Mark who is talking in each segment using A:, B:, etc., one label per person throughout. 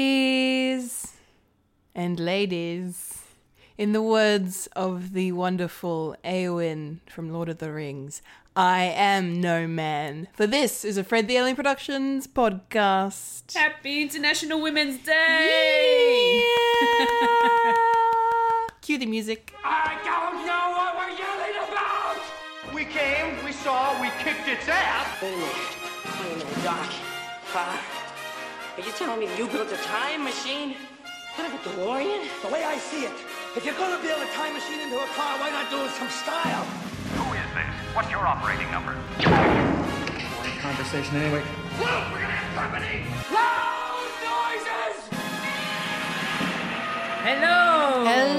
A: Ladies and ladies, in the words of the wonderful Eowyn from Lord of the Rings, I am no man. For this is a Fred the Alien Productions podcast.
B: Happy International Women's Day!
A: Yeah! Cue the music.
C: I don't know what we're yelling about!
D: We came, we saw, we kicked its ass.
E: Wait a minute. Wait a minute, Doc. Father, are you telling me you built a time machine out of a DeLorean?
F: The way I see it, if you're gonna build a time machine into a car, why not do it some style?
G: Who is this? What's your operating number?
H: conversation anyway.
C: Look, we're gonna have company! Loud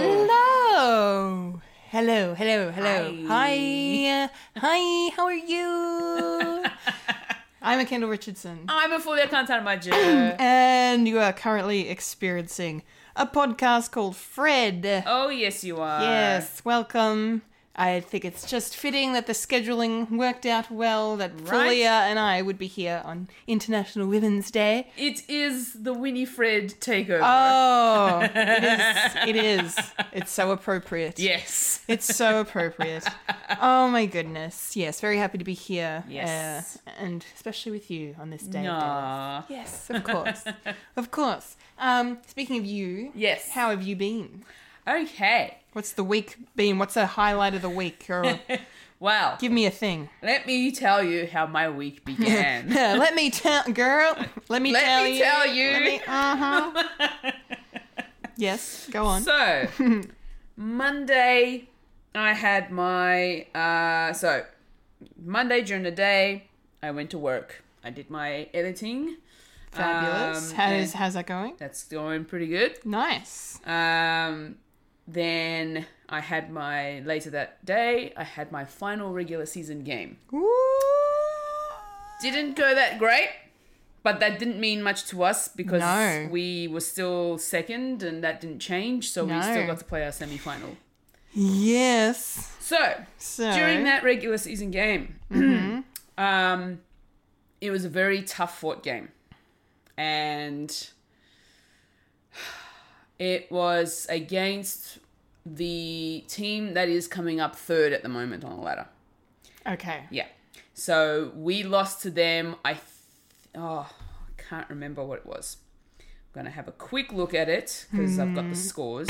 C: noises!
A: Hello. Hello,
B: Hello!
A: hello, hello. Hi. Hi. how are you? I'm a Kendall Richardson.
B: I'm a Fulia Kantar Majid.
A: And you are currently experiencing a podcast called Fred.
B: oh, yes, you are.
A: Yes, welcome. I think it's just fitting that the scheduling worked out well, that
B: Right.
A: Fulia and I would be here on International Women's Day.
B: It is the Winnie Fred takeover.
A: Oh, it is. It is. It's so appropriate.
B: yes.
A: It's so appropriate. oh my goodness. Yes, very happy to be here.
B: Yes.
A: uh, and especially with you on this day. of days.
B: Aw.
A: Yes, of course. of course. Um, speaking of you,
B: Yes.
A: how have you been?
B: Okay.
A: What's the week been? What's a highlight of the week? Or
B: Well,
A: give me a thing.
B: let me tell you how my week began.
A: Yeah, let me tell girl. Let me
B: Let
A: tell
B: me
A: you.
B: tell you.
A: Let me uh-huh. yes, go on.
B: So, um, Monday, I had my. Uh, so, Monday during the day, I went to work. I did my editing.
A: Fabulous.
B: um,
A: How is
B: yeah.
A: how's that going?
B: That's going pretty good.
A: Nice.
B: Um, then I had my later that day. I had my final regular season game.
A: Ooh.
B: Didn't go that great, but that didn't mean much to us because
A: No.
B: we were still second, and that didn't change. So we
A: No.
B: still got to play our semi final.
A: Yes.
B: So
A: So
B: during that regular season game, um, it was a very tough fought game, and it was against the team that is coming up third at the moment on the ladder.
A: Okay.
B: Yeah, so we lost to them. I th- oh, I can't remember what it was. I'm gonna have a quick look at it because I've got the scores.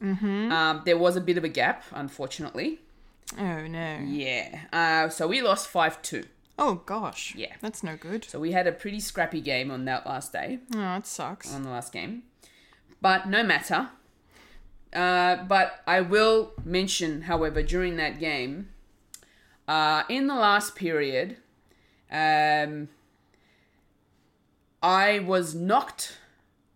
B: um, there was a bit of a gap, unfortunately.
A: Oh no.
B: Yeah. Uh, so we lost 5 2.
A: Oh gosh.
B: Yeah.
A: That's no good.
B: So we had a pretty scrappy game on that last day,
A: Oh, it sucks.
B: on the last game. But no matter. Uh, but I will mention, however, during that game, uh, in the last period, um, I was knocked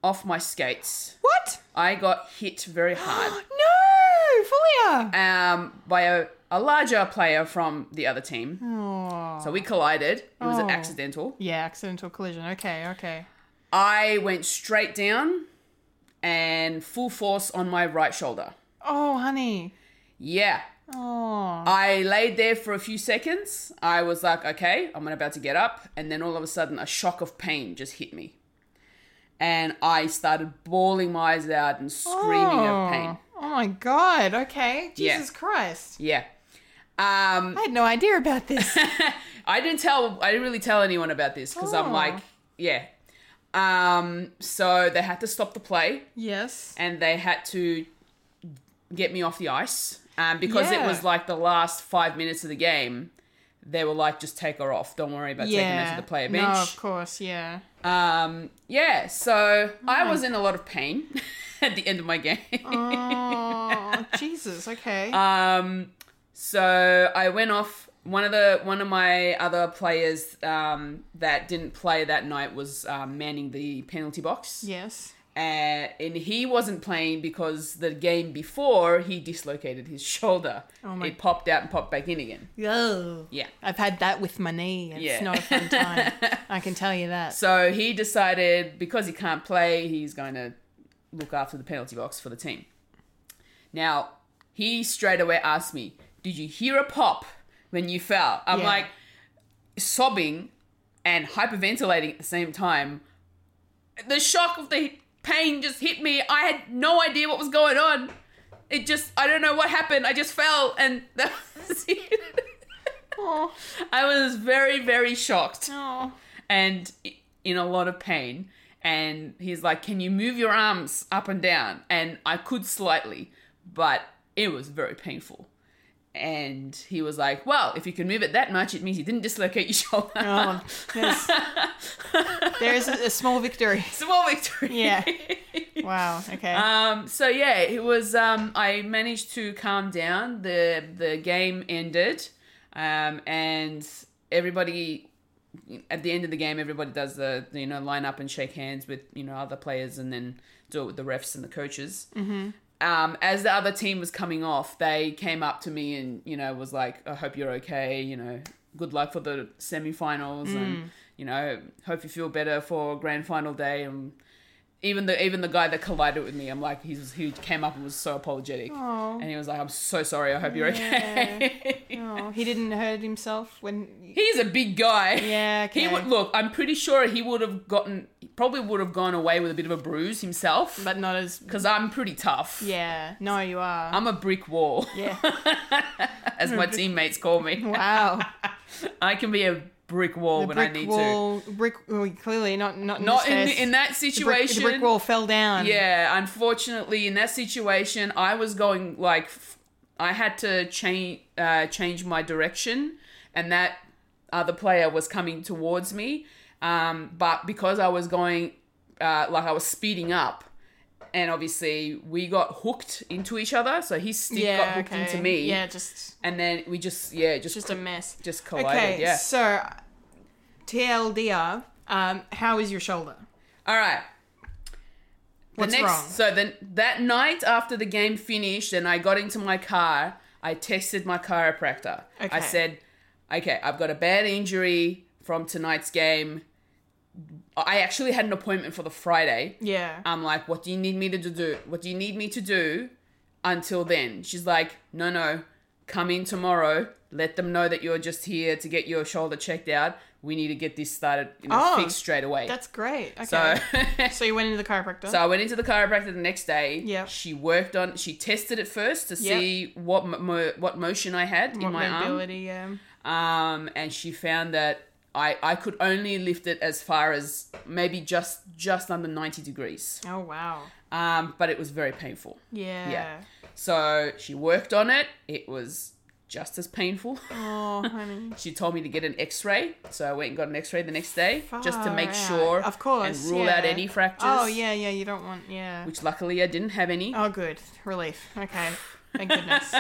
B: off my skates.
A: What?
B: I got hit very hard
A: No, Fulia.
B: um, by a, a larger player from the other team. So we collided. It was
A: Oh.
B: an accidental.
A: Yeah, accidental collision. Okay, okay.
B: I went straight down and full force on my right shoulder.
A: Oh, honey.
B: Yeah.
A: Oh.
B: I laid there for a few seconds. I was like, okay, I'm about to get up. And then all of a sudden, a shock of pain just hit me. And I started bawling my eyes out and screaming of pain.
A: Oh my god. Okay.
B: Yeah.
A: Jesus Christ.
B: Yeah. Um,
A: I had no idea about this.
B: I didn't tell. I didn't really tell anyone about this because
A: Oh.
B: I'm like, yeah. Um, so they had to stop the play
A: yes.
B: and they had to get me off the ice um, because
A: Yeah.
B: it was like the last five minutes of the game. They were like, just take her off. Don't worry about taking her to the player bench.
A: No, of course. Yeah.
B: um, yeah, so I was in a lot of pain at the end of my game.
A: Oh, Jesus. Okay.
B: Um, so I went off. One of the one of my other players um, that didn't play that night was um, manning the penalty box,
A: yes.
B: uh, and he wasn't playing because the game before he dislocated his shoulder.
A: Oh my-
B: It popped out and popped back in again.
A: Oh.
B: Yeah.
A: I've had that with my knee. It's
B: Yeah.
A: not a fun time. I can tell you that.
B: So he decided because he can't play, he's going to look after the penalty box for the team. Now, he straight away asked me, Did you hear a pop when you fell? I'm
A: Yeah.
B: like sobbing and hyperventilating at the same time. the shock of the pain just hit me. I had no idea what was going on. It just, I don't know what happened. I just fell, and that was it.
A: Oh,
B: I was very, very shocked
A: no.
B: and i- in a lot of pain. And he's like, Can you move your arms up and down? And I could slightly, but it was very painful. And he was like, Well, if you can move it that much, it means you didn't dislocate your shoulder.
A: Oh, yes. there is a, a small victory.
B: Small victory.
A: Yeah. Wow. Okay.
B: Um, so yeah, it was. Um, I managed to calm down. the The game ended, um, and everybody at the end of the game, everybody does the you know line up and shake hands with you know other players, and then do it with the refs and the coaches. Mm-hmm. Um, as the other team was coming off, they came up to me and you know was like, "I hope you're okay. You know, good luck for the semifinals,
A: Mm.
B: and you know, hope you feel better for grand final day." And even the even the guy that collided with me, I'm like, he was he came up and was so apologetic,
A: Aw.
B: and he was like, "I'm so sorry. I hope you're okay."
A: oh, he didn't hurt himself when.
B: He's a big guy.
A: Yeah,
B: He
A: okay.
B: would look. I'm pretty sure he would have gotten, he probably would have gone away with a bit of a bruise himself.
A: But not as.
B: because I'm pretty tough.
A: Yeah. No, you are.
B: I'm a brick wall,
A: yeah.
B: as my teammates call me.
A: Wow.
B: I can be a brick wall
A: The
B: when I
A: brick
B: need
A: wall. Brick. Well, clearly not. Not.
B: to.
A: In
B: Not
A: this
B: in
A: case.
B: in that
A: The brick,
B: situation.
A: the brick wall fell down.
B: Yeah, unfortunately, in that situation, I was going like f- I had to change uh, change my direction, and that other player was coming towards me. Um, but because I was going uh, like I was speeding up, and obviously we got hooked into each other, so his stick
A: Yeah.
B: got hooked
A: okay.
B: into me.
A: Yeah. Just.
B: and then we just yeah just
A: Just a mess.
B: just collided.
A: Okay.
B: yeah.
A: So, TLDR. Um, how is your shoulder?
B: All right. The
A: What's
B: next,
A: wrong?
B: So then that night after the game finished and I got into my car, I texted my chiropractor.
A: Okay.
B: I said, "Okay, I've got a bad injury from tonight's game. I actually had an appointment for the Friday.
A: Yeah.
B: I'm like, what do you need me to do? What do you need me to do until then? She's like, no, no, come in tomorrow. Let them know that you're just here to get your shoulder checked out. We need to get this started, you know,
A: Oh,
B: fixed straight away.
A: That's great.
B: so,
A: Okay. So you went into the chiropractor.
B: so I went into the chiropractor the next day.
A: Yeah.
B: She worked on. She tested it first to
A: Yeah.
B: see what mo- mo- what motion I had
A: What
B: in my
A: mobility? Um,
B: arm. Um, and she found that I I could only lift it as far as maybe just just under ninety degrees.
A: oh wow.
B: Um, but it was very painful.
A: Yeah.
B: Yeah. So she worked on it. It was just as painful.
A: Oh, honey.
B: She told me to get an X-ray, so I went and got an X-ray the next day just to make
A: Far out.
B: sure,
A: of course,
B: and rule out
A: yeah.
B: any fractures.
A: Oh yeah, yeah. You don't want yeah.
B: Which luckily I didn't have any.
A: oh good, relief. Okay, thank goodness.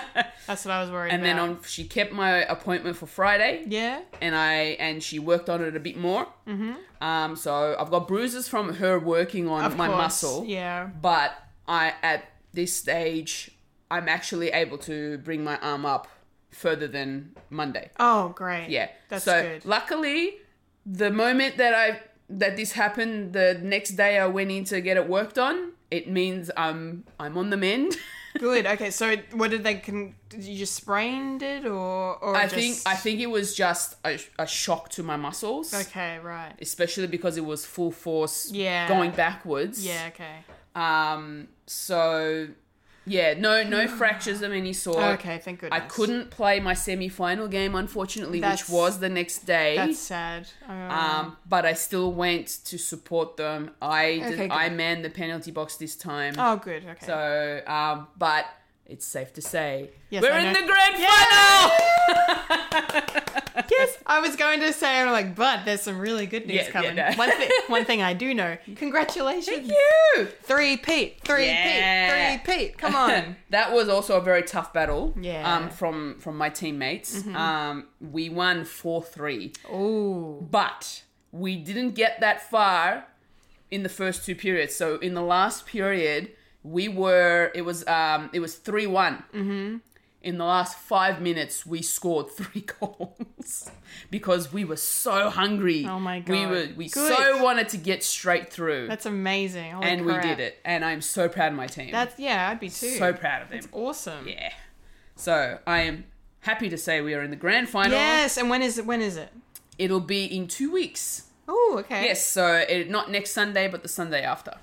A: That's what I was worried
B: and
A: about.
B: then on she kept my appointment for Friday,
A: yeah.
B: and I and she worked on it a bit more. Mm-hmm. Um, so I've got bruises from her working on
A: Of
B: my
A: course.
B: muscle,
A: Yeah.
B: but I at this stage I'm actually able to bring my arm up further than Monday.
A: Oh great.
B: Yeah,
A: That's
B: so
A: good.
B: luckily the moment that I that this happened, the next day I went in to get it worked on. It means I'm I'm on the mend.
A: good. Okay. So what did they can? Did you just sprained it or or
B: I
A: just...
B: think I think it was just a, a shock to my muscles.
A: Okay. Right.
B: especially because it was full force
A: Yeah.
B: going backwards.
A: Yeah. Okay.
B: Um so yeah, no no fractures of any sort.
A: Okay. Thank
B: I
A: goodness.
B: couldn't play my semi-final game unfortunately,
A: That's-
B: which was the next day.
A: That's sad. Oh,
B: um, but I still went to support them. I did,
A: Okay, good.
B: I manned the penalty box this time.
A: oh good. Okay.
B: So, um, but it's safe to say
A: Yes,
B: we're
A: I
B: in
A: know.
B: the grand final.
A: Yes, I was going to say, I'm like, but there's some really good news
B: Yeah, yeah,
A: coming.
B: no.
A: one, thi- one thing I do know. Congratulations.
B: Thank you.
A: Three Pete, three
B: Yeah.
A: Pete, three Pete. Come on.
B: that was also a very tough battle.
A: Yeah. Mm-hmm.
B: Um, from from my teammates. Um, we won four three,
A: Ooh.
B: but we didn't get that far in the first two periods. So in the last period, we were it was um it was three one. Mm-hmm. In the last five minutes, we scored three goals because we were so hungry.
A: Oh my
B: We
A: God.
B: were we
A: Good.
B: so wanted to get straight through,
A: That's amazing. Holy
B: and
A: crap.
B: we did it. And I'm so proud of my team.
A: That's yeah, I'd be too.
B: so proud of them.
A: awesome.
B: Yeah. Eh. So I am happy to say we are in the grand final.
A: Yes, and when is it when is it?
B: It'll be in two weeks.
A: Oh, okay.
B: Yes, so it, not next Sunday, but the Sunday after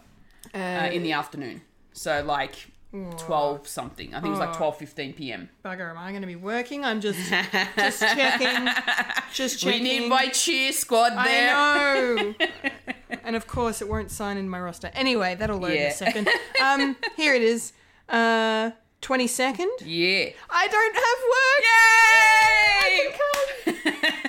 A: Uh,
B: uh, in the afternoon. So like twelve something. I think it's like twelve fifteen p.m.
A: bugger, am I going to be working? I'm just just checking, just
B: We
A: checking.
B: need my cheer squad there.
A: I know. and of course, it won't sign in my roster. Anyway, that'll load in
B: Yeah.
A: a second. Um, here it is. Uh, twenty second.
B: Yeah.
A: I don't have work.
B: Yay!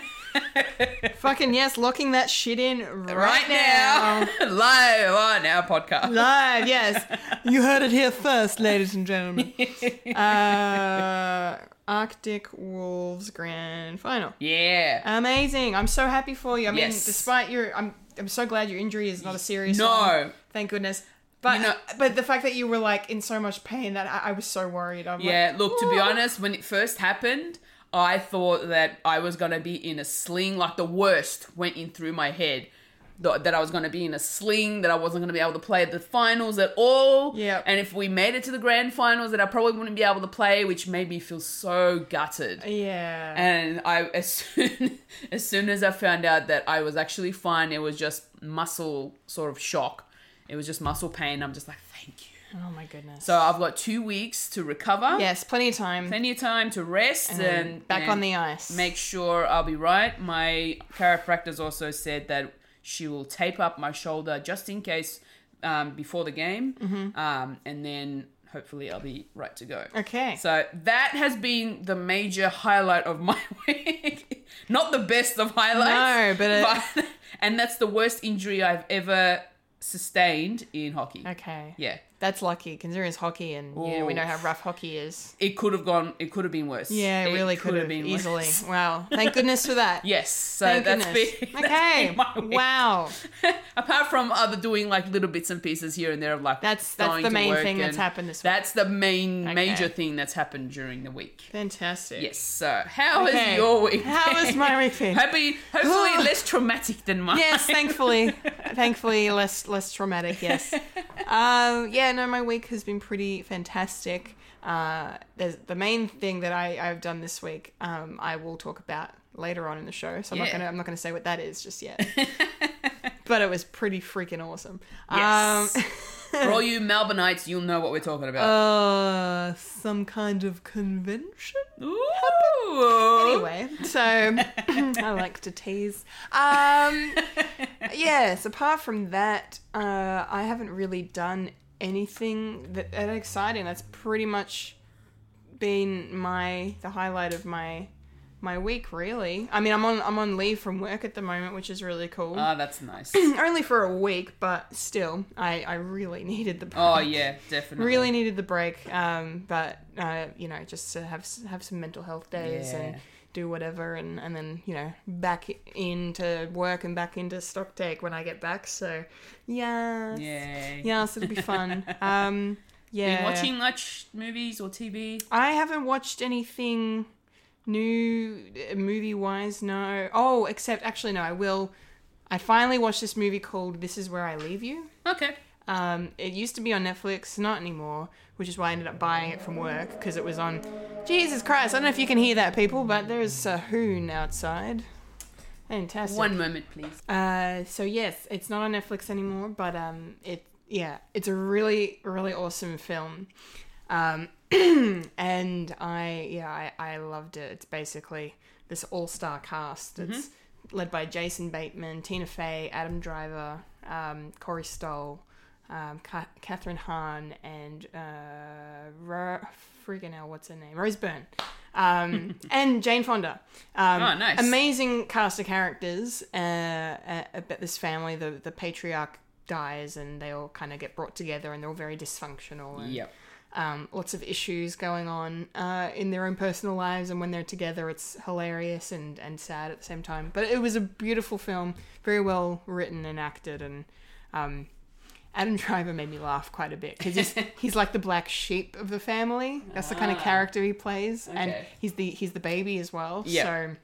A: Fucking yes, locking that shit in right,
B: right
A: now.
B: now, live on our podcast.
A: Live, yes. You heard it here first, ladies and gentlemen. Uh, Arctic Wolves Grand Final.
B: Yeah.
A: Amazing. I'm so happy for you. I mean,
B: Yes.
A: despite your, I'm, I'm so glad your injury is not a serious
B: No.
A: one. Thank goodness. But,
B: You know-
A: but the fact that you were like in so much pain that I, I was so worried. I'm
B: Yeah,
A: like,
B: look, to be
A: "Oh."
B: honest, when it first happened, I thought that I was going to be in a sling. Like, the worst went in through my head. Th- That I was going to be in a sling, that I wasn't going to be able to play the finals at all.
A: Yep.
B: And if we made it to the grand finals, that I probably wouldn't be able to play, which made me feel so gutted.
A: Yeah.
B: And I, as soon, as soon as I found out that I was actually fine, it was just muscle sort of shock. It was just muscle pain. I'm just like, thank you.
A: oh my goodness.
B: So I've got two weeks to recover.
A: yes, plenty of time.
B: Plenty of time to rest and,
A: then back
B: and
A: on the ice.
B: Make sure I'll be right. My chiropractor's also said that she will tape up my shoulder just in case um, before the game,
A: Mm-hmm.
B: um, and then hopefully I'll be right to go.
A: Okay.
B: So that has been the major highlight of my week. Not the best of highlights.
A: No, but it-
B: but- and that's the worst injury I've ever sustained in hockey.
A: okay.
B: Yeah.
A: That's lucky, considering it's hockey and you know, we
B: Ooh.
A: know how rough hockey is.
B: It could have gone. It could have been worse.
A: Yeah, it, really could have
B: been
A: easily.
B: worse.
A: Wow. Thank goodness for that.
B: Yes, so
A: Thank
B: that's
A: Oh, goodness.
B: been that's
A: okay.
B: been my week.
A: wow.
B: Apart from other doing like little bits and pieces here and there of like
A: That's- that's
B: going
A: the
B: to
A: main
B: work
A: thing that's
B: and-
A: happened this week.
B: That's the main
A: Okay.
B: major thing that's happened during the week.
A: Fantastic.
B: Yes. So how has
A: Okay.
B: your week?
A: How has my week been?
B: Happy, hopefully less traumatic than mine.
A: Yes, thankfully. thankfully less less traumatic, yes. Um, yeah, no, my week has been pretty fantastic. Uh, there's the main thing that I, I've done this week, um, I will talk about later on in the show. So I'm not
B: Yeah.
A: gonna I'm not gonna say what that is just yet. but it was pretty freaking awesome.
B: Yes.
A: Um
B: For all you Melbourneites, you'll know what we're talking about.
A: uh, some kind of convention.
B: Ooh.
A: Uh, Anyway, so I like to tease. Um, yes, apart from that, uh, I haven't really done anything that, that exciting. That's pretty much been my the highlight of my my week really. I mean, I'm on I'm on leave from work at the moment, which is really cool.
B: Ah, that's nice.
A: Only for a week, but still, I I really needed the break
B: Oh yeah, definitely.
A: really needed the break um but uh you know just to have s- have some mental health days
B: Yeah.
A: and do whatever and and then you know back into work and back into stock take when i get back so yes
B: Yay.
A: yes it'll be fun um yeah
B: Been watching much movies or TV?
A: i haven't watched anything new movie wise no oh except actually no i will i finally watched this movie called this is where i leave you
B: Okay.
A: um, it used to be on Netflix, not anymore, which is why I ended up buying it from work because it was on. Jesus Christ! I don't know if you can hear that, people, but there is a hoon outside. Fantastic.
B: One moment, please.
A: Uh, so yes, it's not on Netflix anymore, but um, it yeah, it's a really really awesome film, um, and I yeah I, I loved it. It's basically this all star cast. It's led by Jason Bateman, Tina Fey, Adam Driver, um, Corey Stoll, um, Ka- Catherine Hahn, and uh, Ro- freaking hell, what's her name? Rose Byrne. Um, and Jane Fonda. Um,
B: Oh, nice.
A: Amazing cast of characters uh, uh, about this family. The, the patriarch dies and they all kind of get brought together and they're all very dysfunctional. And,
B: Yep.
A: um, lots of issues going on uh, in their own personal lives, and when they're together, it's hilarious and, and sad at the same time. But it was a beautiful film, very well written and acted, and um, Adam Driver made me laugh quite a bit because he's, he's like the black sheep of the family. That's the kind of character he plays, and
B: Ah. Okay.
A: he's the he's the baby as well.
B: Yeah.
A: So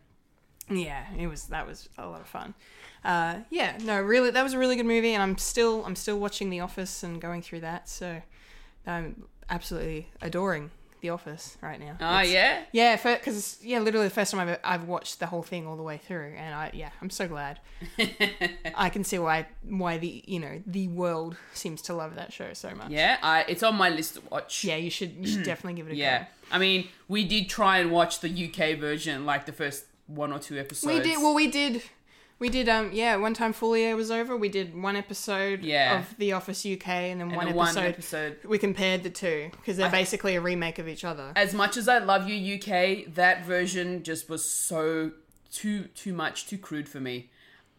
A: yeah it was that was a lot of fun uh yeah no really that was a really good movie and i'm still i'm still watching the office and going through that so i'm um, absolutely adoring The Office right now.
B: Oh, yeah?
A: Yeah, because yeah, literally the first time I've, I've watched the whole thing all the way through, and I yeah, I'm so glad. I can see why why the you know the world seems to love that show so much.
B: Yeah, I, it's on my list to watch.
A: Yeah, you should you should definitely give it a
B: Yeah.
A: go.
B: I mean, we did try and watch the UK version, like the first one or two episodes.
A: We did well. We did. We did. Um. Yeah. One time Folio was over. We did one episode
B: Yeah.
A: of The Office UK, and then one,
B: the
A: episode,
B: one episode.
A: We compared the two because they're basically a remake of each other.
B: as much as I love you, UK, that version just was so too too much, too crude for me,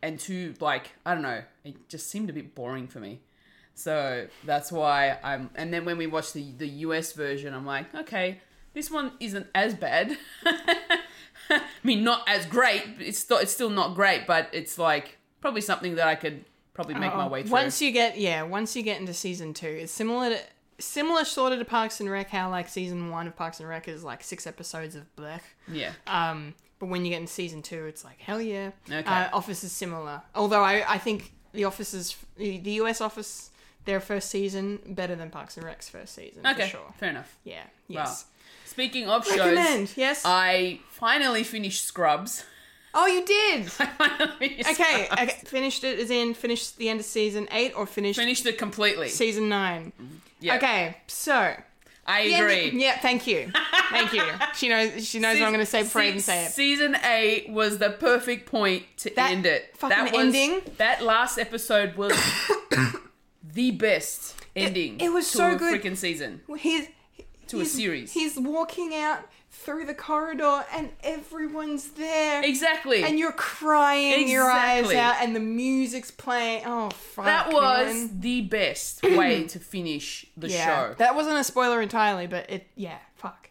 B: and too like I don't know. It just seemed a bit boring for me. So that's why I'm. And then when we watched the the US version, I'm like, okay, this one isn't as bad. I mean, not as great. It's still it's still not great, but it's like probably something that I could probably make my way through.
A: Uh, Once you get yeah, once you get into season two, it's similar to similar sort of to Parks and Rec. How like season one of Parks and Rec is like six episodes of blech.
B: yeah,
A: Um, but when you get into season two, it's like hell yeah.
B: Okay.
A: Uh, office is similar, although I I think the Office is the the US Office their first season better than Parks and Rec's first season
B: okay,
A: for sure.
B: fair enough.
A: Yeah.
B: Wow.
A: Yes.
B: Speaking of shows,
A: Recommend, yes.
B: I finally finished Scrubs.
A: Oh, you did.
B: I finally finished
A: Okay,
B: Scrubs.
A: okay. Finished it as in finished the end of season eight or finished
B: Finished it completely.
A: season nine.
B: Yeah.
A: Okay, so
B: I
A: Yeah,
B: agree.
A: yeah, thank you. Thank you. She knows she knows what I'm going to say before I even say it.
B: Season eight was the perfect point to
A: That
B: end it.
A: fucking
B: that was,
A: ending.
B: That last episode was the best ending.
A: it was
B: to
A: so
B: a
A: good.
B: Freaking season.
A: He's
B: To a
A: he's-
B: series.
A: He's walking out through the corridor and everyone's there.
B: Exactly.
A: And you're crying your eyes
B: Exactly.
A: out and the music's playing. Oh fuck.
B: that was
A: man.
B: the best way to finish the
A: yeah.
B: show.
A: That wasn't a spoiler entirely, but it yeah, fuck.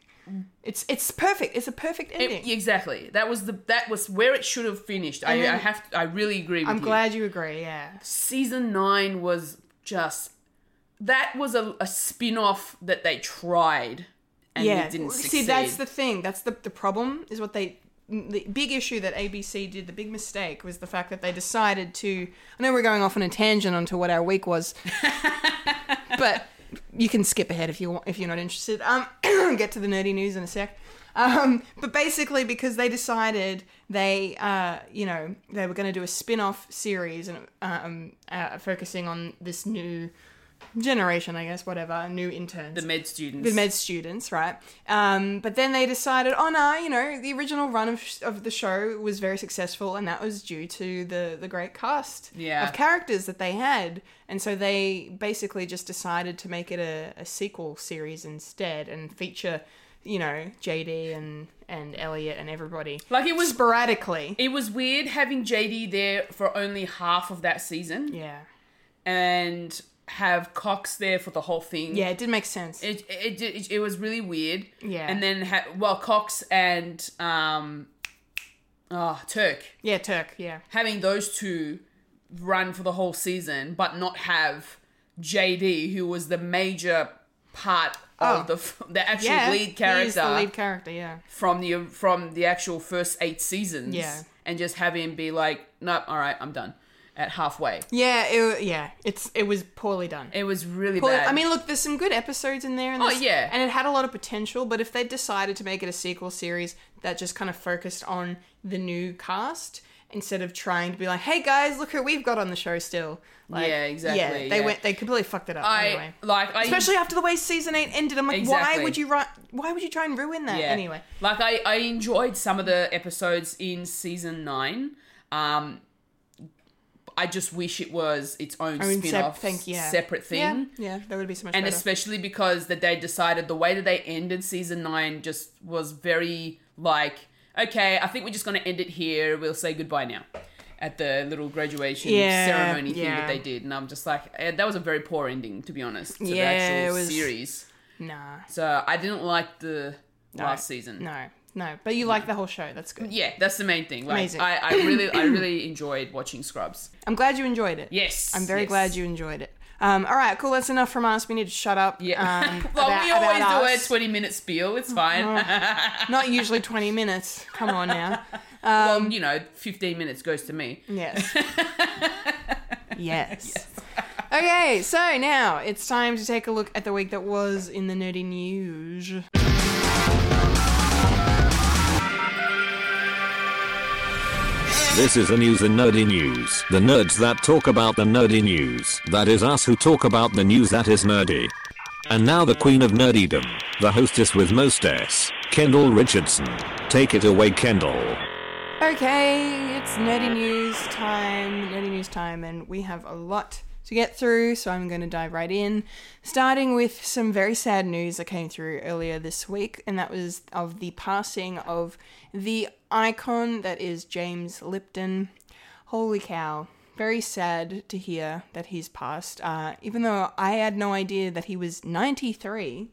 A: It's it's perfect. It's a perfect
B: It-
A: ending.
B: exactly. That was the that was where it should have finished. I,
A: then-
B: I have to, I really agree with
A: I'm
B: you.
A: glad you agree. Yeah.
B: season nine was just that was a, a spin-off that they tried and
A: yeah.
B: it didn't succeed.
A: See, that's the thing. That's the the problem is what they the big issue that ABC did the big mistake was the fact that they decided to I know we're going off on a tangent onto what our week was. but you can skip ahead if you want if you're not interested. Um get to the nerdy news in a sec. Um, but basically, because they decided they, uh, you know, they were going to do a spin-off series and um, uh, focusing on this new generation, I guess, whatever, new interns,
B: the med students.
A: the med students, right? Um, but then they decided, oh no, you know, the original run of, of the show was very successful, and that was due to the the great cast
B: Yeah.
A: of characters that they had, and so they basically just decided to make it a, a sequel series instead and feature, you know, JD and and Elliot and everybody
B: Like, it was-
A: sporadically.
B: it was weird having JD there for only half of that season
A: yeah,
B: and have Cox there for the whole thing.
A: yeah, it did make sense.
B: It, it, it, it was really weird.
A: Yeah.
B: And then, ha- well, Cox and um, oh, Turk.
A: yeah, Turk. Yeah,
B: having those two run for the whole season, but not have JD, who was the major part
A: Oh.
B: of the f- the actual
A: yeah,
B: lead
A: he is
B: character
A: the lead character. Yeah,
B: from the from the actual first eight seasons,
A: Yeah.
B: and just have him be like, "No, all right, I'm done," at halfway.
A: yeah, it, yeah. It's it was poorly done.
B: It was really
A: Well,
B: bad.
A: I mean, look, there's some good episodes in there. And
B: Oh,
A: there's-
B: yeah.
A: and it had a lot of potential. But if they decided to make it a sequel series that just kind of focused on the new cast instead of trying to be like, "Hey guys, look who we've got on the show still." Like,
B: Yeah, exactly,
A: Yeah, they
B: yeah.
A: went. They completely fucked it up.
B: I
A: anyway.
B: like I
A: especially after the way season eight ended. I'm like, why
B: Exactly.
A: would you ri- Why would you try and ruin that
B: Yeah.
A: anyway?
B: Like I, I enjoyed some of the episodes in season nine. Um I just wish it was its own
A: I mean,
B: spin off
A: sep- thank- yeah.
B: separate thing.
A: Yeah, yeah, that would be so much.
B: And
A: better.
B: especially because that they decided the way that they ended season nine just was very like, okay, I think we're just gonna end it here. We'll say goodbye now. At the little graduation
A: Yeah,
B: ceremony thing
A: yeah.
B: that they did, and I'm just like, eh, that was a very poor ending, to be honest, to
A: Yeah,
B: the
A: it
B: actual
A: was-
B: series.
A: nah,
B: So I didn't like the last season.
A: no, no. But you like the whole show. That's good.
B: Yeah, that's the main thing. Like,
A: Amazing.
B: I, I really, I really enjoyed watching Scrubs.
A: I'm glad you enjoyed it.
B: Yes,
A: I'm very
B: yes.
A: glad you enjoyed it. Um, all right, cool. That's enough from us. We need to shut up.
B: Yeah,
A: Um,
B: well,
A: about-
B: we
A: about
B: always do a
A: us. Uh-huh.
B: twenty-minute spiel. It's fine.
A: Not usually 20 minutes. Come on now.
B: well,
A: Um,
B: you know, fifteen minutes goes to me.
A: Yes. yes. Okay, so now it's time to take a look at the week that was in the nerdy news.
H: This is the news, the nerdy news. The nerds that talk about the nerdy news. That is us who talk about the news that is nerdy. And now the queen of nerdydom, the hostess with most S, Kendall Richardson. Take it away, Kendall.
A: Okay, it's nerdy news time, nerdy news time, and we have a lot to get through, so I'm going to dive right in. Starting with some very sad news that came through earlier this week, and that was of the passing of the icon that is James Lipton. Holy cow. Very sad to hear that he's passed, uh, even though I had no idea that he was 93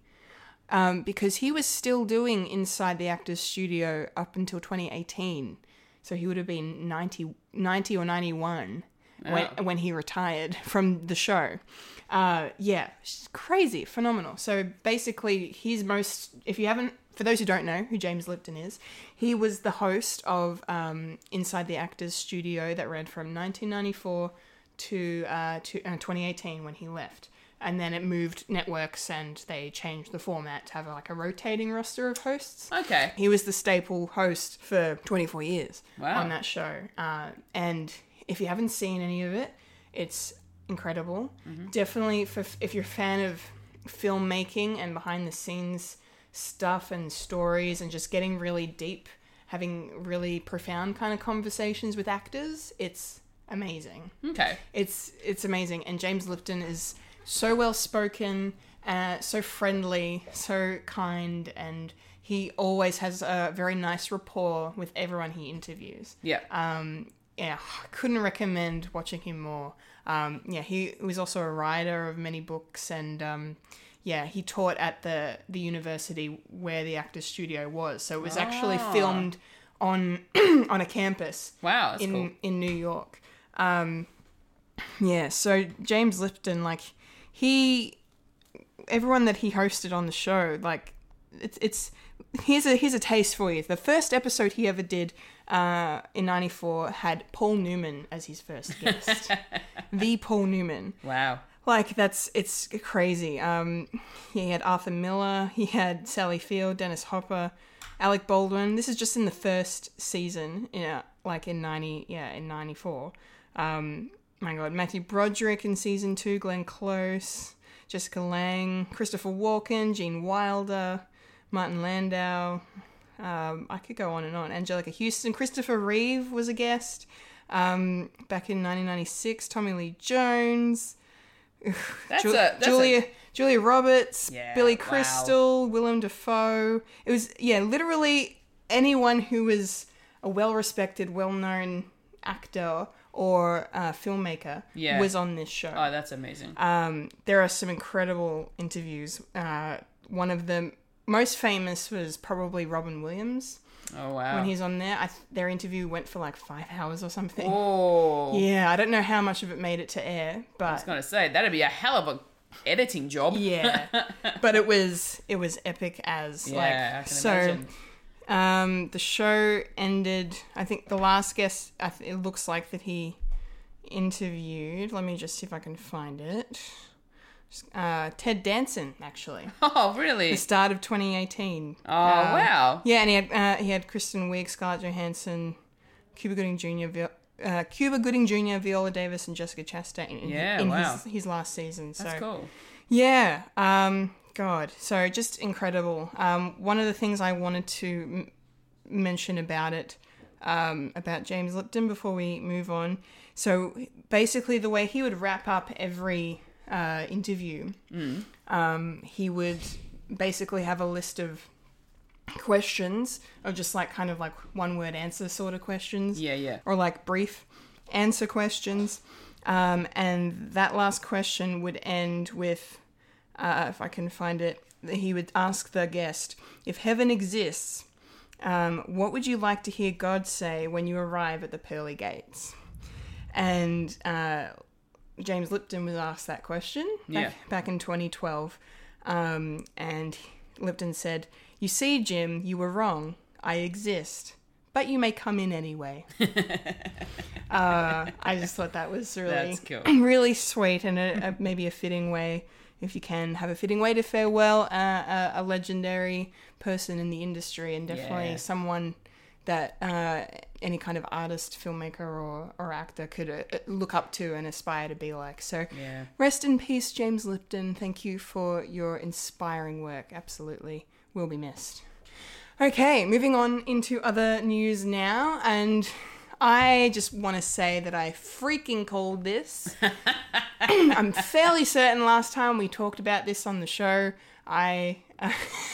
A: um, because he was still doing Inside the Actors Studio up until 2018. So he would have been 90, 90 or 91 when, when he retired from the show. Uh, yeah, it's crazy, phenomenal. So basically, he's most, if you haven't, for those who don't know who James Lipton is, he was the host of um, Inside the Actors Studio that ran from 1994 to, uh, to uh, 2018 when he left. And then it moved networks and they changed the format to have like a rotating roster of hosts.
B: Okay.
A: He was the staple host for 24 years
B: Wow.
A: on that show. Uh, and if you haven't seen any of it, it's incredible.
B: Mm-hmm.
A: Definitely, for, if you're a fan of filmmaking and behind the scenes stuff and stories and just getting really deep, having really profound kind of conversations with actors, it's amazing
B: Okay.
A: it's it's amazing and james lipton is so well spoken uh, so friendly so kind and he always has a very nice rapport with everyone he interviews
B: Yeah.
A: Um, yeah couldn't recommend watching him more um, yeah he was also a writer of many books and um, yeah he taught at the the university where the actors studio was so it was actually filmed on on a campus
B: wow. That's
A: in
B: cool.
A: in New York. Um, yeah, so James Lipton, like he, everyone that he hosted on the show, like it's it's here's a here's a taste for you. The first episode he ever did uh, in '94 had Paul Newman as his first guest, the Paul Newman
B: Wow.
A: like that's it's crazy um he had arthur miller he had sally field dennis hopper alec baldwin this is just in the first season you know, like in 90 yeah in 94 um my god matthew broderick in season two glenn close jessica lang christopher walken gene wilder martin landau um, I could go on and on. Angelica Houston, Christopher Reeve was a guest um, back in 1996. Tommy Lee Jones,
B: That's
A: Ju-
B: a that's
A: Julia
B: A,
A: Julia Roberts,
B: Yeah,
A: Billy
B: wow.
A: Crystal, Willem Dafoe. It was yeah, literally anyone who was a well-respected, well-known actor or uh, filmmaker
B: Yeah.
A: was on this show.
B: oh, that's amazing.
A: Uh, there are some incredible interviews. Uh, one of the most famous was probably Robin Williams
B: oh wow.
A: when he's on there. I, th- their interview went for like five hours or something.
B: oh,
A: Yeah, I don't know how much of it made it to air, but
B: I was gonna say that'd be a hell of a editing job.
A: yeah but it was it was epic as
B: Yeah, I
A: like
B: can
A: so
B: imagine.
A: um the show ended i think the last guest I th- it looks like that he interviewed let me just see if i can find it uh, ted danson actually
B: Oh, really?
A: the start of 2018
B: Oh, wow.
A: um, yeah, and he had uh, he had Kristen Wiig, Scarlett Johansson, Cuba Gooding Jr., Vi- uh, Cuba Gooding Jr., Viola Davis, and Jessica Chastain in,
B: Yeah,
A: in
B: wow.
A: his, his last season. So
B: That's cool.
A: yeah. Um, God. So just incredible. Um, one of the things I wanted to m- mention about it, um, about James Lipton before we move on. So basically, the way he would wrap up every uh, interview,
B: Mm.
A: um, he would basically have a list of questions or just like kind of like one word answer sort of questions
B: Yeah, yeah.
A: or like brief answer questions. Um, and that last question would end with, uh, if I can find it, he would ask the guest, if heaven exists, um, what would you like to hear God say when you arrive at the pearly gates? And uh, James Lipton was asked that question back,
B: Yeah.
A: back in 2012. Um, and Lipton said, You see, Jim, you were wrong. I exist, but you may come in anyway. Uh, I just thought that was really,
B: That's cool.
A: really sweet and a, a, maybe a fitting way, if you can have a fitting way to farewell uh, a, a legendary person in the industry and definitely
B: Yeah.
A: someone that uh, any kind of artist, filmmaker, or, or actor could uh, look up to and aspire to be like. So,
B: Yeah.
A: rest in peace, James Lipton. Thank you for your inspiring work. Absolutely will be missed. Okay, moving on into other news now. And I just want to say that I freaking called this. I'm fairly certain last time we talked about this on the show, I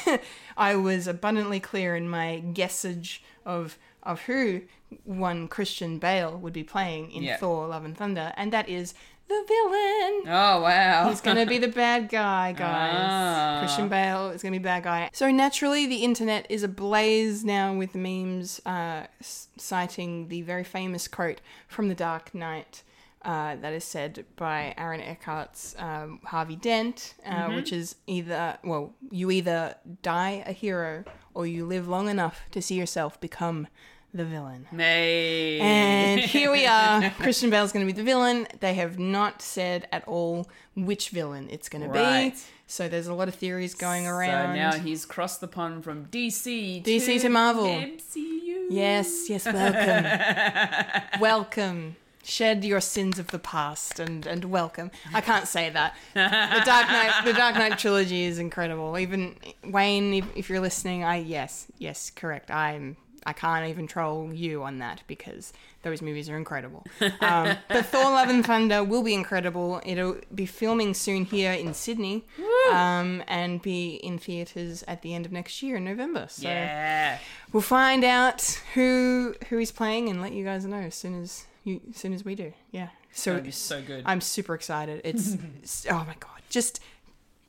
A: I was abundantly clear in my guessage of of who one Christian Bale would be playing in
B: Yeah.
A: Thor: Love and Thunder, and that is the villain.
B: Oh wow.
A: He's gonna be the bad guy, guys. Christian Bale is gonna be bad guy. So naturally, the internet is ablaze now with memes uh, s- citing the very famous quote from The Dark Knight uh, that is said by Aaron Eckhart's um, Harvey Dent, uh, which is either well, you either die a hero or you live long enough to see yourself become the villain.
B: Nay.
A: And here we are. Christian Bale's going to be the villain. They have not said at all which villain it's going to be.
B: Right.
A: So there's a lot of theories going
B: So now
A: around.
B: he's crossed the pond from DC
A: DC to Marvel.
B: MCU.
A: yes, yes, welcome. welcome. Shed your sins of the past and, and welcome. I can't say that. The Dark Knight the Dark Knight trilogy is incredible. Even Wayne, if, if you're listening, I yes, yes, correct. I'm I can't even troll you on that because those movies are incredible. Um, but Thor: Love and Thunder will be incredible. It'll be filming soon here in Sydney, um, and be in theaters at the end of next year in November. So
B: Yeah.
A: we'll find out who who he's playing and let you guys know as soon as you as soon as we do. Yeah. So
B: That'd be so good.
A: I'm super excited. It's it's- oh my god, just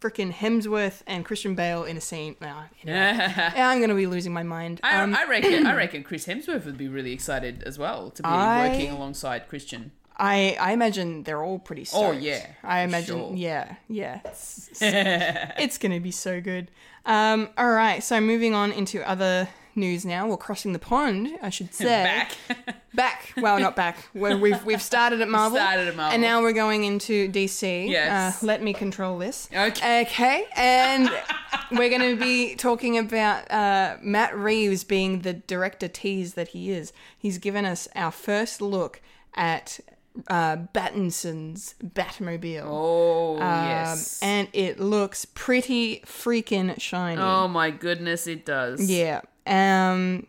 A: freaking Hemsworth and Christian Bale in a scene. Nah, anyway. I'm gonna be losing my mind.
B: I,
A: Um,
B: I reckon. I reckon Chris Hemsworth would be really excited as well to be
A: I-
B: working alongside Christian.
A: I I imagine they're all pretty. Stoked.
B: Oh, yeah,
A: I
B: for
A: imagine.
B: sure.
A: Yeah, yeah. It's, it's- it's gonna be so good. Um, all right. So moving on into other news now. We're crossing the pond, I should say.
B: Back.
A: Back. Well, not back. Well, we've we've started at Marvel.
B: started at Marvel.
A: And now we're going into DC.
B: Yes.
A: Uh, let me control this.
B: Okay.
A: Okay. And we're going to be talking about uh, Matt Reeves being the director tease that he is. He's given us our first look at uh, Battinson's Batmobile.
B: Oh
A: Um,
B: yes.
A: And it looks pretty freaking shiny.
B: oh my goodness, it does.
A: Yeah. Um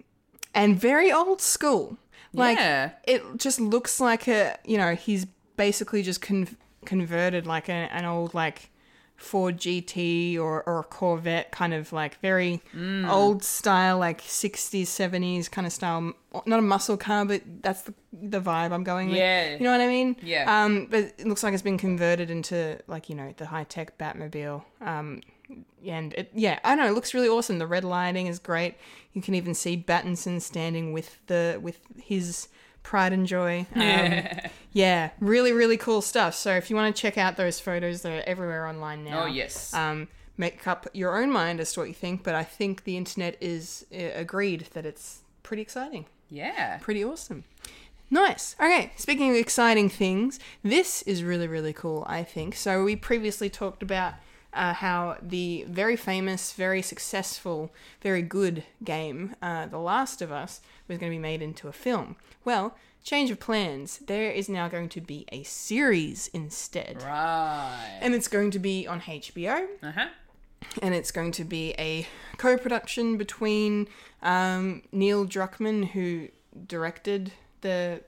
A: and very old school. Like
B: Yeah.
A: it just looks like a, you know, he's basically just con- converted like a, an old like Ford GT or, or a Corvette kind of like very
B: Mm.
A: old style like 60s 70s kind of style not a muscle car but that's the, the vibe I'm going with.
B: Yeah.
A: You know what I mean?
B: Yeah.
A: Um but it looks like it's been converted into like you know the high tech Batmobile um and it, yeah, I know it looks really awesome. The red lighting is great. You can even see Battinson standing with the with his pride and joy. Um, yeah, really really cool stuff. So if you want to check out those photos, they're everywhere online now.
B: Oh yes.
A: Um, make up your own mind as to what you think, but I think the internet is uh, agreed that it's pretty exciting
B: yeah.
A: pretty awesome. Nice. Okay, speaking of exciting things, this is really, really cool, I think. So, we previously talked about uh, how the very famous, very successful, very good game, uh, The Last of Us, was going to be made into a film. Well, change of plans. There is now going to be a series instead.
B: Right.
A: And it's going to be on HBO
B: Uh huh.
A: and it's going to be a co-production between um, Neil Druckmann, who directed the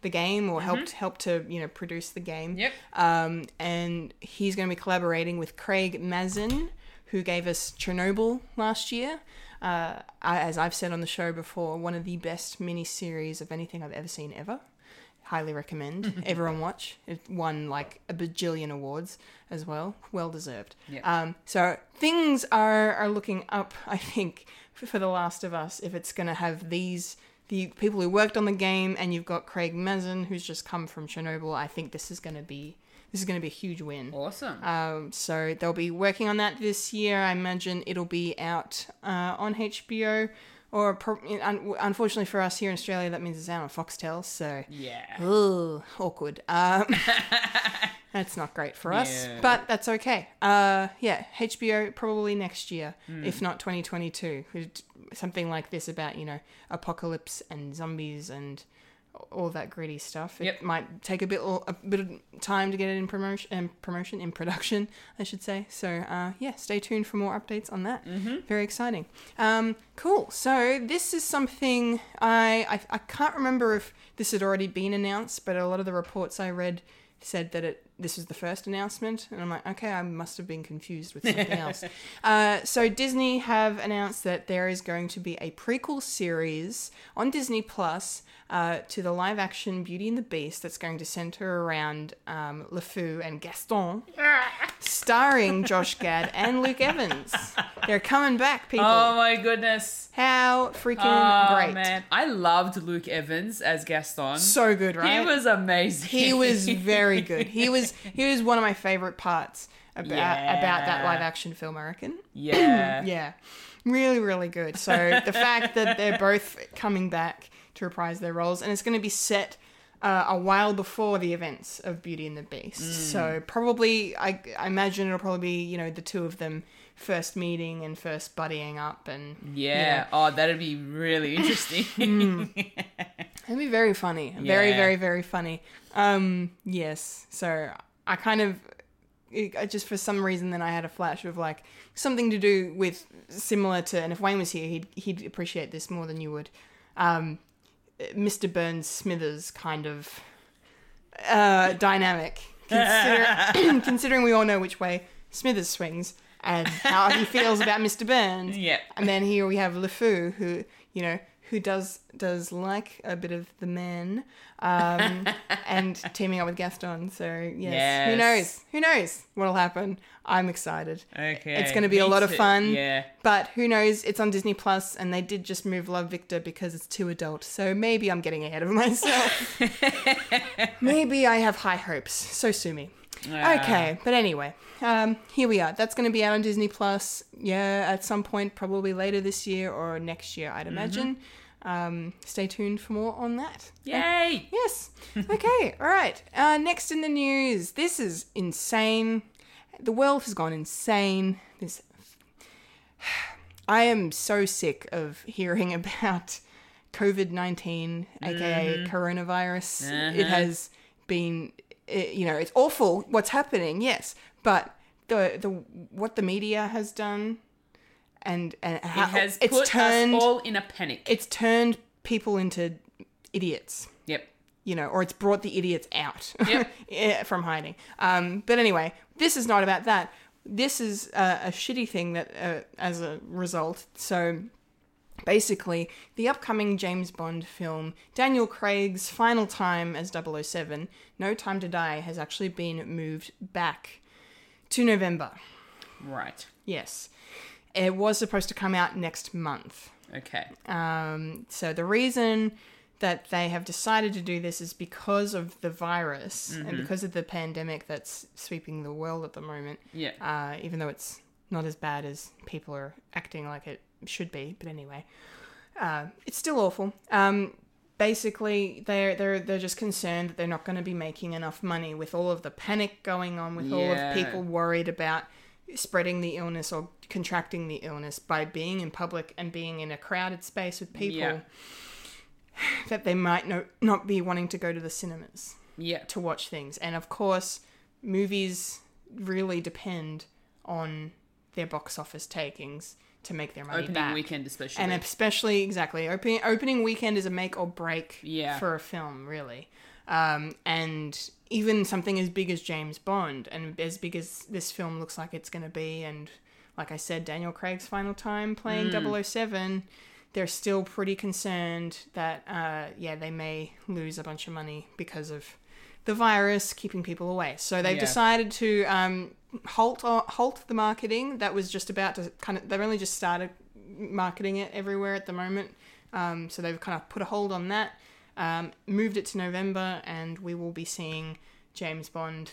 A: the game or helped helped to you know produce the game.
B: Yep.
A: Um, and he's going to be collaborating with Craig Mazin, who gave us Chernobyl last year. Uh, I, as I've said on the show before, one of the best miniseries of anything I've ever seen ever. Highly recommend. Everyone watch. It won like a bajillion awards as well. Well deserved. Um, so things are, are looking up, I think, for, for The Last of Us if it's going to have these the people who worked on the game, and you've got Craig Mazin, who's just come from Chernobyl. I think this is going to be this is going to be a huge win.
B: Awesome.
A: Um, so they'll be working on that this year. I imagine it'll be out uh, on HBO, or pro- un- unfortunately for us here in Australia, that means it's out on Foxtel. So
B: yeah.
A: Ugh, awkward. Um, that's not great for us,
B: Yeah.
A: but that's
B: Hmm.
A: okay. Uh, yeah, HBO probably next year, if not 2022. It- something like this about you know apocalypse and zombies and all that gritty stuff. It
B: Yep.
A: might take a bit a bit of time to get it in promotion um, promotion in production, I should say. So uh, yeah, stay tuned for more updates on that.
B: Mm-hmm.
A: Very exciting. Um, cool. So this is something I, I I can't remember if this had already been announced, but a lot of the reports I read said that it this was the first announcement, and I'm like, okay, I must have been confused with something else. Uh, so Disney have announced that there is going to be a prequel series on Disney Plus uh, to the live-action Beauty and the Beast that's going to center around um, LeFou and Gaston, starring Josh Gad and Luke Evans. They're coming back, people.
B: Oh my goodness.
A: How freaking
B: Oh,
A: Mm, great!
B: man. I loved Luke Evans as Gaston.
A: So good, right?
B: He was amazing.
A: he was very good. He was he was one of my favorite parts about about that
B: Yeah.
A: live action film. I reckon.
B: yeah.
A: Yeah, really, really good. So the fact that they're both coming back to reprise their roles, and it's going to be set uh, a while before the events of Beauty and the Beast.
B: Mm.
A: So probably, I, I imagine it'll probably be you know the two of them first meeting and first buddying up, and
B: Yeah. Oh, that'd be really interesting.
A: It'd be very funny. Very,
B: Yeah.
A: very, very funny. Um, yes. So I kind of, I just for some reason, then I had a flash of like something to do with similar to, and if Wayne was here, he'd he'd appreciate this more than you would. Um, Mr. Burns Smithers kind of uh, dynamic, Consider- considering we all know which way Smithers swings and how he feels about Mr. Burns.
B: Yep.
A: And then here we have LeFou, who you know who does does like a bit of the man, um, and teaming up with Gaston. So yes. who
B: Yes.
A: knows? Who knows what'll happen? I'm excited.
B: Okay,
A: it's going to be a
B: me
A: lot of
B: too.
A: fun.
B: Yeah.
A: But who knows? It's on Disney Plus, and they did just move Love Victor because it's too adult. So maybe I'm getting ahead of myself. maybe I have high hopes. So sue me.
B: Ah.
A: Okay, but anyway, um, here we are. That's going to be out on Disney Plus. Yeah, at some point, probably later this year or next year, I'd
B: Mm-hmm.
A: imagine. Um, stay tuned for more on that.
B: Yay.
A: Yes. Okay. All right. Uh, next in the news. This is insane. The world has gone insane. This. I am so sick of hearing about COVID 19, aka
B: Mm-hmm.
A: coronavirus. It
B: Uh-huh.
A: has been, it, you know, it's awful what's happening, yes, but the, the what the media has done and, and
B: It
A: how
B: has
A: Uh, it's
B: put
A: turned
B: us all in a panic.
A: it's turned people into idiots
B: Yep.
A: you know, or it's brought the idiots out
B: Yep.
A: yeah, from hiding. Um, but anyway, this is not about that. This is uh, a shitty thing that, uh, as a result. So basically, the upcoming James Bond film, Daniel Craig's final time as 007, No Time to Die, has actually been moved back to November.
B: Right.
A: Yes. It was supposed to come out next month.
B: Okay.
A: Um, so the reason that they have decided to do this is because of the virus and
B: Mm-hmm.
A: because of the pandemic that's sweeping the world at the moment.
B: Yeah.
A: Uh, even though it's not as bad as people are acting like it should be, but anyway, uh, it's still awful. Um, basically, they're they're they're just concerned that they're not going to be making enough money with all of the panic going on, with all
B: Yeah.
A: of people worried about spreading the illness or contracting the illness by being in public and being in a crowded space with people
B: Yeah.
A: that they might no, not be wanting to go to the cinemas
B: Yeah.
A: to watch things. And of course, movies really depend on their box office takings to make their money
B: Opening
A: back.
B: weekend especially.
A: And especially exactly opening opening weekend is a make or break
B: Yeah.
A: for a film, really. Um, and even something as big as James Bond and as big as this film looks like it's going to be, and like I said, Daniel Craig's final time playing 007, they're still pretty concerned that uh, yeah they may lose a bunch of money because of the virus keeping people away. So they've
B: Yeah.
A: decided to um, halt halt the marketing that was just about to kind of they've only just started marketing it everywhere at the moment. Um, so they've kind of put a hold on that, um, moved it to November, and we will be seeing James Bond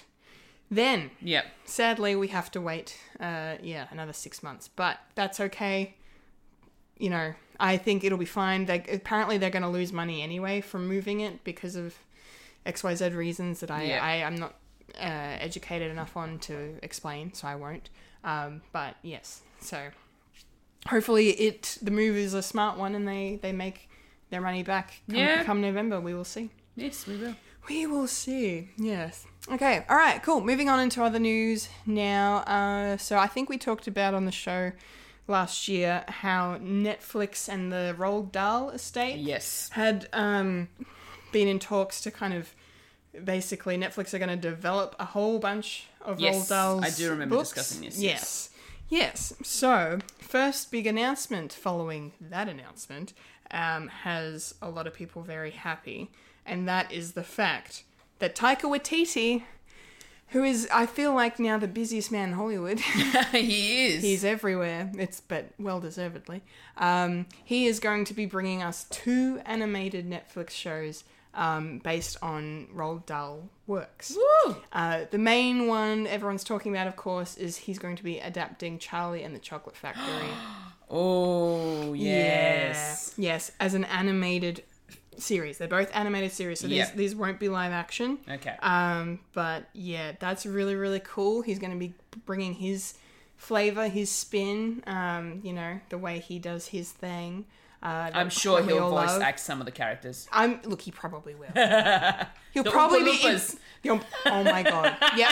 A: then.
B: yep.
A: Sadly, we have to wait, uh, yeah, another six months, but that's okay. You know, I think it'll be fine. They, apparently, they're going to lose money anyway from moving it because of XYZ reasons that I,
B: Yeah.
A: I I'm not uh, educated enough on to explain, so I won't. Um, but yes, so hopefully it the move is a smart one and they they make their money back come,
B: Yeah.
A: come november we will see
B: Yes, we will.
A: we will see yes okay all right cool moving on into other news now uh, so i think we talked about on the show last year how netflix and the roald dahl estate
B: Yes.
A: had um, been in talks to kind of basically Netflix are going to develop a whole bunch of
B: Yes,
A: Roald Dahl's
B: I do remember
A: books.
B: discussing this,
A: Yes. yes, So first big announcement following that announcement um, has a lot of people very happy, and that is the fact that Taika Waititi. Who is I feel like now the busiest man in Hollywood.
B: he is.
A: He's everywhere. It's but well deservedly. Um, he is going to be bringing us two animated Netflix shows um, based on Roald Dahl works.
B: Woo!
A: Uh, the main one everyone's talking about, of course, is he's going to be adapting Charlie and the Chocolate Factory.
B: Oh, yes.
A: Yeah. Yes, as an animated series. They're both animated series, so these,
B: Yeah.
A: these won't be live action.
B: Okay.
A: Um, but yeah, that's really really cool. He's going to be bringing his flavor, his spin. Um, you know the way he does his thing. Uh,
B: I'm sure
A: that we
B: he'll
A: all
B: voice
A: love.
B: act some of the characters.
A: I'm look. He probably will. He'll probably
B: Oompa
A: be. In,
B: Loompas.
A: He'll- oh my god. Yep.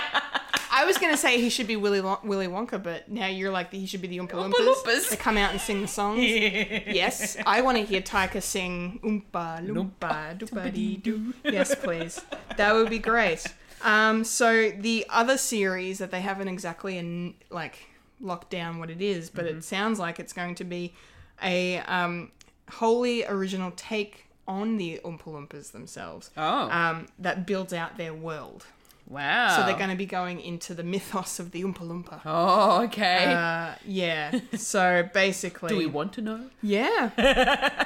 A: I was gonna say he should be Willy Won- Willy Wonka, but now you're like he should be the Oompa
B: Oompa
A: Loompas.
B: Loompas.
A: They come out and sing the songs. yes, I want to hear Taika sing Oompa Loompa Doopa Dee Doo. Yes, please. That would be great. Um, so the other series that they haven't exactly in like locked down what it is, but
B: Mm-hmm.
A: it sounds like it's going to be a um, wholly original take on the Oompa Loompas themselves.
B: Oh.
A: Um, that builds out their world.
B: wow.
A: So they're going to be going into the mythos of the Oompa Loompa.
B: Oh, okay.
A: Uh, yeah. So basically,
B: Do we want to know?
A: yeah.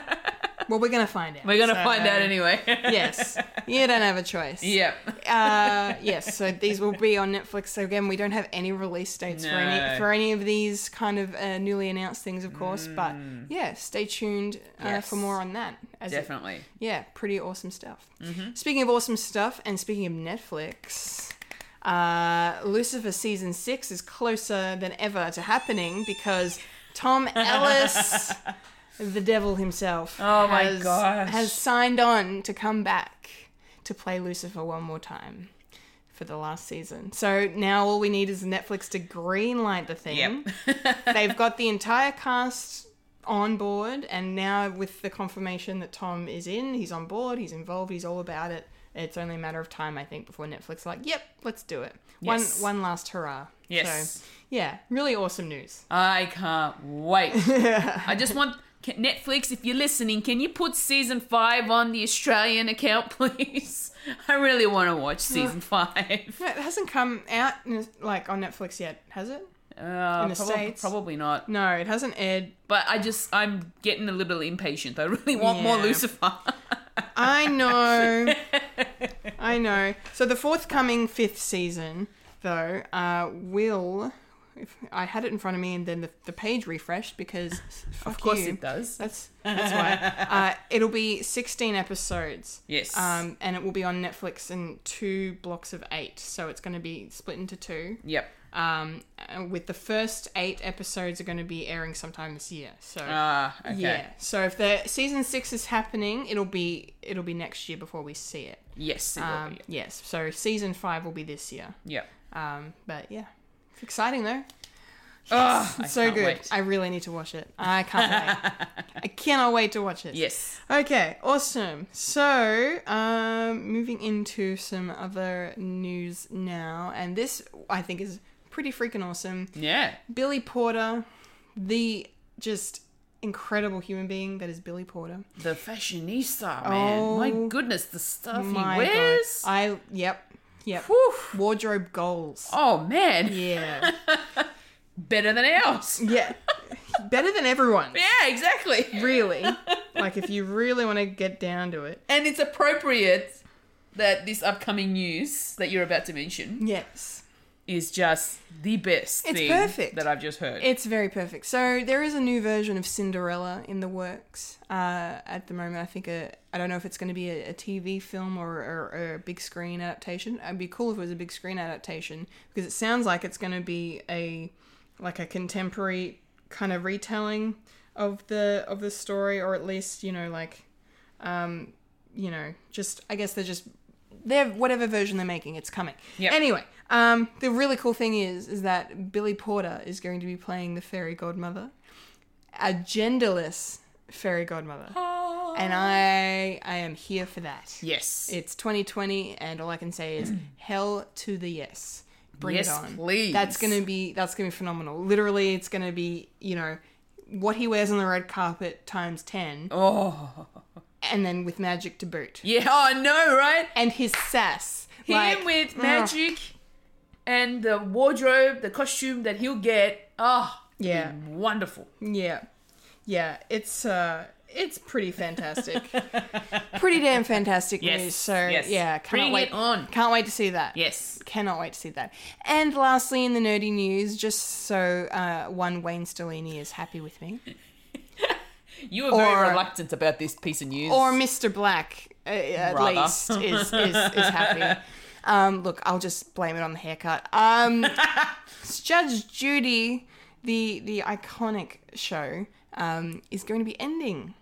A: well, we're gonna find out.
B: We're going to
A: So,
B: find out anyway.
A: yes, you don't have a choice.
B: yep.
A: Uh, yes. So these will be on Netflix. So again, we don't have any release dates for
B: No.
A: any for any of these kind of uh, newly announced things, of course. But yeah, stay tuned uh,
B: Mm. Yes.
A: for more on that. As it-
B: Definitely. Mm-hmm.
A: yeah, pretty awesome stuff. Speaking of awesome stuff, and speaking of Netflix, uh, Lucifer season six is closer than ever to happening because Tom Ellis, the devil himself,
B: Oh my
A: has,
B: gosh.
A: has signed on to come back to play Lucifer one more time. For the last season, so now all we need is Netflix to greenlight the thing.
B: Yep.
A: They've got the entire cast on board, and now with the confirmation that Tom is in, he's on board, he's involved, he's all about it. It's only a matter of time, I think, before Netflix are like, yep, let's do it.
B: Yes.
A: One one last hurrah.
B: Yes. Uh,
A: So, yeah, really awesome news.
B: I can't wait. I just want can- Netflix. If you're listening, can you put season five on the Australian account, please? I really want to watch season five.
A: No, it hasn't come out in- like on Netflix yet, has it?
B: Uh,
A: In the
B: probably,
A: States?
B: probably not.
A: No, it hasn't aired.
B: But I just I'm getting a little impatient. I really want more
A: Yeah.
B: Lucifer.
A: I know. I know. So the forthcoming fifth season, though, uh, will. If I had it in front of me, and then the, the page refreshed because
B: of course it does.
A: That's that's why. uh, it'll be sixteen episodes.
B: Yes.
A: Um, and it will be on Netflix in two blocks of eight, so it's going to be split into two.
B: Yep.
A: Um, uh, with the first eight episodes are going to be airing sometime this year. So.
B: Ah. okay.
A: Yeah. So if the season six is happening, it'll be it'll be next year before we see it.
B: Yes. It will
A: Um,
B: be.
A: yes. So season five will be this year.
B: Yep.
A: Um, but yeah, it's exciting though.
B: Oh,
A: It's so good.
B: Wait.
A: I really need to watch it. I can't wait. I cannot wait to watch it.
B: yes.
A: Okay, awesome. So, um, moving into some other news now, and this I think is pretty freaking awesome.
B: Yeah.
A: Billy Porter, the just incredible human being that is Billy Porter.
B: The fashionista, man.
A: Oh,
B: my goodness, the stuff he
A: My
B: wears.
A: God. I yep, yep.
B: Whew.
A: Wardrobe goals.
B: Oh man.
A: Yeah,
B: Better than ours.
A: yeah. Better than everyone.
B: Yeah, exactly.
A: Really. Like if you really want to get down to it.
B: And it's appropriate that this upcoming news that you're about to mention
A: Yes.
B: is just the best
A: It's
B: thing
A: perfect.
B: that I've just heard.
A: It's very perfect. So there is a new version of Cinderella in the works uh, at the moment. I think a, I don't know if it's going to be a, a TV film or, or, or a big screen adaptation. It'd be cool if it was a big screen adaptation because it sounds like it's going to be a like a contemporary kind of retelling of the of the story, or at least you know like, um, you know, just I guess they're just they're whatever version they're making, it's coming.
B: Yep.
A: Anyway, um, the really cool thing is is that Billy Porter is going to be playing the fairy godmother, a genderless fairy godmother, and I I am here for that.
B: Yes.
A: It's 2020, and all I can say is hell to the yes. Bring
B: Yes,
A: it on,
B: please.
A: That's gonna be that's gonna be phenomenal. Literally, it's gonna be you know what he wears on the red carpet times ten,
B: oh.
A: and then with magic to boot,
B: Yeah, I know, right?
A: and his sass.
B: Him
A: like- mm.
B: with
A: Ugh.
B: magic and the wardrobe, the costume that he'll get. Oh,
A: Yeah.
B: wonderful.
A: Yeah. Yeah, it's uh it's pretty fantastic. pretty damn fantastic
B: Yes,
A: news. So
B: yes.
A: yeah, can't
B: Bring
A: wait
B: it on.
A: Can't wait to see that.
B: Yes.
A: Cannot wait to see that. And lastly in the nerdy news, just so uh, one Wayne Stellini is happy with me.
B: You were very
A: Or-
B: reluctant about this piece of news.
A: Or Mr. Black uh, at
B: Rather.
A: least is, is, is happy. Um, look, I'll just blame it on the haircut. Um, Judge Judy, the the iconic show, um, is going to be ending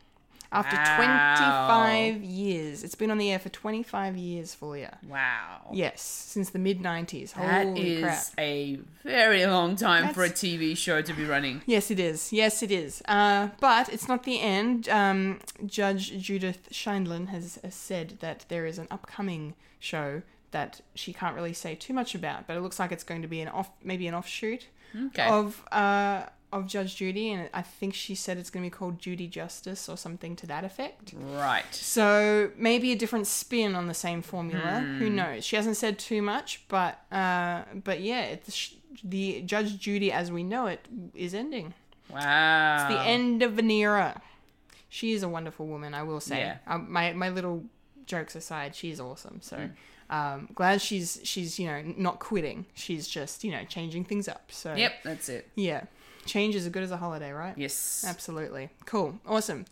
A: after
B: Wow.
A: 25 years. It's been on the air for 25 years for you.
B: wow.
A: Yes, since the mid 90s.
B: That
A: Holy
B: is
A: crap.
B: a very long time for a
A: That's-
B: TV show to be running.
A: Yes, it is. Yes, it is. Uh, but it's not the end. Um, Judge Judith Schindlin has, has said that there is an upcoming show that she can't really say too much about, but it looks like it's going to be an off, maybe an offshoot
B: Okay.
A: of uh, of Judge Judy, and I think she said it's going to be called Judy Justice or something to that effect.
B: Right.
A: So maybe a different spin on the same formula. Who knows? She hasn't said too much, but uh, but yeah, it's the Judge Judy as we know it is ending
B: Wow.
A: the end of an era. She is a wonderful woman, I will say.
B: Yeah.
A: Um, my my little jokes aside, she's awesome. So
B: Mm.
A: um, glad she's she's you know not quitting. She's just you know changing things up. So
B: Yep, that's it.
A: yeah, change is as good as a holiday, right?
B: Yes.
A: absolutely. Cool, awesome.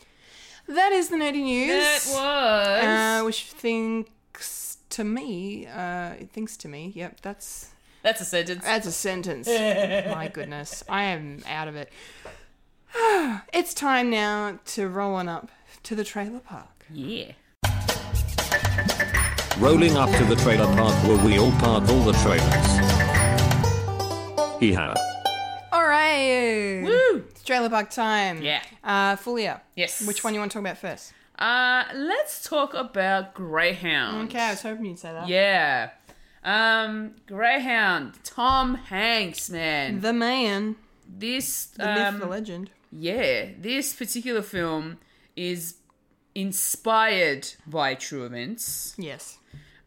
A: That is the nerdy news.
B: That was.
A: Uh, which thinks to me, uh, it thinks to me. Yep, that's
B: that's a sentence.
A: that's a sentence. My goodness. I am out of it. it's time now to roll on up to the trailer park.
B: yeah.
H: Rolling up to the trailer park where we all park all the trailers. Hee ha.
A: All right.
B: Woo!
A: It's trailer park time.
B: Yeah.
A: Uh, Fulia.
B: Yes.
A: Which one you want to talk about first?
B: Uh, let's talk about Greyhound.
A: Okay, I was hoping you'd say that.
B: Yeah. Um, Greyhound. Tom Hanks, man.
A: The man,
B: this.
A: the myth, the
B: Um,
A: legend.
B: yeah. This particular film is inspired by true events.
A: Yes.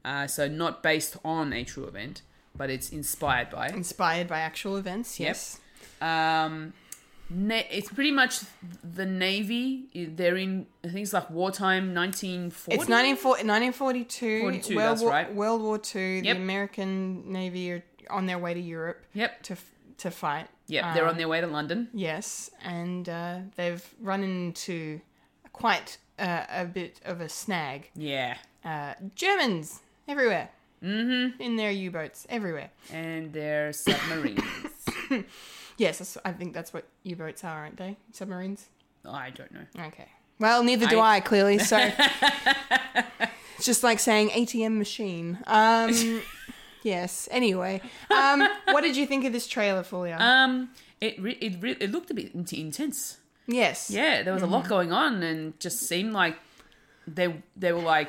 B: Uh, so not based on a true event, but it's inspired by.
A: Inspired by actual events. Yes.
B: um na- it's pretty much the navy they're in i think it's like wartime 1940
A: It's 1940, 1942.
B: 42,
A: World
B: that's
A: War,
B: right.
A: World War Two.
B: Yep.
A: The American Navy are on their way to Europe
B: yep
A: to f- to fight.
B: yep they're
A: Um,
B: on their way to london
A: Yes, and uh, they've run into quite uh, a bit of a snag.
B: yeah
A: Uh, Germans everywhere. Mm-hmm. In their U boats everywhere.
B: and they're submarines
A: Yes, that's, I think that's what U boats are, aren't they? Submarines?
B: i don't know
A: Okay. Well, neither do I,
B: I-
A: clearly, so. it's just like saying ATM machine. Um, yes, anyway. Um, what did you think of this trailer, Fulia?
B: um it re- it, re- it looked a bit int- intense
A: yes.
B: yeah there was a
A: Mm.
B: lot going on and just seemed like they they were like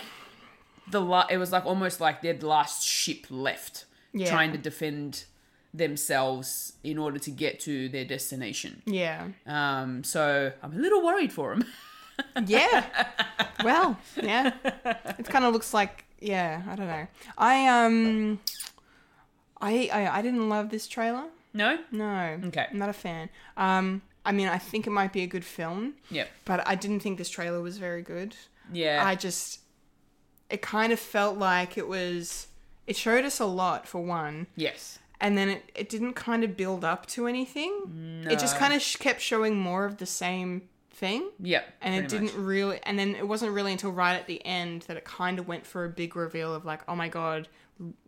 B: the la- it was like almost like their last ship left
A: Yeah.
B: trying to defend themselves in order to get to their destination
A: Yeah.
B: Um, so I'm a little worried for him.
A: Yeah. Well, yeah. It kind of looks like yeah, I don't know. I um I, I I didn't love this trailer.
B: no?
A: No.
B: Okay.
A: I'm not a fan. Um I mean, I think it might be a good film,
B: Yep.
A: but I didn't think this trailer was very good.
B: Yeah.
A: I just it kind of felt like it was it showed us a lot for one,
B: yes.
A: and then it, it didn't kind of build up to anything. It just kind of sh- kept showing more of the same thing
B: Yep.
A: and it
B: pretty
A: didn't
B: much.
A: really and then it wasn't really until right at the end that it kind of went for a big reveal of like oh my god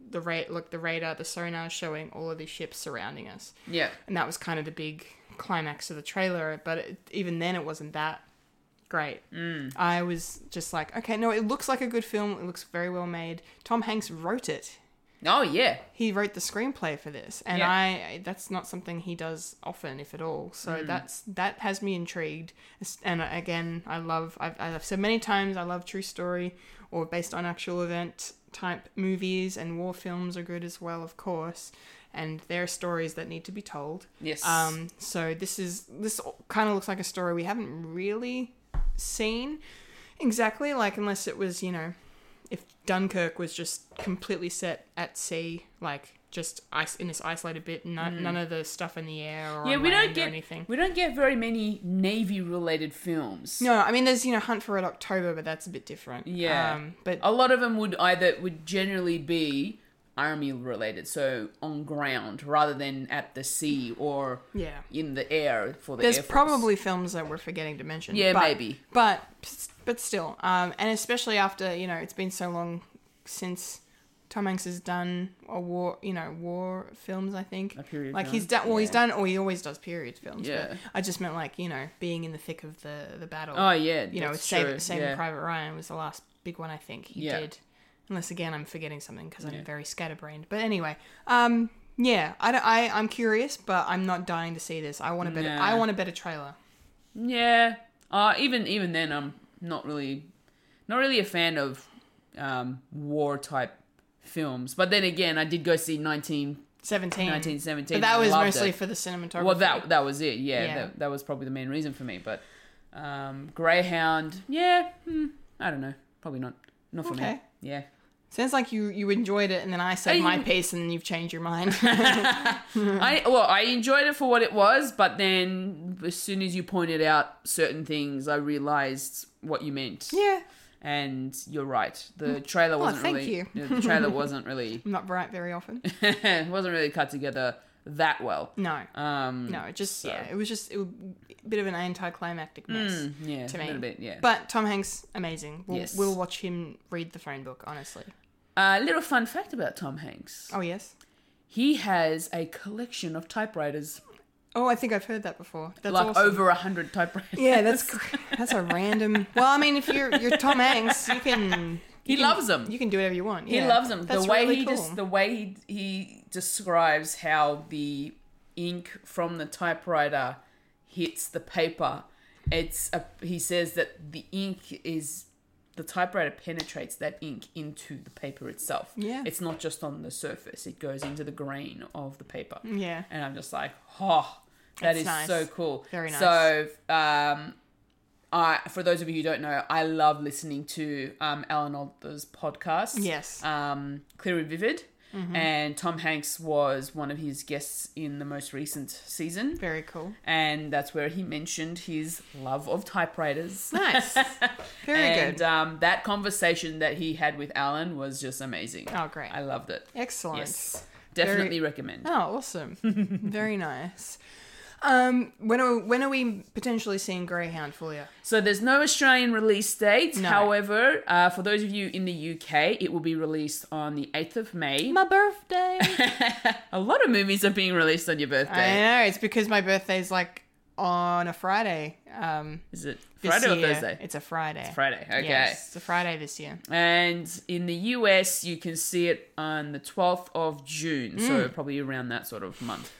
A: the rate look the radar the sonar is showing all of the ships surrounding us
B: Yeah.
A: and that was kind of the big climax to the trailer, but it, even then it wasn't that great.
B: Mm.
A: I was just like, okay, no, it looks like a good film. It looks very well made. Tom Hanks wrote it.
B: Oh yeah,
A: He wrote the screenplay for this, and
B: Yeah.
A: I that's not something he does often, if at all. So
B: Hmm.
A: that's that has me intrigued. It's- And again, I love I've, I've said many times I love true story or based on actual event type movies, and war films are good as well, of course. And there are stories that need to be told.
B: yes.
A: Um, so this is this kind of looks like a story we haven't really seen exactly, like unless it was you know, if Dunkirk was just completely set at sea, like just ice in this isolated bit, none, none of the stuff in the air or
B: Mm. yeah,
A: on
B: we
A: land
B: don't get
A: or anything.
B: we don't get very many navy related films.
A: no, I mean there's you know Hunt for Red October, but that's a bit different.
B: Yeah,
A: um, but
B: a lot of them would either would generally be army related, so on ground rather than at the sea or
A: Yeah.
B: in the air for the.
A: there's
B: Air Force.
A: probably films that we're forgetting to mention.
B: Yeah,
A: but-
B: maybe.
A: But but still, um, and especially after you know it's been so long since Tom Hanks has done a war, you know, war films. I think
B: A period
A: like he's
B: film,
A: done. Well, he's
B: yeah.
A: done, or he always does period films.
B: Yeah.
A: But I just meant like you know being in the thick of the the battle.
B: Oh, yeah,
A: you know,
B: that's
A: Saving,
B: true,
A: Saving
B: yeah.
A: Private Ryan was the last big one I think he
B: Yeah.
A: did. Unless again I'm forgetting something because I'm very scatterbrained. But anyway, um, yeah, I, don't- I I'm curious, but I'm not dying to see this. I want a better.
B: Nah.
A: I want a better trailer.
B: Yeah. Uh even even then I'm not really not really a fan of um war type films. But then again, I did go see 19
A: 17.
B: 1917.
A: But that was
B: Loved
A: mostly
B: it.
A: for the cinematography.
B: Well, that that was it. Yeah,
A: Yeah.
B: That, that was probably the main reason for me, but um Greyhound, yeah, hmm, I don't know. Probably not not for me.
A: Okay.
B: Yeah.
A: Sounds like you, you enjoyed it, and then I said
B: I
A: my
B: didn't-
A: piece, and then you've changed your mind.
B: I well, I enjoyed it for what it was, but then as soon as you pointed out certain things, I realized what you meant.
A: yeah. Oh,
B: and you're right. The trailer wasn't
A: thank
B: really
A: you.
B: the trailer wasn't really
A: I'm not right very often.
B: wasn't really cut together that well.
A: No.
B: Um
A: no, it just,
B: so-
A: yeah, it was just it was a bit of an anticlimactic mess
B: mm, yeah,
A: to
B: Hmm, a
A: me.
B: little bit, yeah.
A: But Tom Hanks, amazing. We'll,
B: Yes.
A: we'll watch him read the phone book, honestly.
B: A Uh, little fun fact about Tom Hanks.
A: Oh, yes.
B: He has a collection of typewriters.
A: Oh, I think I've heard that before. That's
B: like
A: awesome.
B: over a hundred typewriters.
A: Yeah, that's cr- that's a random. Well, I mean, if you're you're Tom Hanks, you can.
B: He
A: you can-
B: loves 'em.
A: You can do whatever you want.
B: He
A: Yeah.
B: loves them.
A: That's
B: the way
A: really
B: he
A: cool.
B: just the way he he describes how the ink from the typewriter hits the paper. It's a, he says that the ink is the typewriter penetrates that ink into the paper itself.
A: Yeah.
B: it's not just on the surface; it goes into the grain of the paper.
A: Yeah.
B: and I'm just like, oh, that
A: It's
B: is
A: nice.
B: so cool.
A: Very nice.
B: So, um, I for those of you who don't know, I love listening to um, Alan Alda's podcast.
A: Yes. Mm-hmm.
B: um, Clear and Vivid, and Tom Hanks was one of his guests in the most recent season.
A: Very cool.
B: and that's where he mentioned his love of typewriters.
A: Nice. Very
B: and
A: good.
B: um, that conversation that he had with Alan was just amazing.
A: Oh, great.
B: I loved it.
A: Excellent.
B: Yes, definitely
A: Very-
B: recommend.
A: Oh, awesome. Very nice. Um, when are when are we potentially seeing Greyhound for you?
B: So there's no Australian release date.
A: No.
B: However, uh, for those of you in the UK, it will be released on the 8th of May.
A: My birthday.
B: A lot of movies are being released on your
A: I
B: birthday.
A: know it's because my birthday's like on a Friday. Um,
B: Is it
A: this
B: Friday or
A: year.
B: Thursday?
A: It's a Friday.
B: Friday. Okay.
A: Yes, it's a Friday this year.
B: And in the US, you can see it on the 12th of June. So
A: Mm.
B: probably around that sort of month.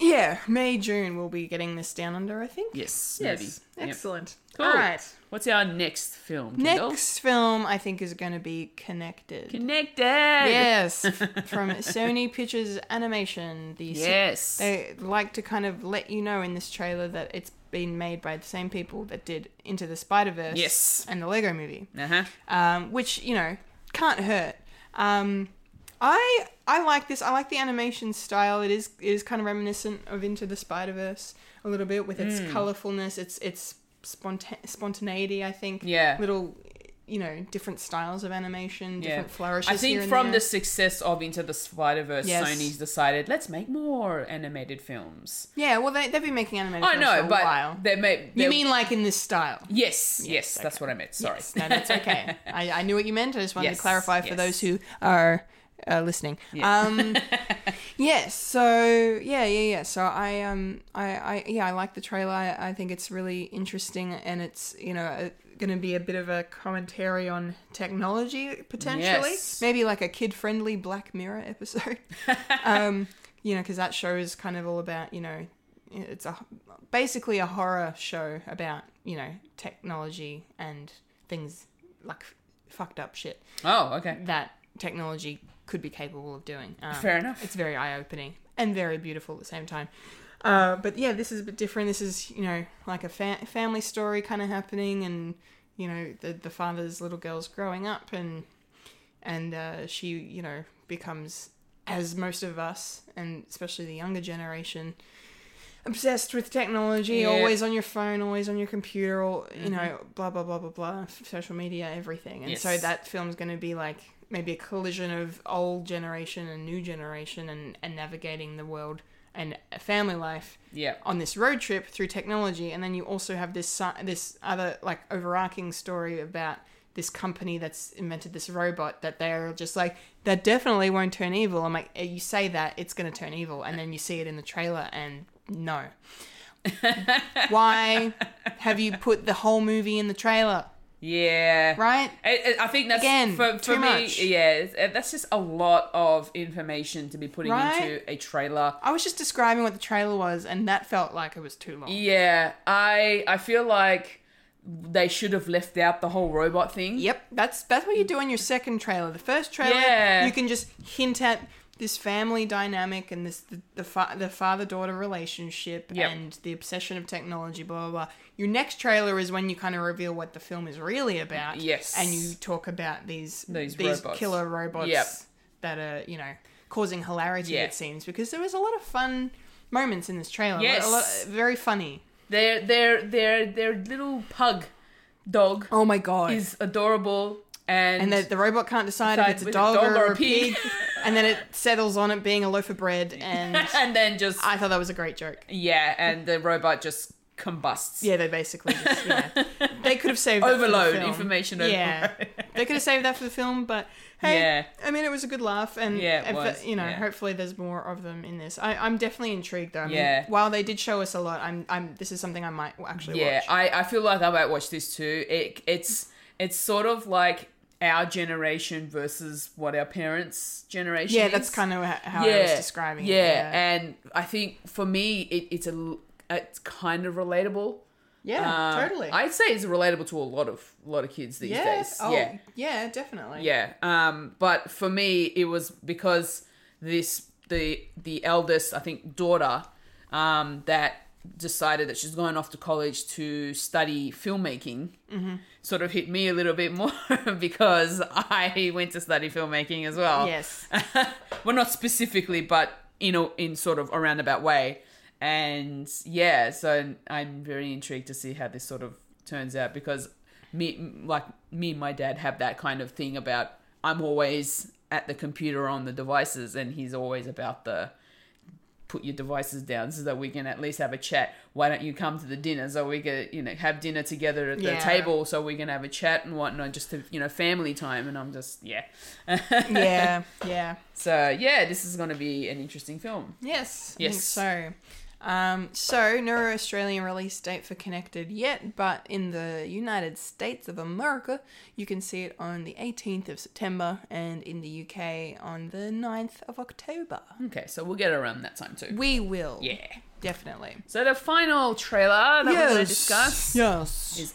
A: Yeah, May June we'll be getting this down under. I think.
B: Yes.
A: Yes.
B: Maybe. Yep.
A: Excellent.
B: Cool.
A: All right.
B: What's our next film? Kendall?
A: Next film I think is going to be Connected.
B: Connected.
A: Yes, from Sony Pictures Animation. The
B: Yes.
A: they like to kind of let you know in this trailer that it's been made by the same people that did Into the Spider Verse.
B: Yes.
A: and the Lego Movie,
B: Uh huh.
A: um, which you know can't hurt. Um, I I like this. I like the animation style. It is it is kind of reminiscent of Into the Spider Verse a little bit with its
B: Hmm.
A: colorfulness. It's it's sponta- spontaneity. I think.
B: Yeah.
A: Little. You know, different styles of animation, different flourishes.
B: I think
A: here and
B: from
A: there.
B: the success of Into the Spider Verse,
A: Yes.
B: Sony's decided let's make more animated films.
A: Yeah, well, they, they've been making animated
B: I
A: films
B: know,
A: for a
B: but
A: while.
B: they made.
A: You mean like in this style?
B: yes, yes, that's
A: okay.
B: what I meant. Sorry.
A: Yes, no, that's okay. I, I knew what you meant. I just wanted
B: Yes,
A: to clarify for
B: yes.
A: those who are uh, listening. Um, yes. So yeah, yeah, yeah. So I um I, I yeah I like the trailer. I, I think it's really interesting, and it's you know going to be a bit of a commentary on technology potentially.
B: Yes.
A: Maybe like a kid friendly Black Mirror episode. um, you know, because that show is kind of all about you know it's a basically a horror show about you know technology and things like fucked up shit
B: Oh, okay.
A: that technology could be capable of doing. Um,
B: Fair enough.
A: It's very eye opening and very beautiful at the same time. Uh, but yeah, this is a bit different. This is you know like a fa- family story kind of happening, and you know the the father's little girl's growing up, and and uh, she you know becomes as most of us, and especially the younger generation. Obsessed with technology,
B: Yeah.
A: always on your phone, always on your computer, or you know, blah blah blah blah blah, social media, everything, and so
B: Yes.
A: that that film's going to be like maybe a collision of old generation and new generation and, and navigating the world and family life
B: Yeah.
A: on this road trip through technology and then you also have this si- this other like overarching story about this company that's invented this robot that they're just like that definitely won't turn evil i'm like "Eh, you say that it's going to turn evil and then you see it in the trailer and no why have you put the whole movie in the trailer
B: Yeah.
A: right
B: I, I I think that's
A: Again,
B: for, for
A: too
B: me.
A: much.
B: Yeah, it's- uh, that's just a lot of information to be putting
A: Right?
B: into a trailer.
A: I was just describing what the trailer was, and that felt like it was too long.
B: Yeah, I I feel like they should have left out the whole robot thing.
A: Yep, that's that's what you do in your second trailer. The first trailer,
B: Yeah.
A: you can just hint at this family dynamic and this the the, fa- the father daughter relationship
B: Yep.
A: and the obsession of technology. Blah blah blah. Your next trailer is when you kind of reveal what the film is really about.
B: Yes.
A: and you talk about these
B: These
A: these,
B: robots.
A: killer robots
B: Yep.
A: that are you know causing hilarity.
B: Yeah.
A: It seems because there was a lot of fun moments in this trailer. A lot- a lot-
B: Yes.
A: very funny.
B: Their their their their little pug dog
A: Oh my god!
B: is adorable and,
A: and the, the robot can't decide if
B: Decide
A: it's
B: with
A: a dog, or, a pig, and then it settles on it being a loaf of bread. And
B: and then just
A: I thought that was a great joke.
B: yeah, and the robot just combusts.
A: Yeah, they basically just, yeah. they could have saved that for the
B: Overload,
A: film.
B: information
A: Yeah,
B: overload.
A: they could have saved that for the film, but hey,
B: Yeah.
A: I mean, it was a good laugh, and
B: Yeah, it
A: and fa-
B: was,
A: you know,
B: yeah.
A: hopefully there's more of them in this. I, I'm definitely intrigued though. I mean,
B: Yeah.
A: while they did show us a lot, I'm I'm this is something I might actually
B: Yeah,
A: watch.
B: I, I feel like I might watch this too. It it's it's sort of like our generation versus what our parents' generation.
A: yeah,
B: is.
A: that's kind of how I was describing
B: yeah.
A: it. Yeah,
B: and I think for me, it, it's a l- it's kind of relatable.
A: yeah,
B: Um,
A: totally.
B: I'd say it's relatable to a lot of lot of kids these
A: yeah,
B: days.
A: oh,
B: Yeah,
A: yeah, definitely.
B: yeah. Um, but for me, it was because this the the eldest, I think, daughter, um, that decided that she's going off to college to study filmmaking. Sort of hit me a little bit more because I went to study filmmaking as well.
A: Yes.
B: well, not specifically, but in a, in sort of a roundabout way. And yeah, so I'm very intrigued to see how this sort of turns out because me, like me and my dad have that kind of thing about I'm always at the computer on the devices, and he's always about the put your devices down so that we can at least have a chat. Why don't you come to the dinner so we can, you know, have dinner together at
A: Yeah.
B: the table so we can have a chat and whatnot, just to, you know, family time. And I'm just, yeah.
A: yeah, yeah.
B: So uh, yeah, this is going to be an interesting film.
A: Yes, I
B: Yes.
A: think so. Um, so, no Australian release date for Connected yet, but in the United States of America, you can see it on the 18th of September and in the UK on the 9th of October.
B: Okay, so we'll get around that time too.
A: We will.
B: Yeah.
A: Definitely.
B: So the final trailer that we're going to discuss
A: Yes.
B: is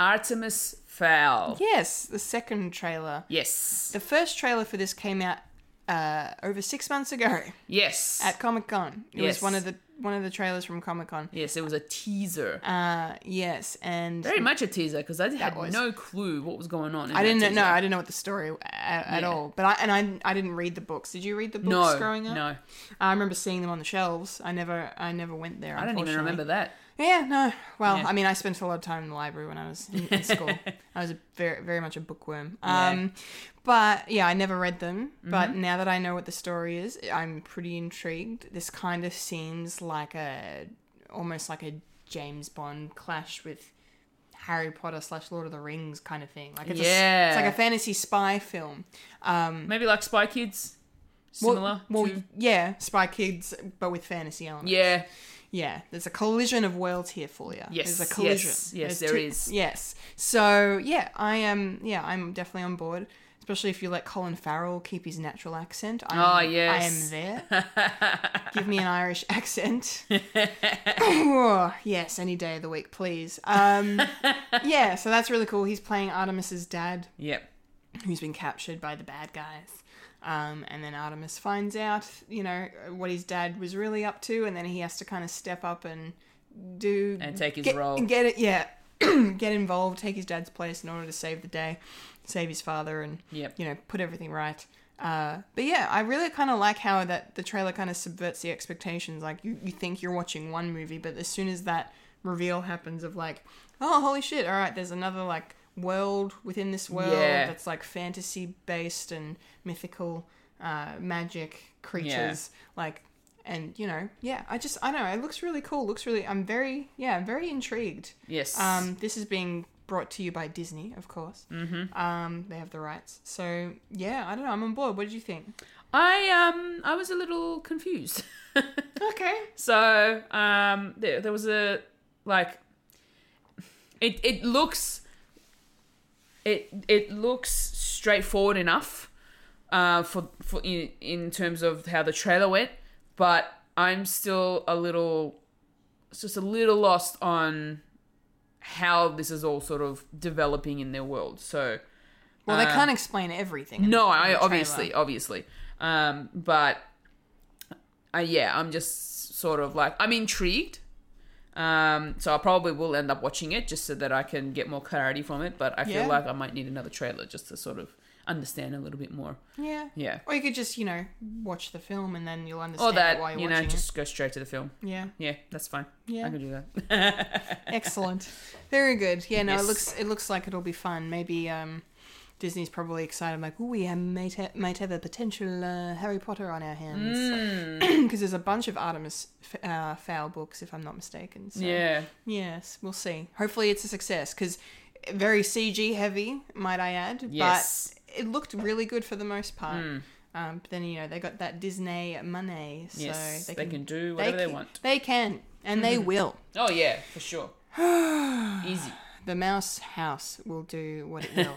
B: Artemis Fowl.
A: Yes, the second trailer.
B: Yes.
A: The first trailer for this came out uh, over six months ago
B: Yes.
A: at Comic Con. It
B: Yes.
A: was one of the one of the trailers from Comic Con.
B: yes, it was a teaser.
A: Uh, yes, and
B: Very much a teaser because I had
A: was-
B: no clue what was going on. In
A: I
B: that
A: didn't know.
B: teaser.
A: No, I didn't know what the story at, at
B: Yeah.
A: all. But I and I, I didn't read the books. Did you read the books
B: No,
A: growing up?
B: no.
A: I remember seeing them on the shelves. I never I never went there.
B: I don't even remember that.
A: Yeah, no. Well,
B: Yeah.
A: I mean, I spent a lot of time in the library when I was in, in school. I was a very, very much a bookworm. Um, But yeah, I never read them.
B: Mm-hmm.
A: But now that I know what the story is, I'm pretty intrigued. This kind of seems like a almost like a James Bond clash with Harry Potter slash Lord of the Rings kind of thing. Like it's, a s-
B: Yeah.
A: it's like a fantasy spy film.
B: Maybe like Spy Kids.
A: Well-
B: similar
A: Well,
B: to
A: yeah, Spy Kids, but with fantasy elements.
B: yeah
A: Yeah, there's a collision of worlds here for you.
B: Yes,
A: there's a collision.
B: yes,
A: There's
B: yes, there
A: two-
B: is.
A: Yes. So yeah, I am. Yeah, I'm definitely on board. Especially if you let Colin Farrell keep his natural accent. I'm,
B: Ah, yes.
A: I am there. Give me an Irish accent. Oh, yes, any day of the week, please. Um, yeah, so that's really cool. He's playing Artemis's dad,
B: yep
A: who's been captured by the bad guys. Um, and then Artemis finds out, you know, what his dad was really up to, and then he has to kind of step up and do
B: And take his
A: get,
B: role.
A: Get it, yeah, get involved, take his dad's place in order to save the day, save his father, and
B: Yep.
A: you know, put everything right. Uh, but yeah, I really kind of like how that the trailer kind of subverts the expectations. Like you, you think you're watching one movie, but as soon as that reveal happens of like, oh holy shit, all right, there's another like world within this world
B: Yeah.
A: that's like fantasy based and mythical uh, magic creatures like and you know yeah i just i don't know it looks really cool looks really i'm very yeah i'm very intrigued
B: yes
A: um this is being brought to you by disney of course mm-hmm. um they have the rights so yeah i don't know i'm on board what did you think
B: I um I was a little confused.
A: okay
B: so um there, there was a like it it looks it it looks straightforward enough uh for for in, in terms of how the trailer went, but I'm still a little it's just a little lost on how this is all sort of developing in their world. So
A: well they can't explain everything in
B: Uh, no,
A: the- in
B: I
A: the
B: obviously,
A: trailer.
B: obviously. Um, but uh, yeah, I'm just sort of like I'm intrigued. Um, so I probably will end up watching it just so that I can get more clarity from it. But I feel
A: Yeah.
B: like I might need another trailer just to sort of understand a little bit more.
A: yeah
B: Yeah.
A: or you could just you know watch the film and then you'll understand
B: Or that
A: why you're
B: you know,
A: watching
B: just go straight to the film.
A: it. yeah
B: Yeah, that's fine.
A: Yeah.
B: I can do that.
A: Excellent. Very good. Yeah, no,
B: Yes.
A: it looks it looks like it'll be fun. Maybe um, Disney's probably excited, like, oh, we ha- might, ha- might have a potential uh, Harry Potter on our hands. Because
B: Hmm.
A: there's a bunch of Artemis f- uh, Fowl books, if I'm not mistaken. So.
B: yeah,
A: Yes, we'll see. Hopefully it's a success, because very CG heavy, might I add.
B: Yes. Hmm.
A: But it looked really good for the most part. Um, but then, you know, they got that Disney money. So
B: Yes,
A: they,
B: they
A: can,
B: can do whatever they want.
A: They can, and they will.
B: Oh yeah, for sure. Easy.
A: The mouse house will do what it will.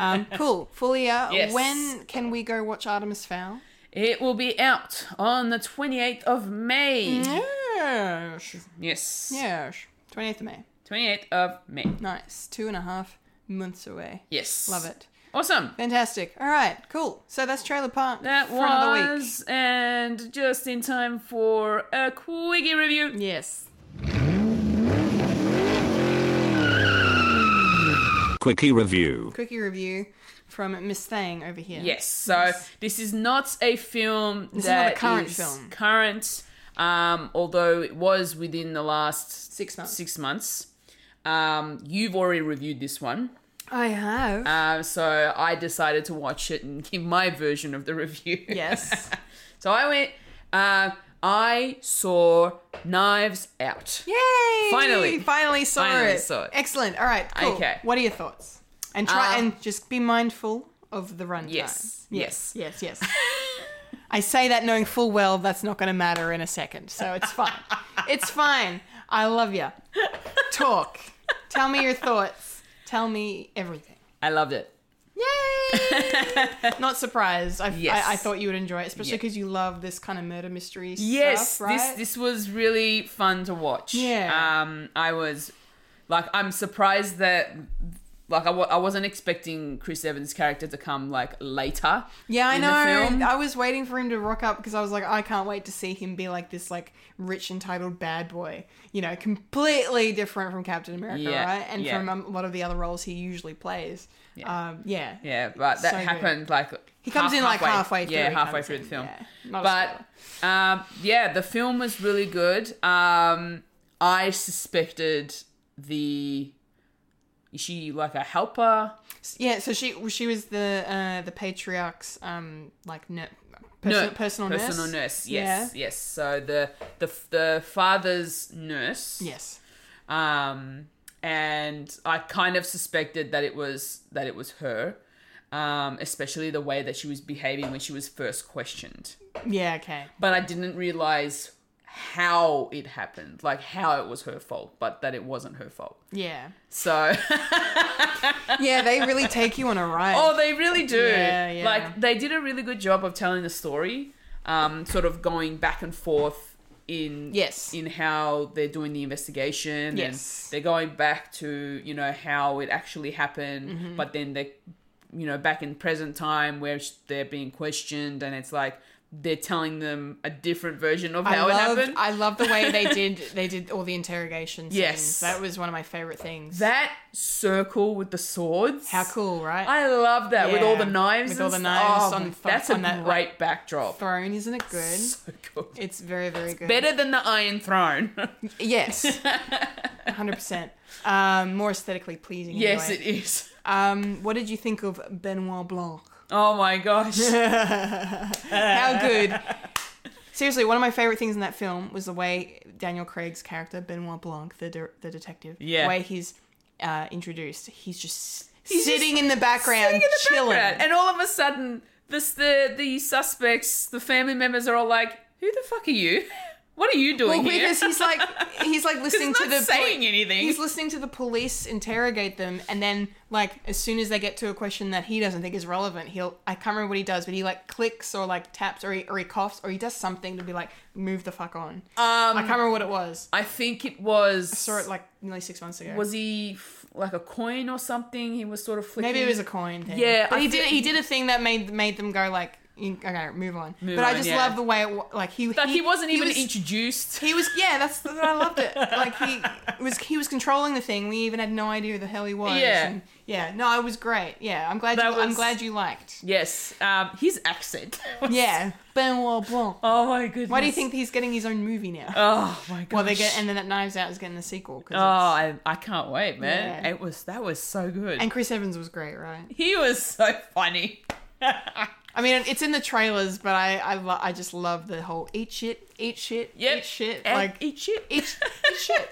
A: um, cool. Fulia,
B: Yes.
A: when can we go watch Artemis Fowl?
B: It will be out on the 28th of May.
A: Mm. Yes.
B: Yes.
A: Yes. 28th of May.
B: 28th of May.
A: Nice. Two and a half months away.
B: Yes.
A: Love it.
B: Awesome.
A: Fantastic. All right. Cool. So that's Trailer Park.
B: That
A: front of the week.
B: was, and just in time for a quickie review.
A: Yes.
H: Quickie review.
A: Quickie review from Miss Thang over here.
B: Yes, so this is not a film
A: This is not a
B: that
A: current
B: is
A: film.
B: current, um, although it was within the last
A: Six months.
B: Six months. Um, you've already reviewed this one,
A: I have.
B: uh, so I decided to watch it and give my version of the review.
A: yes.
B: so I went. Uh, I saw Knives Out.
A: Yay!
B: Finally.
A: finally saw
B: Finally
A: it.
B: saw it.
A: Excellent. All right. Cool.
B: Okay.
A: What are your thoughts? And try
B: Um,
A: and just be mindful of the runtime.
B: Yes,
A: Yes. Yes. Yes. I say that knowing full well that's not going to matter in a second, so it's fine. it's fine. I love you. Talk. Tell me your thoughts. Tell me everything.
B: I loved it.
A: Yay! not surprised. I,
B: Yes.
A: I, I thought you would enjoy it, especially
B: Yeah.
A: because you love this kind of murder mystery
B: Yes,
A: stuff, right?
B: this this was really fun to watch.
A: Yeah.
B: Um, I was like, I'm surprised that like I w- I wasn't expecting Chris Evans' character to come like later.
A: Yeah, I
B: in the
A: know.
B: film.
A: I was waiting for him to rock up because I was like, I can't wait to see him be like this, like rich entitled bad boy. You know, completely different from Captain America,
B: Yeah,
A: right? And
B: yeah.
A: from um, a lot of the other roles he usually plays. Yeah, um, yeah.
B: Yeah, but that
A: So good.
B: happened like
A: He comes in like halfway. through.
B: Yeah,
A: he
B: halfway
A: comes
B: through
A: in,
B: the film.
A: yeah. Not a
B: But
A: spoiler.
B: um, yeah, the film was really good. Um, I suspected the is she like a helper?
A: yeah, so she she was the uh, the patriarch's um like ner- person,
B: No,
A: personal nurse.
B: personal nurse. Yes, yes. So the the the father's nurse.
A: Yeah. Yes.
B: Um, and I kind of suspected that it was that it was her. um, especially the way that she was behaving when she was first questioned.
A: Yeah, okay.
B: But I didn't realize how it happened, like how it was her fault, but that it wasn't her fault.
A: Yeah.
B: So.
A: Yeah, they really take you on a ride.
B: Oh, they really do.
A: Yeah, yeah.
B: Like they did a really good job of telling the story, um, sort of going back and forth in
A: Yes.
B: in how they're doing the investigation.
A: Yes.
B: and they're going back to you know how it actually happened,
A: Mm-hmm.
B: but then they, you know, back in present time where sh- they're being questioned, and it's like they're telling them a different version of
A: I
B: how
A: loved,
B: it happened.
A: I love the way they did they did all the interrogation scenes.
B: Yes.
A: That was one of my favorite things.
B: that circle with the swords.
A: How cool, right?
B: I love that with all
A: Yeah,
B: the knives.
A: with
B: and
A: all the
B: st-
A: knives
B: oh,
A: on the-
B: that's a
A: on that,
B: great
A: like,
B: backdrop.
A: Throne, isn't it good?
B: So good.
A: It's very, very good.
B: Better than the Iron Throne.
A: Yes. 100%. Um, more aesthetically pleasing.
B: yes,
A: anyway.
B: it is.
A: Um, what did you think of Benoit Blanc?
B: Oh my gosh.
A: How good. Seriously, one of my favorite things in that film was the way Daniel Craig's character, Benoit Blanc, the, de- the detective,
B: Yeah.
A: the way he's uh, introduced. He's just sitting in the background,
B: Sitting in the
A: chilling.
B: background, And all of a sudden, this, the the suspects, the family members are all like, "Who the fuck are you? What are you
A: well,
B: doing here?"
A: because he's like he's like listening
B: he's
A: to
B: not
A: the
B: saying anything.
A: He's listening to the police interrogate them, and then like as soon as they get to a question that he doesn't think is relevant, he'll I can't remember what he does, but he like clicks or like taps or he, or he coughs or he does something to be like move the fuck on. Um, I can't remember what it was.
B: I think it was.
A: I saw it like nearly six months ago.
B: was he f- like a coin or something? He was sort of flicking.
A: Maybe it was a coin thing.
B: Yeah,
A: but
B: I
A: he
B: thi-
A: did he did a thing that made made them go like "Mm, okay move on. but I
B: on,
A: just
B: yeah.
A: love the way it wa- like he
B: Like Uh, he, wasn't even
A: was-
B: introduced.
A: He was yeah, that's that I loved it. Like he was he was controlling the thing. We even had no idea who the hell he was.
B: Yeah.
A: and- yeah. No, it was great. Yeah, I'm glad you,
B: That
A: I'm
B: was-
A: glad you liked.
B: yes, um, his accent. was-
A: Yeah, Benoit Blanc.
B: Oh my goodness.
A: Why do you think he's getting his own movie now?
B: Oh my god.
A: well, they get and then that Knives Out is getting the sequel. 'cause
B: Oh,
A: it's-
B: I, I can't wait, man.
A: Yeah.
B: It was that was so good.
A: and Chris Evans was great, right?
B: he was so funny.
A: I mean, it's in the trailers, but I I, lo- I just love the whole eat shit, eat shit,
B: Yep.
A: eat shit,
B: And
A: like
B: eat shit.
A: eat, eat shit.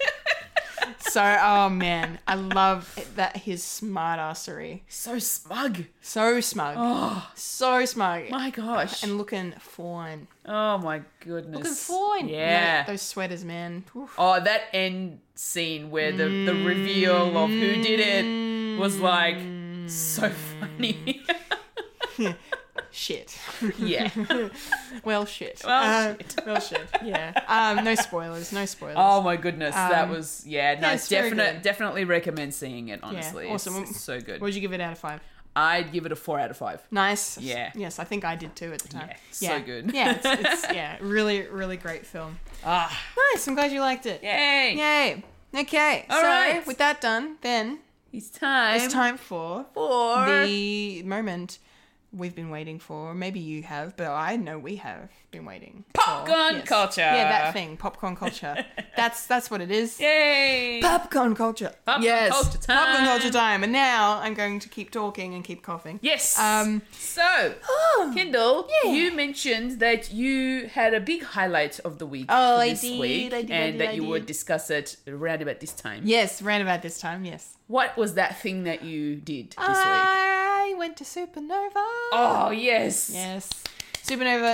A: so, oh man, I love that his smart assery.
B: so smug.
A: So smug.
B: Oh.
A: So smug.
B: My gosh.
A: and looking fine.
B: oh my goodness.
A: Looking fine.
B: Yeah.
A: Those sweaters, man. Oof.
B: oh, that end scene where the, the reveal of who did it was like so funny.
A: Shit.
B: yeah.
A: well, shit.
B: Well,
A: Uh, well, shit. Yeah. Um, no spoilers. No spoilers.
B: Oh my goodness. that
A: Um,
B: was yeah, no,
A: it's very
B: definite
A: good.
B: definitely recommend seeing it,
A: yeah.
B: honestly. It's-
A: Awesome.
B: It's, so good.
A: What would you give it out of five?
B: I'd give it a four out of five.
A: Nice.
B: Yeah.
A: Yes, I think I did too at the time.
B: Yeah, so good.
A: yeah. It's, it's yeah. Really, really great film.
B: Ah.
A: Nice. I'm glad you liked it.
B: Yay.
A: Yay. Okay.
B: All
A: so
B: right.
A: with that done, then
B: It's time.
A: it's time for
B: for
A: the moment we've been waiting for. Maybe you have, but I know we have been waiting. for-
B: Popcorn culture.
A: Yeah, that thing, popcorn culture. that's that's what it is.
B: Yay!
A: Popcorn culture.
B: Popcorn
A: yes.
B: culture time.
A: Popcorn culture time. And now I'm going to keep talking and keep coughing.
B: Yes. Oh.
A: Um.
B: so, Kendall,
A: Yeah.
B: you mentioned that you had a big highlight of the week.
A: Oh,
B: for
A: I
B: this
A: did,
B: Week,
A: I did, I
B: and
A: did,
B: that
A: I
B: you would
A: did.
B: discuss it around about this time.
A: Yes, round about this time. Yes.
B: What was that thing that you did this
A: Uh,
B: week?
A: I went to Supernova.
B: Oh yes.
A: Yes. Supernova.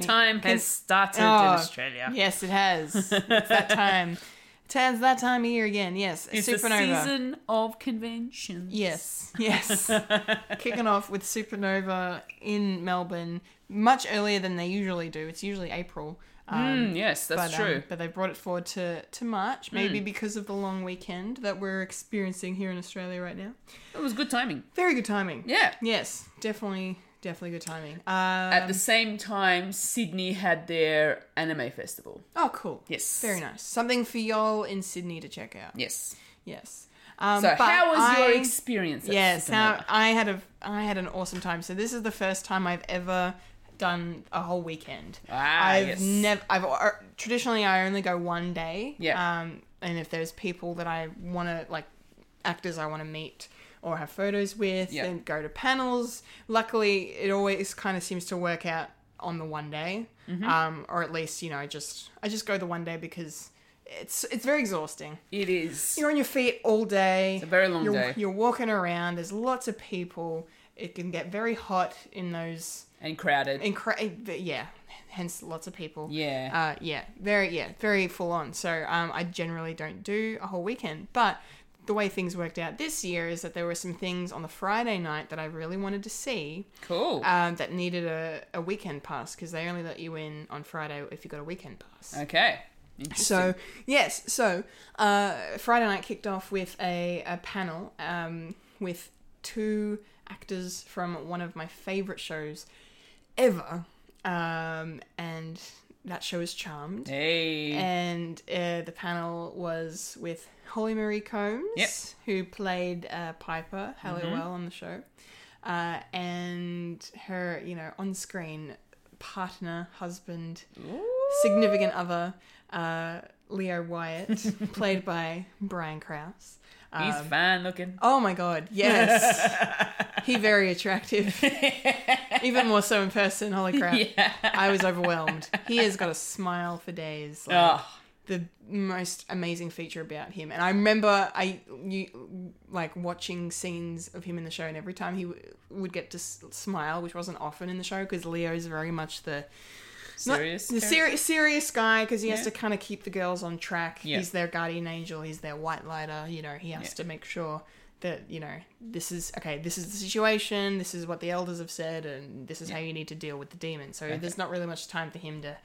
A: 2020.
B: time
A: Con-
B: has started in
A: Oh,
B: Australia.
A: Yes, it has. it's that time. It has that time of year again. Yes.
B: It's the
A: Supernova.
B: season of conventions.
A: Yes, yes. Kicking off with Supernova in Melbourne much earlier than they usually do. It's usually April. Um,
B: Mm, yes, that's
A: but, um,
B: true. Hmm.
A: but they brought it forward to, to March, maybe because of the long weekend that we're experiencing here in Australia right now.
B: it was good timing.
A: Very good timing.
B: Yeah.
A: Yes, definitely, definitely good timing. Uh,
B: At the same time, Sydney had their anime festival.
A: oh, cool.
B: Yes.
A: Very nice. Something for y'all in Sydney to check out.
B: Yes.
A: Yes. Um,
B: So
A: but
B: how was
A: I-
B: your experience? at
A: Yes,
B: Supernova?
A: now I had a I had an awesome time. So this is the first time I've ever done a whole weekend.
B: Ah,
A: I've
B: yes.
A: never I've or- traditionally I only go one day.
B: Yeah.
A: Um and if there's people that I want to like actors I want to meet or have photos with
B: Yeah.
A: and go to panels, luckily it always kind of seems to work out on the one day.
B: Mm-hmm.
A: Um or at least, you know, I just I just go the one day because it's it's very exhausting.
B: It is.
A: You're on your feet all day. It's
B: a very long
A: you're,
B: day.
A: You're walking around. There's lots of people. It can get very hot in those.
B: and crowded.
A: Incre- yeah, hence lots of people.
B: Yeah.
A: Uh, yeah, very yeah, very full on. So um, I generally don't do a whole weekend, but the way things worked out this year is that there were some things on the Friday night that I really wanted to see
B: cool.
A: um, that needed a, a weekend pass because they only let you in on Friday if you got a weekend pass.
B: okay. Interesting.
A: So yes, so uh, Friday night kicked off with a, a panel um, with two actors from one of my favorite shows ever, um, and that show is Charmed.
B: hey.
A: And uh, the panel was with Holly Marie Combs,
B: Yep.
A: who played uh, Piper Halliwell on the show, uh, and her, you know, on-screen partner, husband, significant other, uh, Leo Wyatt, played by Brian Krause.
B: He's fine looking.
A: Oh my god, yes. he very attractive. Even more so in person, holy crap. I was overwhelmed. He has got a smile for days. Like,
B: Oh,
A: The most amazing feature about him, and I remember I you like watching scenes of him in the show, and every time he w- would get to s- smile, which wasn't often in the show, because Leo's very much the not-
B: serious?
A: the serious serious guy because he has
B: Yeah.
A: to kind of keep the girls on track.
B: Yeah.
A: He's their guardian angel. He's their white lighter. You know, he has to make sure that you know this is okay. This is the situation. This is what the elders have said, and this is how you need to deal with the demon. So there's not really much time for him to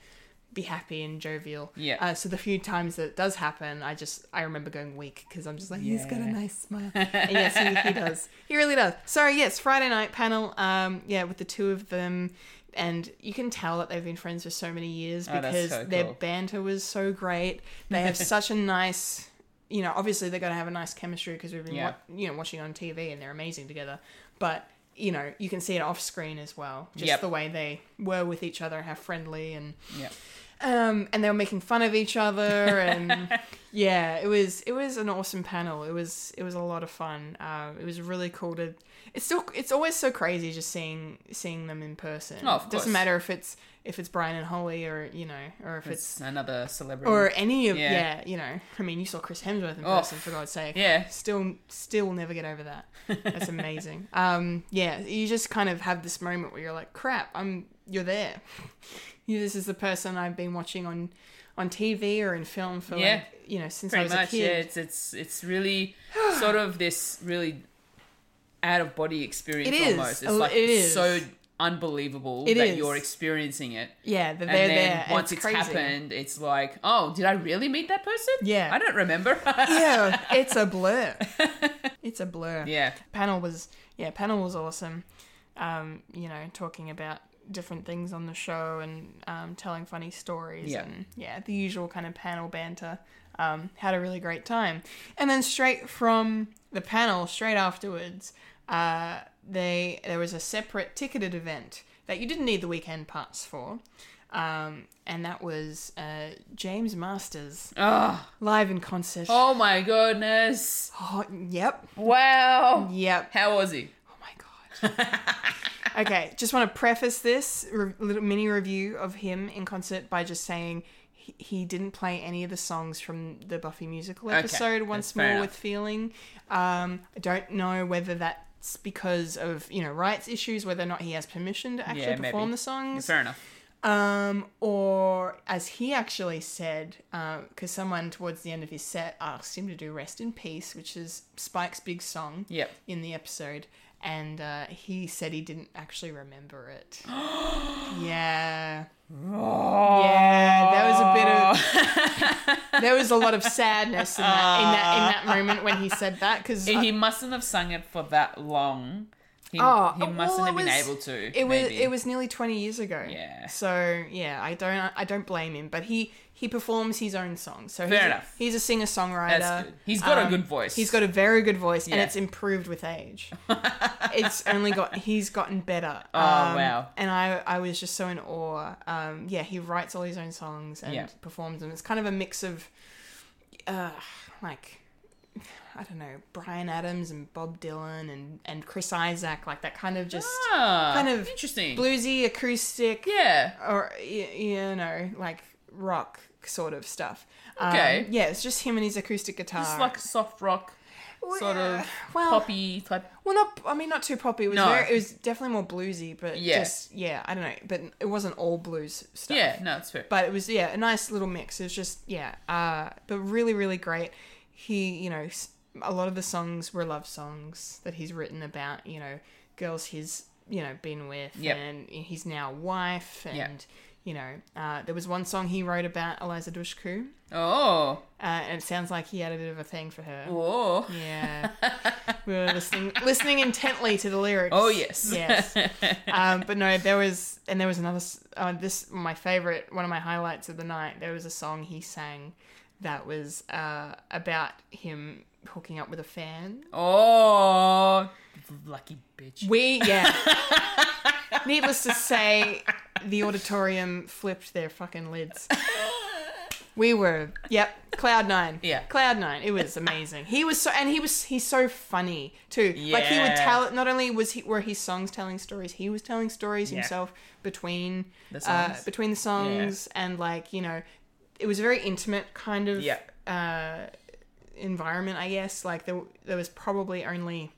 A: be happy and jovial.
B: Yeah.
A: Uh, so the few times that it does happen, I just I remember going weak because I'm just like he's got a nice smile. and yes, he, he does. He really does. So yes, Friday night panel. Um, yeah, with the two of them, and you can tell that they've been friends for so many years
B: Oh, that's
A: because
B: so
A: their
B: cool.
A: banter was so great. They have such a nice. You know, obviously they're going to have a nice chemistry because we've been,
B: Yeah.
A: wa- you know, watching on TV and they're amazing together. But you know, you can see it off screen as well, just
B: Yep.
A: the way they were with each other, how friendly and
B: Yeah.
A: um, and they were making fun of each other, and yeah, it was it was an awesome panel. It was it was a lot of fun. Uh, it was really cool to. It's still it's always so crazy just seeing seeing them in person.
B: Oh, of
A: It doesn't
B: course.
A: matter if it's if it's Brian and Holly or you know or if it's,
B: It's another celebrity.
A: or any of yeah.
B: Mm. Yeah.
A: you know. I mean, you saw Chris Hemsworth in
B: Oh,
A: person for God's sake.
B: yeah.
A: still still never get over that. That's amazing. um, yeah, you just kind of have this moment where you're like, crap, I'm you're there. You, this is the person I've been watching on on TV or in film for
B: Yeah.
A: like you know since I
B: pretty
A: was a
B: much. Yeah,
A: kid.
B: it's it's it's really sort of this really out of body experience
A: It is.
B: almost. It's
A: Oh,
B: like
A: it is.
B: so unbelievable
A: It
B: that
A: is.
B: you're experiencing it.
A: Yeah, that
B: And
A: they're
B: then
A: there. and
B: once it's,
A: crazy.
B: happened, it's like, oh, did I really meet that person?
A: Yeah.
B: I don't remember.
A: yeah, it's a blur. It's a blur.
B: yeah.
A: panel was yeah panel was awesome um you know talking about different things on the show and um, telling funny stories
B: Yeah.
A: and yeah the usual kind of panel banter um, had a really great time and then straight from the panel straight afterwards uh, they there was a separate ticketed event that you didn't need the weekend pass for um, and that was uh, James Masters live in concert.
B: Oh my goodness.
A: Oh, yep,
B: Wow.
A: yep.
B: How was he?
A: Oh my god. okay, just want to preface this re- little mini review of him in concert by just saying he, he didn't play any of the songs from the Buffy musical episode once
B: that's fair
A: more
B: enough.
A: with feeling. Um, I don't know whether that's because of you know rights issues, whether or not he has permission to actually
B: Yeah, maybe.
A: perform the songs
B: Fair enough.
A: um, or as he actually said, because someone towards the end of his set asked him to do "Rest in Peace," which is Spike's big song
B: Yep.
A: in the episode, and uh, he said he didn't actually remember it. yeah, yeah, there was a bit of there was a lot of sadness in that in that in that moment when he said that because
B: He mustn't have sung it for that long. He,
A: Oh,
B: he
A: well,
B: mustn't have
A: it
B: been
A: was-
B: able to.
A: It was
B: maybe.
A: it was nearly twenty years ago.
B: Yeah.
A: So yeah, I don't I don't blame him, but he he performs his own songs. So he's,
B: enough.
A: He's a singer songwriter.
B: That's good. He's got a good voice.
A: He's got a very good voice, and
B: Yeah.
A: it's improved with age. it's only got he's gotten better. Oh
B: wow.
A: And I I was just so in awe. Um, yeah, he writes all his own songs and
B: Yeah.
A: performs them. It's kind of a mix of, uh, like. I don't know Brian Adams and Bob Dylan and and Chris Isaac like that kind of just
B: Ah,
A: kind of Uh,
B: interesting.
A: bluesy acoustic
B: Yeah.
A: or y- you know like rock sort of stuff Um,
B: Okay.
A: yeah it's just him and his acoustic guitar
B: It's like soft rock. sort of
A: Well-
B: poppy type.
A: Well, not. I mean, not too poppy. It was
B: No.
A: very, it was definitely more bluesy, but
B: Yeah.
A: just yeah. I don't know, but it wasn't all blues stuff.
B: Yeah, no, it's fair.
A: but it was yeah a nice little mix. It was just yeah, uh, but really really great. He you know s- a lot of the songs were love songs that he's written about you know girls he's you know been with
B: Yep.
A: and he's now wife and
B: Yeah.
A: you know uh, there was one song he wrote about Eliza Dushku
B: oh,
A: uh, and it sounds like he had a bit of a thing for her.
B: whoa.
A: Yeah, we were listening listening intently to the lyrics.
B: Oh, yes.
A: yes. Um, but no, there was and there was another. s- Uh, this my favorite, one of my highlights of the night. There was a song he sang that was uh, about him hooking up with a fan.
B: Oh, lucky bitch.
A: We yeah. Needless to say, the auditorium flipped their fucking lids. We were, yep, cloud nine.
B: Yeah.
A: cloud nine. It was amazing. He was so, and he was, he's so funny too. Like he would
B: Yeah.
A: tell. Not only was he were his songs telling stories, he was telling stories himself between
B: The
A: uh,
B: songs.
A: between the songs, and like you know, it was a very intimate kind of
B: Yeah.
A: environment, I guess. Like there, there was probably only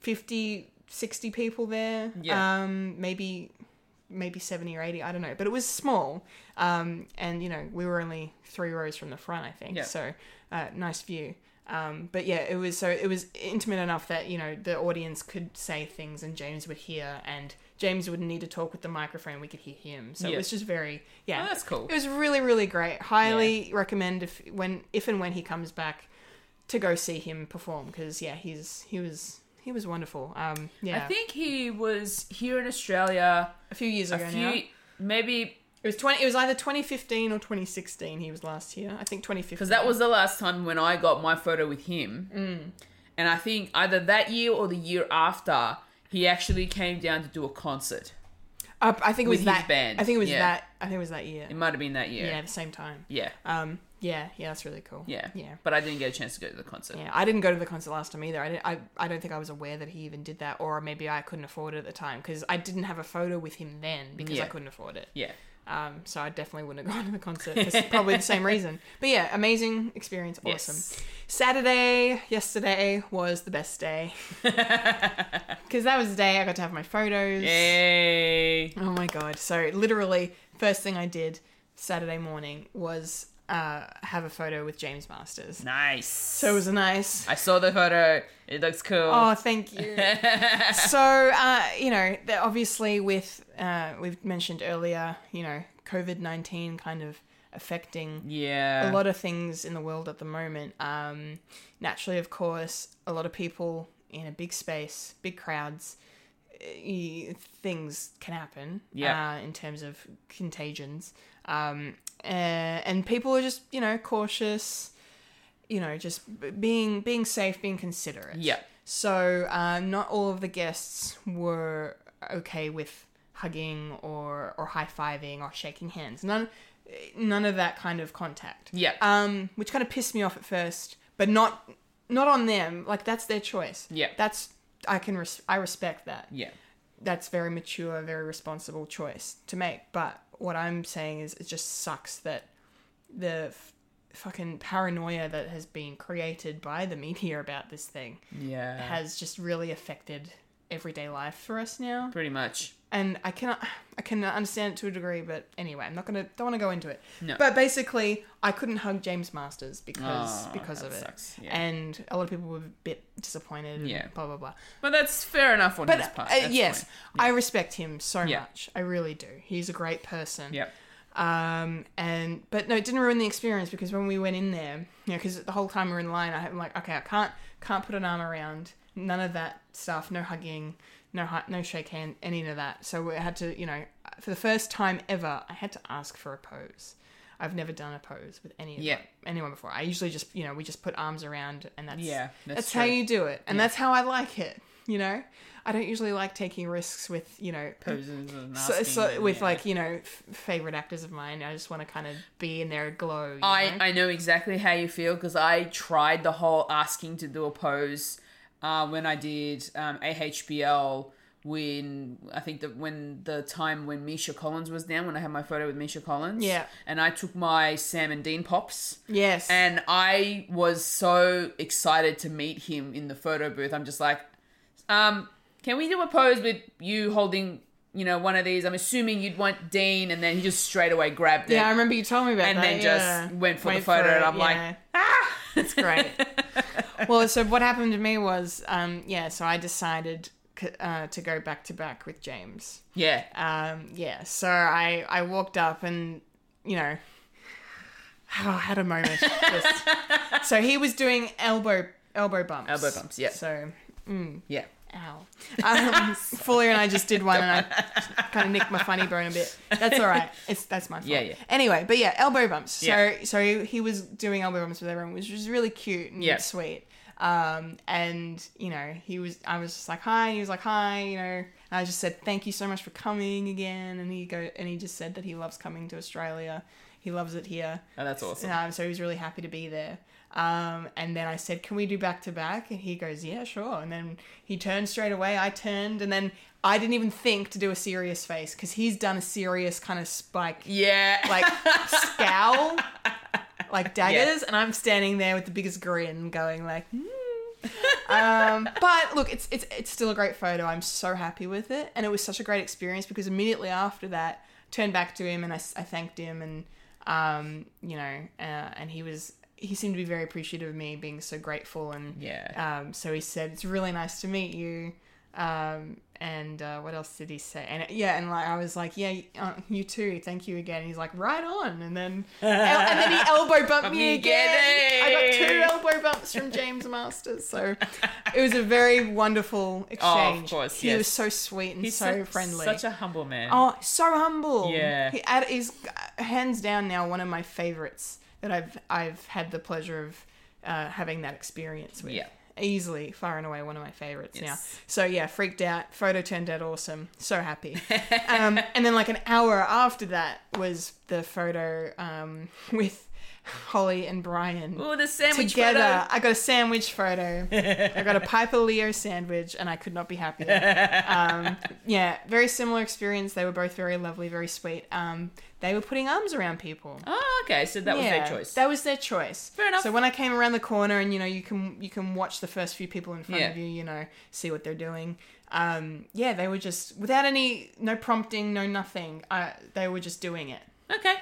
A: 50, 60 people there.
B: Yeah.
A: Um, maybe, maybe 70 or 80. I don't know. But it was small. Um, and, you know, we were only three rows from the front, I think.
B: Yeah.
A: So, uh, nice view. Um, but yeah, it was so it was intimate enough that you know the audience could say things and James would hear, and James wouldn't need to talk with the microphone; we could hear him. So
B: Yeah.
A: it was just very yeah,
B: Oh, that's cool.
A: It was really really great. Highly recommend if when if and when he comes back to go see him perform because yeah, he's he was he was wonderful. Um,
B: I
A: yeah,
B: think he was here in Australia
A: a few years
B: a
A: ago now.
B: few, maybe
A: It was twenty. It was either twenty fifteen or twenty sixteen. He was last year. I think twenty fifteen.
B: because that was the last time when I got my photo with him.
A: Mm.
B: And I think either that year or the year after, he actually came down to do a concert.
A: Uh, I think it was
B: with his
A: that.
B: band,
A: I think it was
B: yeah.
A: that. I think it was that year.
B: It might have been that year.
A: Yeah, the same time.
B: Yeah.
A: Um, yeah, yeah, that's really cool.
B: yeah.
A: yeah,
B: But I didn't get a chance to go to the concert.
A: yeah. I didn't go to the concert last time either. I, didn't, I, I don't think I was aware that he even did that, or maybe I couldn't afford it at the time because I didn't have a photo with him then because I
B: Yeah.
A: couldn't afford it.
B: Yeah.
A: Um, so I definitely wouldn't have gone to the concert for s- probably the same reason. But yeah, amazing experience,
B: Yes.
A: awesome. Saturday, yesterday was the best day because that was the day I got to have my photos.
B: Yay.
A: Oh my god! So literally, first thing I did Saturday morning was uh, have a photo with James Masters.
B: Nice.
A: So it was nice.
B: I saw the photo. It looks cool.
A: Oh, thank you. so uh, you know, that obviously, with uh, we've mentioned earlier, you know, COVID nineteen kind of affecting a
B: yeah.
A: lot of things in the world at the moment. Um, naturally, of course, a lot of people in a big space, big crowds, eh, y- things can happen.
B: Yeah.
A: Uh, in terms of contagions, um, uh, and people are just you know cautious. You know, just b- being being safe, being considerate.
B: Yeah.
A: So um, not all of the guests were okay with hugging or or high fiving or shaking hands. None none of that kind of contact.
B: Yeah.
A: Um, which kind of pissed me off at first, but not not on them. Like that's their choice.
B: Yeah.
A: That's I can res- I respect that.
B: yeah.
A: That's very mature, very responsible choice to make. But what I'm saying is, it just sucks that the f- fucking paranoia that has been created by the media about this thing
B: Yeah.
A: has just really affected everyday life for us now.
B: Pretty much.
A: And I cannot I can understand it to a degree, but anyway, I'm not gonna don't wanna go into it.
B: No.
A: But basically I couldn't hug James Masters because
B: Oh,
A: because
B: that
A: of it.
B: sucks. Yeah.
A: And a lot of people were a bit disappointed and
B: Yeah.
A: blah blah blah.
B: But that's fair enough on
A: But
B: his part.
A: uh,
B: That's
A: yes,
B: fine.
A: I respect him so
B: Yeah.
A: much. I really do. He's a great person.
B: Yep.
A: Um, and but no, it didn't ruin the experience because when we went in there, you know, because the whole time we were in line, I, I'm like, okay, I can't can't put an arm around none of that stuff, no hugging, no hu- no shake hand, any of that. So we had to, you know, for the first time ever, I had to ask for a pose. I've never done a pose with any
B: Yeah.
A: yeah. anyone before. I usually just, you know, we just put arms around and that's
B: Yeah,
A: that's,
B: that's
A: how
B: true.
A: you do it. And that's how I like it, you know? I don't usually like taking risks with, you know,
B: Poses and
A: so, so
B: asking,
A: with
B: yeah.
A: like you know f- favorite actors of mine i just want to kind of be in their glow you
B: I,
A: know?
B: I know exactly how you feel because I tried the whole asking to do a pose uh, when I did um, AHBL when I think that when the time when Misha Collins was down, when I had my photo with Misha Collins,
A: Yeah.
B: and I took my Sam and Dean pops,
A: Yes.
B: and I was so excited to meet him in the photo booth. I'm just like, um, can we do a pose with you holding, you know, one of these? I'm assuming you'd want Dean, and then he just straight away grabbed it.
A: yeah, I remember you told me about
B: and
A: that.
B: then just
A: yeah.
B: went for the
A: Wait
B: photo,
A: it,
B: and I'm
A: yeah.
B: like, ah,
A: It's great. well, so what happened to me was, um, yeah, so I decided c- uh, to go back to back with James.
B: yeah,
A: Um, yeah, so I, I walked up and, you know, oh, I had a moment. Just- so he was doing elbow elbow bumps.
B: Elbow bumps, yeah.
A: So,
B: yeah.
A: ow. Um, Fuller and I just did one and I kind of nicked my funny bone a bit. That's all right. It's That's my fault.
B: Yeah, yeah.
A: Anyway, but yeah, elbow bumps. So,
B: Yeah.
A: so he was doing elbow bumps with everyone, which was really cute and
B: Yeah.
A: sweet. Um, and you know, he was, I was just like, hi, and he was like, hi, you know, and I just said, thank you so much for coming again. And he go, and he just said that he loves coming to Australia. He loves it here.
B: Oh, that's awesome.
A: Um, so he was really happy to be there. Um, and then I said, can we do back to back? And he goes, yeah, sure. And then he turned straight away. I turned and then I didn't even think to do a serious face cause he's done a serious kind of spike
B: Yeah.
A: like scowl, like daggers, and I'm standing there with the biggest grin, going like, hmm. um, but look, it's it's it's still a great photo. I'm so happy with it, and it was such a great experience because immediately after that, turned back to him and I, s- I thanked him, and um, you know, uh, and he was he seemed to be very appreciative of me being so grateful, and
B: Yeah.
A: um, so he said it's really nice to meet you. Um, and uh, what else did he say? And yeah, and like I was like, yeah, uh, you too. Thank you again. And he's like, right on. And then el- and then he elbow bumped me
B: me
A: again.
B: again.
A: I got two elbow bumps from James Masters. So it was a very wonderful exchange.
B: Oh, course,
A: he
B: yes.
A: was so sweet and
B: He's
A: so
B: such-
A: friendly.
B: Such a humble man.
A: Oh, so humble.
B: Yeah.
A: He ad- is uh, hands down now one of my favorites that I've I've had the pleasure of uh, having that experience with.
B: Yeah.
A: Easily, far and away, one of my favorites now.
B: Yes.
A: So yeah, freaked out. Photo turned out awesome. So happy. um, and then like an hour after that was the photo um, with Holly and Brian
B: Ooh, the sandwich
A: together.
B: photo.
A: I got a sandwich photo. I got a Piper Leo sandwich, and I could not be happier. Um, yeah, very similar experience. They were both very lovely, very sweet. Um, they were putting arms around people.
B: Oh, okay. So that was
A: yeah,
B: their choice.
A: That was their choice.
B: Fair enough.
A: So when I came around the corner, and you know, you can you can watch the first few people in front
B: Yeah.
A: of you. You know, see what they're doing. Um, yeah, they were just without any no prompting, no nothing. Uh, they were just doing it.
B: okay.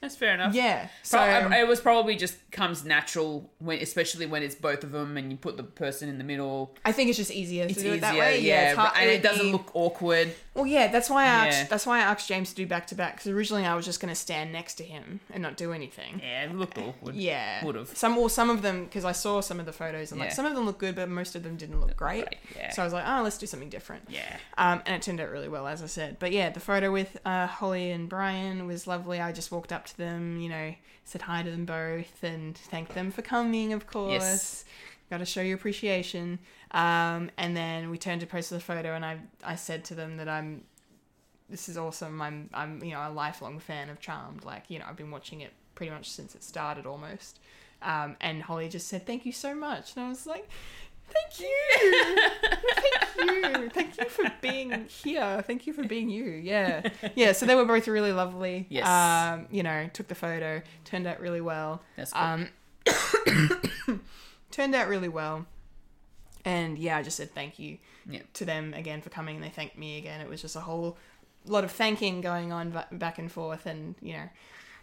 B: That's fair enough.
A: Yeah. So
B: So it was probably just comes natural when, especially when it's both of them, and you put the person in the middle.
A: I think it's just easier to
B: It's
A: do
B: easier,
A: it that way.
B: yeah,
A: it's hard-
B: and
A: would
B: it doesn't
A: be-
B: look awkward.
A: Well, yeah, that's why I
B: Yeah.
A: asked, that's why I asked James to do back to back because originally I was just going to stand next to him and not do anything.
B: Yeah, it looked awkward.
A: Yeah,
B: would have.
A: some or some of them because I saw some of the photos and like
B: Yeah.
A: some of them look good, but most of them didn't look great.
B: great, yeah.
A: So I was like, oh, let's do something different.
B: Yeah.
A: Um, and it turned out really well, as I said. But yeah, the photo with uh, Holly and Brian was lovely. I just walked up to them, you know, said hi to them both and thanked them for coming, of course. Got to show your appreciation. Um, and then we turned to post the photo, and I I said to them that I'm, this is awesome. I'm I'm you know a lifelong fan of Charmed. Like you know I've been watching it pretty much since it started almost. Um, and Holly just said thank you so much, and I was like, thank you. Thank you. Thank you for being here. Thank you for being you. Yeah. Yeah. So they were both really lovely.
B: Yes.
A: Um, you know, took the photo, turned out really well.
B: That's cool.
A: Um, Turned out really well. And yeah, I just said thank you
B: Yeah.
A: to them again for coming and they thanked me again. It was just a whole lot of thanking going on ba- back and forth and, you know,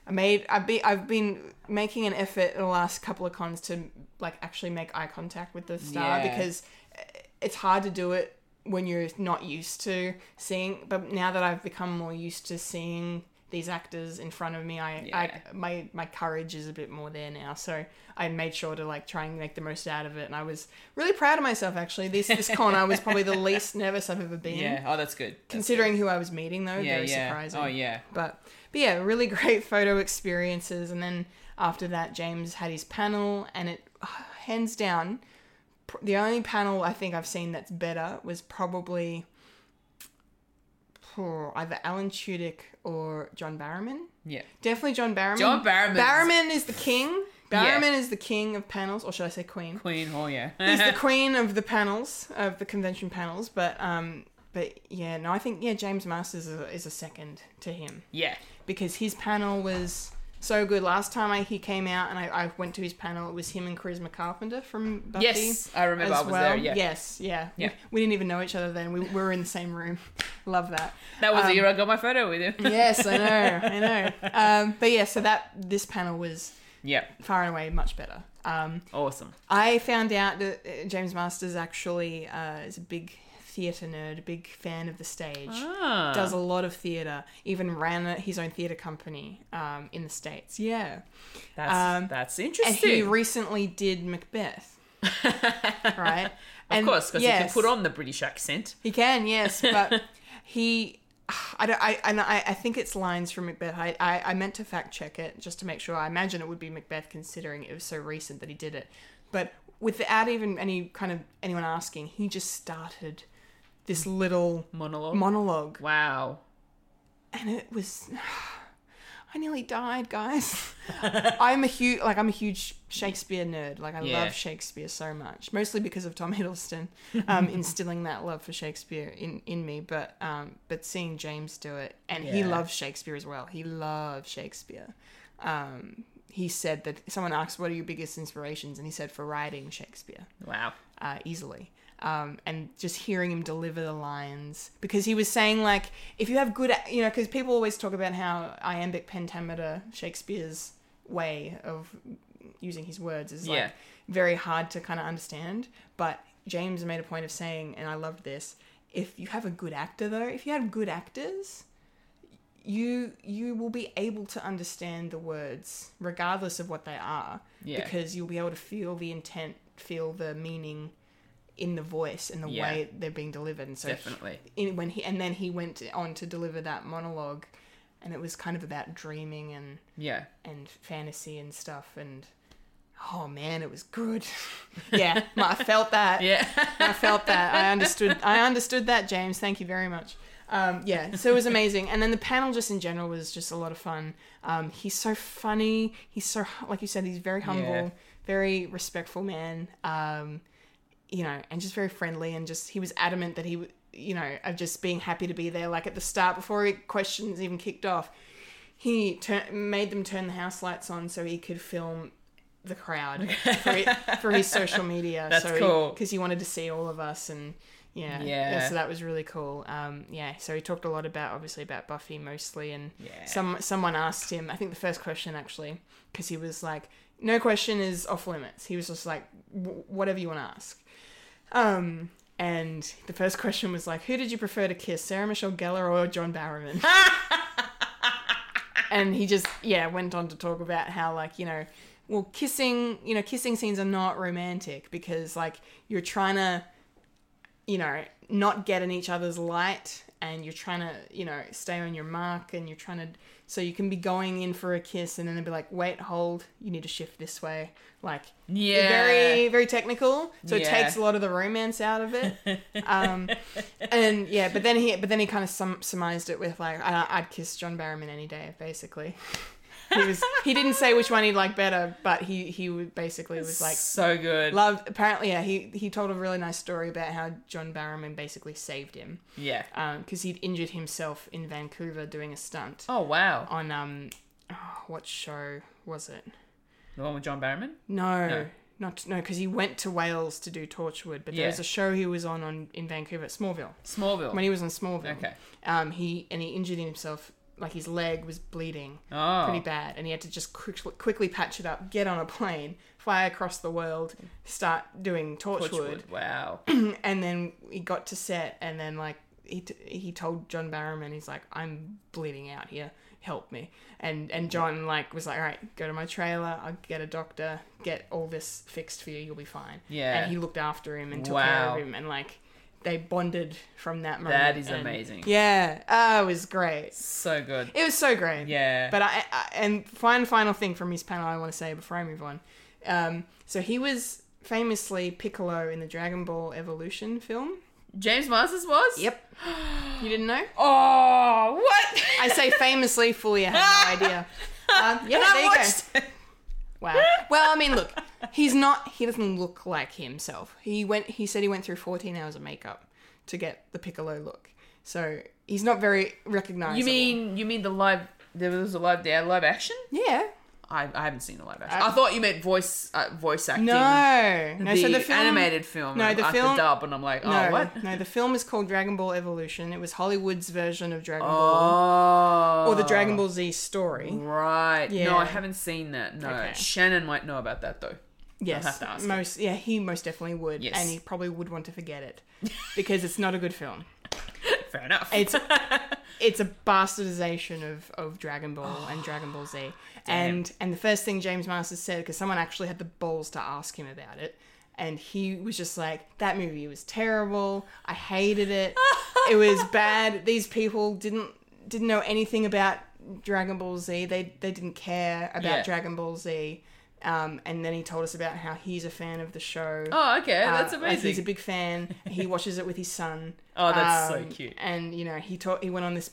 A: I made I've been I've been making an effort the last couple of cons to like actually make eye contact with the star
B: Yeah.
A: because eh, it's hard to do it when you're not used to seeing but now that I've become more used to seeing these actors in front of me I, I my my courage is a bit more there now so I made sure to like try and make the most out of it and I was really proud of myself actually this this con I was probably the least nervous I've ever been
B: yeah. Oh, that's good. That's
A: considering who I was meeting though
B: yeah,
A: very
B: yeah.
A: surprising
B: Oh, yeah.
A: but but yeah, really great photo experiences. And then after that, James had his panel, and it hands down pr- the only panel I think I've seen that's better was probably oh, either Alan Tudyk or John Barrowman.
B: Yeah.
A: Definitely John Barrowman.
B: John Barrowman's-
A: Barrowman is the king.
B: Yeah.
A: Barrowman is the king of panels, or should I say queen?
B: Queen. Oh, yeah.
A: He's the queen of the panels of the convention panels, but um, But yeah, no, I think yeah, James Masters is a, is a second to him
B: Yeah.
A: because his panel was so good. Last time I, he came out and I, I went to his panel, it was him and Charisma Carpenter from Buffy.
B: Yes, I remember. I
A: as
B: was
A: well.
B: there. Yeah.
A: Yes, yeah.
B: Yeah.
A: We, we didn't even know each other then. We, we were in the same room. Love that.
B: That
A: um,
B: was the year I got my photo with him.
A: Yes, I know, I know. Um, but yeah, so that this panel was
B: yeah.
A: far and away much better. Um,
B: Awesome.
A: I found out that uh, James Masters actually uh, is a big theatre nerd, a big fan of the stage.
B: Ah.
A: Does a lot of theatre, even ran a, his own theatre company um, in the States. Yeah.
B: That's
A: um,
B: that's
A: And he
B: interesting.
A: recently did Macbeth, right?
B: of course, because he can put on the British accent.
A: He can, yes, but he. I don't. I and I, I think it's lines from Macbeth. I, I I meant to fact check it just to make sure. I imagine it would be Macbeth, considering it was so recent that he did it. But without even any kind of anyone asking, he just started this little
B: Monologue.
A: monologue,
B: wow.
A: and it was. I nearly died, guys. I'm a huge like I'm a huge Shakespeare nerd. Like I
B: Yeah.
A: love Shakespeare so much, mostly because of Tom Hiddleston um, instilling that love for Shakespeare in, in me. But um, but seeing James do it, and he
B: Yeah.
A: loves Shakespeare as well. He loves Shakespeare. Um, he said that someone asked, "What are your biggest inspirations?" and he said, "For writing Shakespeare."
B: Wow.
A: uh, easily. Um, and just hearing him deliver the lines because he was saying like if you have good you know because people always talk about how iambic pentameter Shakespeare's way of using his words is like
B: Yeah.
A: very hard to kind of understand but James made a point of saying and I loved this if you have a good actor though if you have good actors you you will be able to understand the words regardless of what they are
B: Yeah.
A: because you'll be able to feel the intent feel the meaning in the voice and the
B: Yeah.
A: way they're being delivered and so
B: Definitely.
A: in, when he and then he went on to deliver that monologue and it was kind of about dreaming and
B: Yeah.
A: and fantasy and stuff and oh man it was good yeah i felt that
B: Yeah.
A: I felt that. I understood. I understood that, James. Thank you very much. Um, yeah, so it was amazing. And then the panel just in general was just a lot of fun. Um, he's so funny. He's so like you said, he's very humble,
B: Yeah.
A: very respectful man. Um, you know, and just very friendly. And just he was adamant that he, w- you know, of just being happy to be there. Like at the start, before he, questions even kicked off, he tur- made them turn the house lights on so he could film the crowd for, for his social media.
B: That's
A: so
B: cool.
A: Because he, wanted to see all of us and yeah,
B: Yeah.
A: So that was really cool. Um, yeah. So he talked a lot about obviously about Buffy mostly, and
B: Yeah.
A: some someone asked him. I think the first question actually, because he was like, "No question is off limits." He was just like, w- "Whatever you want to ask." Um, and the first question was like, "Who did you prefer to kiss, Sarah Michelle Gellar or John Barrowman?" and he just yeah went on to talk about how like you know, well, kissing you know kissing scenes are not romantic because like you're trying to you know not get in each other's light and you're trying to you know stay on your mark and you're trying to so you can be going in for a kiss and then they'll be like wait hold you need to shift this way like
B: Yeah.
A: very very technical so it
B: Yeah.
A: takes a lot of the romance out of it um and yeah but then he but then he kind of sum, surmised it with like I, i'd kiss john barrowman any day basically he was he didn't say which one he'd like better but he he would- basically was like
B: so good.
A: loved apparently yeah he he told a really nice story about how john barrowman basically saved him
B: yeah.
A: because he'd injured himself in vancouver doing a stunt
B: oh wow.
A: on um oh, what show was it
B: The one with John Barrowman.
A: no,
B: No.
A: not no, because he went to Wales to do Torchwood, but there
B: Yeah.
A: was a show he was on, on in Vancouver at Smallville
B: Smallville.
A: when he was on Smallville.
B: Okay.
A: Um, he and he injured himself, like his leg was bleeding
B: Oh.
A: pretty bad, and he had to just quick, quickly patch it up, get on a plane, fly across the world, start doing Torchwood,
B: Torchwood. Wow.
A: and then he got to set, and then like he t- he told John Barrowman, he's like, I'm bleeding out here, help me, and and John like was like, all right, go to my trailer, I'll get a doctor, get all this fixed for you, you'll be fine.
B: Yeah.
A: and he looked after him and took
B: Wow.
A: care of him, and like they bonded from that moment.
B: that is
A: and-
B: amazing.
A: Yeah, oh, it was great.
B: So good.
A: It was so great.
B: Yeah.
A: But I, I and fine final thing from his panel I want to say before I move on. Um, so he was famously Piccolo in the Dragon Ball Evolution film.
B: James Masters was.
A: Yep. You didn't know?
B: Oh, what?
A: I say famously, fully, I have no idea. Um, yeah,
B: And I
A: there you
B: watched
A: go.
B: it.
A: Wow. Well, I mean, look, he's not. He doesn't look like himself. He went. He said he went through 14 hours of makeup to get the Piccolo look. So he's not very recognizable.
B: You mean you mean the live? There was a live there, live action.
A: Yeah.
B: I, I haven't seen the live action. I, thought you meant voice uh, voice acting.
A: Uh, No. No,
B: the,
A: so the film,
B: animated film.
A: No,
B: and
A: the
B: I-
A: film.
B: the dub, and I'm like, oh,
A: no,
B: what?
A: no, the film is called Dragon Ball Evolution. It was Hollywood's version of Dragon Ball
B: Oh,
A: or the Dragon Ball Z story.
B: Right.
A: Yeah.
B: No, I haven't seen that. No,
A: Okay.
B: Shannon might know about that though.
A: Yes,
B: have to ask him.
A: most yeah, he most definitely would,
B: Yes.
A: and he probably would want to forget it because it's not a good film.
B: Fair enough.
A: It's
B: Oh,
A: it's a bastardization of, of Dragon Ball and Dragon Ball Z, and and the first thing James Masters said because someone actually had the balls to ask him about it, and he was just like, "That movie was terrible. I hated it. it was bad. These people didn't didn't know anything about Dragon Ball Z. They they didn't care about
B: Yeah.
A: Dragon Ball Z." Um, and then he told us about how he's a fan of the show.
B: oh, okay,
A: Uh,
B: that's
A: like,
B: amazing.
A: he's a big fan. He watches it with his son.
B: Oh, that's so cute.
A: Um, And you know, he taught he went on this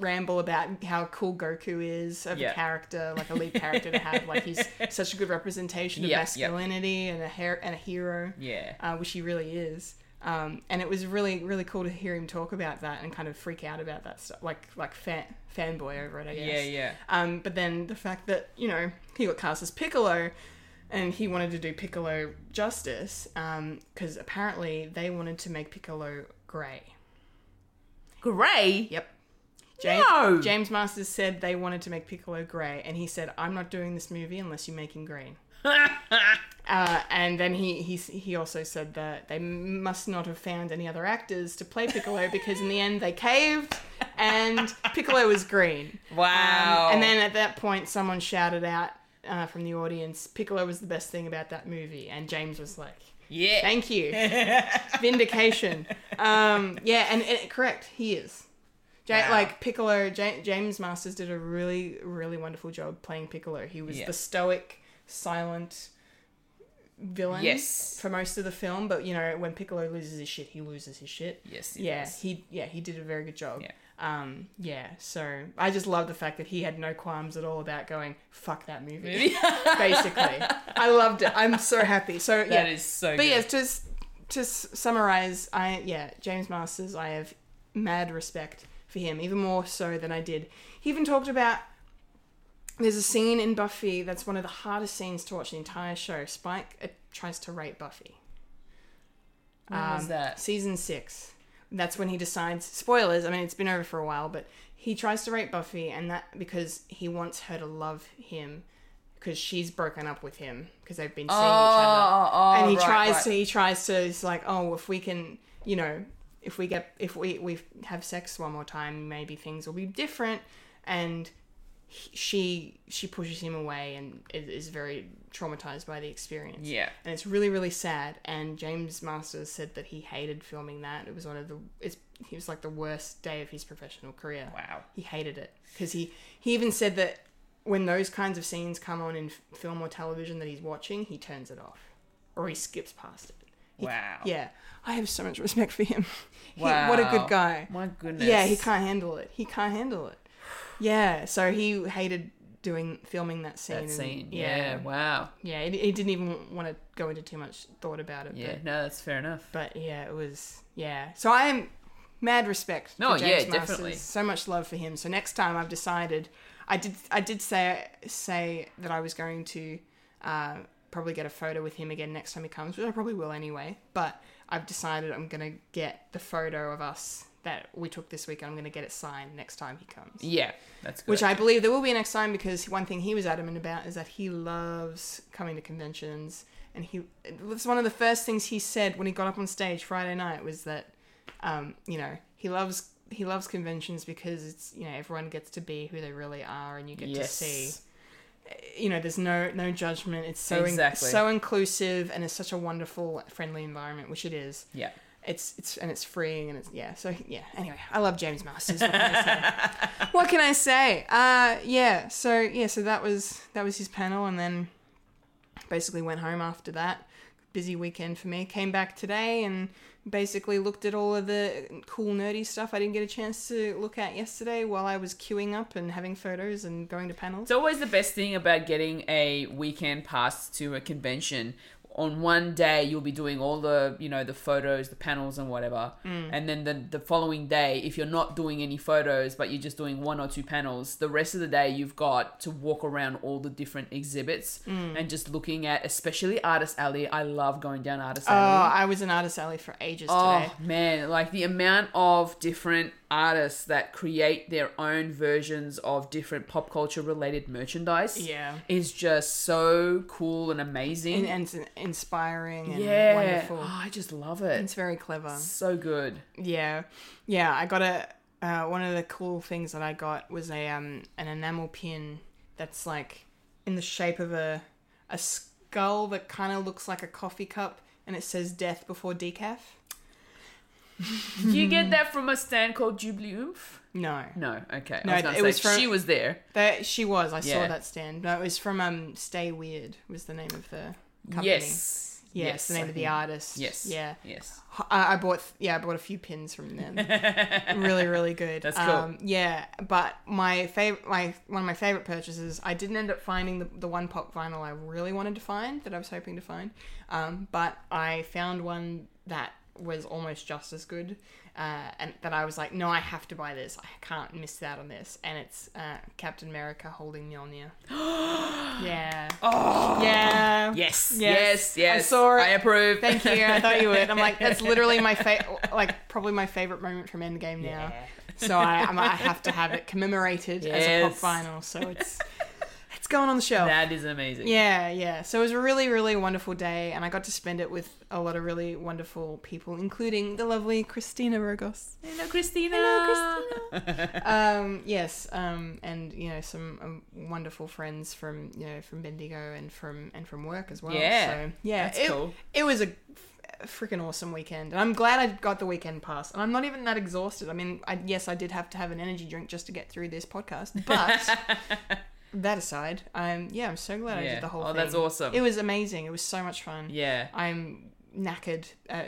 A: ramble about how cool Goku is of
B: Yeah.
A: a character, like a lead character to have. Like he's such a good representation of
B: Yeah, yeah.
A: masculinity and a hair and a hero.
B: Yeah.
A: uh, which he really is. Um, and it was really really cool to hear him talk about that and kind of freak out about that stuff, like like fan fanboy over it. I guess.
B: yeah, yeah.
A: Um, but then the fact that you know he got cast as Piccolo, and he wanted to do Piccolo justice because apparently they wanted to make Piccolo grey.
B: Grey.
A: Yep. James,
B: No!
A: James Masters said they wanted to make Piccolo grey, and he said, "I'm not doing this movie unless you make him green." uh, and then he, he he also said that they must not have found any other actors to play Piccolo because in the end they caved, and Piccolo was green. Um,
B: Wow.
A: And then at that point, someone shouted out uh, from the audience, "Piccolo was the best thing about that movie," and James was like.
B: yeah.
A: Thank you. Vindication. Um, yeah, and, and correct, he is. Ja-
B: Wow.
A: Like Piccolo, ja- James Masters did a really, really wonderful job playing Piccolo. He was
B: Yeah.
A: the stoic, silent villain
B: Yes.
A: for most of the film. But you know, when Piccolo loses his shit, he loses his shit.
B: Yes, he
A: yeah,
B: does.
A: he yeah he did a very good job.
B: Yeah.
A: Um, yeah, so I just love the fact that he had no qualms at all about going fuck that movie. basically, I loved it. I'm so happy. So yeah,
B: That is so
A: but
B: good.
A: yeah, to s- to s- summarize, I yeah, James Masters, I have mad respect for him, even more so than I did. He even talked about there's a scene in Buffy that's one of the hardest scenes to watch the entire show. Spike uh, tries to rape Buffy.
B: When
A: um,
B: was that?
A: Season six. That's when he decides. Spoilers. I mean, it's been over for a while, but he tries to rape Buffy, and that because he wants her to love him because she's broken up with him because they've been seeing each other
B: Oh, oh,
A: and he
B: right,
A: tries
B: right.
A: to he tries to he's like oh if we can you know if we get if we we have sex one more time maybe things will be different and he- she she pushes him away and is, is very traumatized by the experience
B: Yeah.
A: and it's really really sad and james masters said that he hated filming that it was one of the it's he was like the worst day of his professional career
B: Wow.
A: he hated it because he he even said that when those kinds of scenes come on in f- film or television that he's watching he turns it off or he skips past it
B: Wow.
A: yeah i have so much respect for him He- what a
B: Wow.
A: good guy
B: My goodness.
A: yeah he can't handle it he can't handle it yeah so he hated doing filming that scene
B: That
A: and-
B: scene. Yeah. Wow.
A: yeah he, he didn't even want to go into too much thought about it
B: Yeah.
A: but,
B: No, that's fair enough.
A: but yeah it was yeah so i am mad respect
B: No,
A: for James
B: yeah,
A: Masters.
B: definitely.
A: so much love for him so next time i've decided i did i did say say that i was going to uh, probably get a photo with him again next time he comes which i probably will anyway but i've decided i'm going to get the photo of us that we took this week and i'm going to get it signed next time he comes
B: Yeah. That's good.
A: which I believe there will be next time because one thing he was adamant about is that he loves coming to conventions, and he it was one of the first things he said when he got up on stage Friday night was that, um, you know, he loves he loves conventions because it's you know everyone gets to be who they really are and you get
B: Yes.
A: to see you know there's no no judgment it's so in-
B: Exactly.
A: so inclusive and it's such a wonderful friendly environment which it is
B: Yeah.
A: it's it's and it's freeing and it's yeah so yeah anyway i love james masters what can i say, what can I say? uh yeah so yeah so that was that was his panel and then basically went home after that busy weekend for me came back today and basically looked at all of the cool nerdy stuff i didn't get a chance to look at yesterday while i was queuing up and having photos and going to panels
B: It's always the best thing about getting a weekend pass to a convention on one day you'll be doing all the you know the photos the panels and whatever and then the, the following day if you're not doing any photos but you're just doing one or two panels the rest of the day you've got to walk around all the different exhibits and just looking at especially artist alley i love going down artist
A: Oh,
B: alley
A: I was an artist alley for ages
B: Oh
A: today.
B: man, like the amount of different artists that create their own versions of different pop culture related merchandise
A: Yeah.
B: is just so cool and
A: And,
B: amazing.
A: and it's inspiring and
B: yeah.
A: wonderful. Mm-hmm.
B: Oh, I just love it.
A: It's very clever.
B: so good.
A: Yeah, yeah. I got a uh, one of the cool things that I got was a um an enamel pin that's like in the shape of a a skull that kind of looks like a coffee cup, and it says "Death before decaf."
B: you get that from a stand called Jubilee Oomph?
A: No,
B: No, okay.
A: No,
B: I was gonna
A: it
B: say
A: was from-
B: she was there.
A: that she was. I saw
B: Yeah.
A: that stand. No, it was from um Stay Weird was the name of the company.
B: Yes.
A: yeah, it's the name
B: I
A: of the
B: think-
A: artist.
B: Yes.
A: yeah,
B: Yes.
A: I, I bought yeah, I bought a few pins from them. really, really good. Um,
B: That's cool.
A: yeah, but my favorite, my one of my favorite purchases. I didn't end up finding the, the one pop vinyl I really wanted to find that I was hoping to find, um, but I found one that was almost just as good, uh, and that I was like, no, I have to buy this. I can't miss out on this. And it's uh, Captain America holding Mjolnir. yeah. Oh. Yeah.
B: Yes.
A: Yes.
B: Yes. Yes.
A: I saw it.
B: I approve.
A: Thank you. I thought you would. I'm like, that's literally my favorite, like probably my favorite moment from Endgame now. So I, I'm, I have to have it commemorated as a
B: Yes.
A: pop vinyl. So it's it's going on the shelf.
B: that is amazing.
A: yeah, yeah. So it was a really, really wonderful day, and I got to spend it with a lot of really wonderful people, including the lovely Christina Rogos.
B: Hello, Christina.
A: Um, yes, um, and you know some um, wonderful friends from you know from Bendigo and from and from work as well.
B: Yeah.
A: so, yeah,
B: That's
A: it,
B: cool.
A: it was a freaking awesome weekend, and I'm glad I got the weekend pass. And I'm not even that exhausted. I mean, I, yes, I did have to have an energy drink just to get through this podcast, but. That aside, um, yeah, I'm so glad I
B: Yeah.
A: did the whole
B: Oh,
A: thing.
B: that's awesome.
A: It was amazing. It was so much fun.
B: Yeah.
A: I'm knackered. Uh,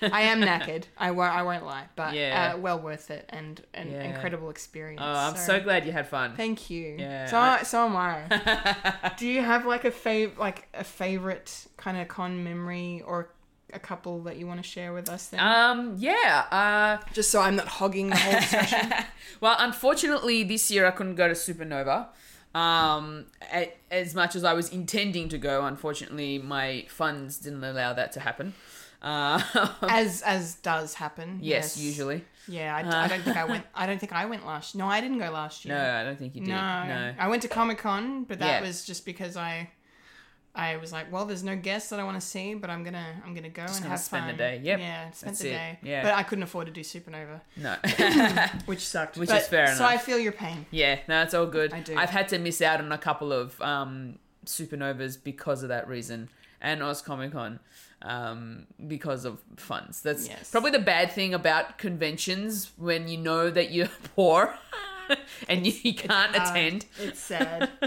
A: I am knackered. I won't. I won't lie, but
B: Yeah.
A: uh, well worth it and an
B: Yeah.
A: incredible experience.
B: Oh, I'm so glad you had fun.
A: Thank you.
B: Yeah,
A: So
B: I-
A: I, so am I. Do you have like a fav like a favorite kind of con memory or a couple that you want to share with us? Then?
B: Um, yeah. Uh,
A: Just so I'm not hogging the whole discussion.
B: well, unfortunately, this year I couldn't go to Supernova. Um, a- as much as I was intending to go, unfortunately, my funds didn't allow that to happen. Uh,
A: as as does happen.
B: yes, usually. Uh.
A: Yeah, I, I don't think I went. I don't think I went last. No, I didn't go last year.
B: No, Uh, I don't think you did.
A: No,
B: No.
A: I went to Comic Con, but that
B: Yeah.
A: was just because I, I was like, well, there's no guests that I want to see, but I'm gonna, I'm gonna go and
B: gonna
A: have
B: spend the
A: fun.
B: day. Yep.
A: Yeah, spent
B: That's
A: the
B: it.
A: day.
B: Yeah.
A: But I couldn't afford to do Supernova,
B: No.
A: which sucked.
B: Which
A: But-
B: is fair
A: So
B: enough.
A: I feel your pain.
B: yeah, no, it's all good.
A: I do.
B: I've had to miss out on a couple of um, Supernovas because of that reason, and Oz Comic Con um, because of funds. That's
A: Yes.
B: probably the bad thing about conventions when you know that you're poor and you, you can't attend.
A: Uh, It's sad.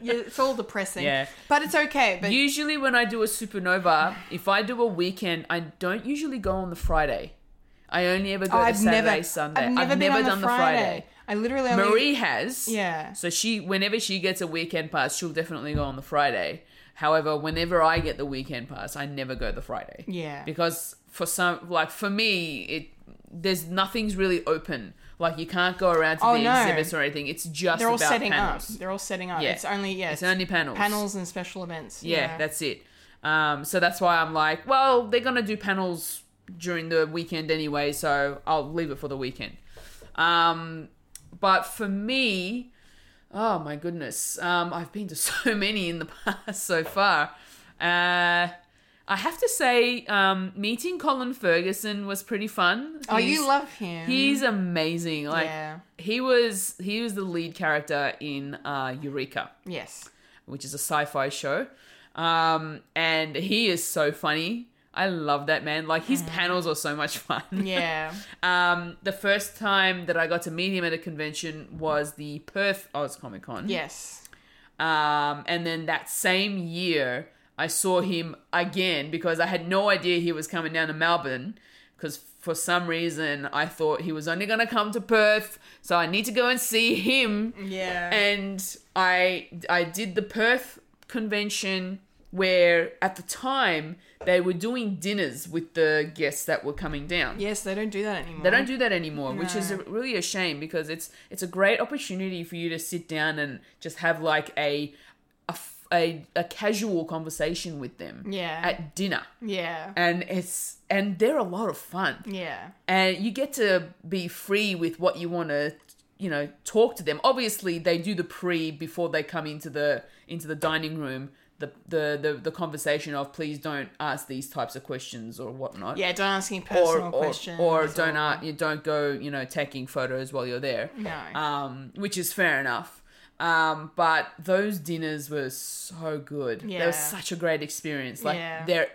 A: yeah, it's all depressing.
B: Yeah.
A: But it's okay. But
B: Usually, when I do a supernova, if I do a weekend, I don't usually go on the Friday. I only ever go
A: Oh,
B: to
A: I've
B: Saturday,
A: never,
B: Sunday.
A: I've never, been on
B: done
A: the Friday. I literally only,
B: Marie has.
A: Yeah.
B: So she, whenever she gets a weekend pass, she'll definitely go on the Friday. However, whenever I get the weekend pass, I never go the Friday.
A: Yeah.
B: Because for some, like for me, it there's nothing's really open. Like you can't go around to
A: Oh,
B: the
A: no.
B: exhibits or anything. It's just
A: They're all
B: about
A: setting
B: panels.
A: up. They're all setting up.
B: Yeah.
A: It's only yeah.
B: It's only panels.
A: Panels and special events.
B: Yeah, that's it. Um, so that's why I'm like, well, they're gonna do panels during the weekend anyway, so I'll leave it for the weekend. Um, but for me, oh my goodness, um, I've been to so many in the past so far. Uh, I have to say, um, meeting Colin Ferguson was pretty fun.
A: Oh,
B: He's-
A: you love him.
B: He's amazing. Like
A: Yeah.
B: he was, he was the lead character in uh, Eureka
A: yes.
B: which is a sci-fi show. Um, and he is so funny. I love that man. Like his panels are so much fun.
A: Yeah.
B: Um, the first time that I got to meet him at a convention was the Perth Oz Comic Con.
A: yes.
B: Um, and then that same year, I saw him again because I had no idea he was coming down to Melbourne. Because for some reason, I thought he was only going to come to Perth, so I need to go and see him
A: Yeah.
B: and I I did the Perth convention where at the time they were doing dinners with the guests that were coming down.
A: Yes, they don't do that anymore.
B: They don't do that anymore, which is a, really a shame because it's it's a great opportunity for you to sit down and just have like a a f- a- a casual conversation with them.
A: Yeah.
B: At dinner.
A: Yeah.
B: And it's and they're a lot of fun.
A: yeah.
B: And you get to be free with what you want to you know talk to them. Obviously, they do the pre before they come into the into the dining room. The, the, the, the conversation of please don't ask these types of questions or whatnot
A: Yeah, don't ask any personal questions.
B: or don't uh, you don't go you know taking photos while you're there
A: No.
B: um which is fair enough um but those dinners were so good they
A: Yeah.
B: were such a great experience like
A: Yeah.
B: they're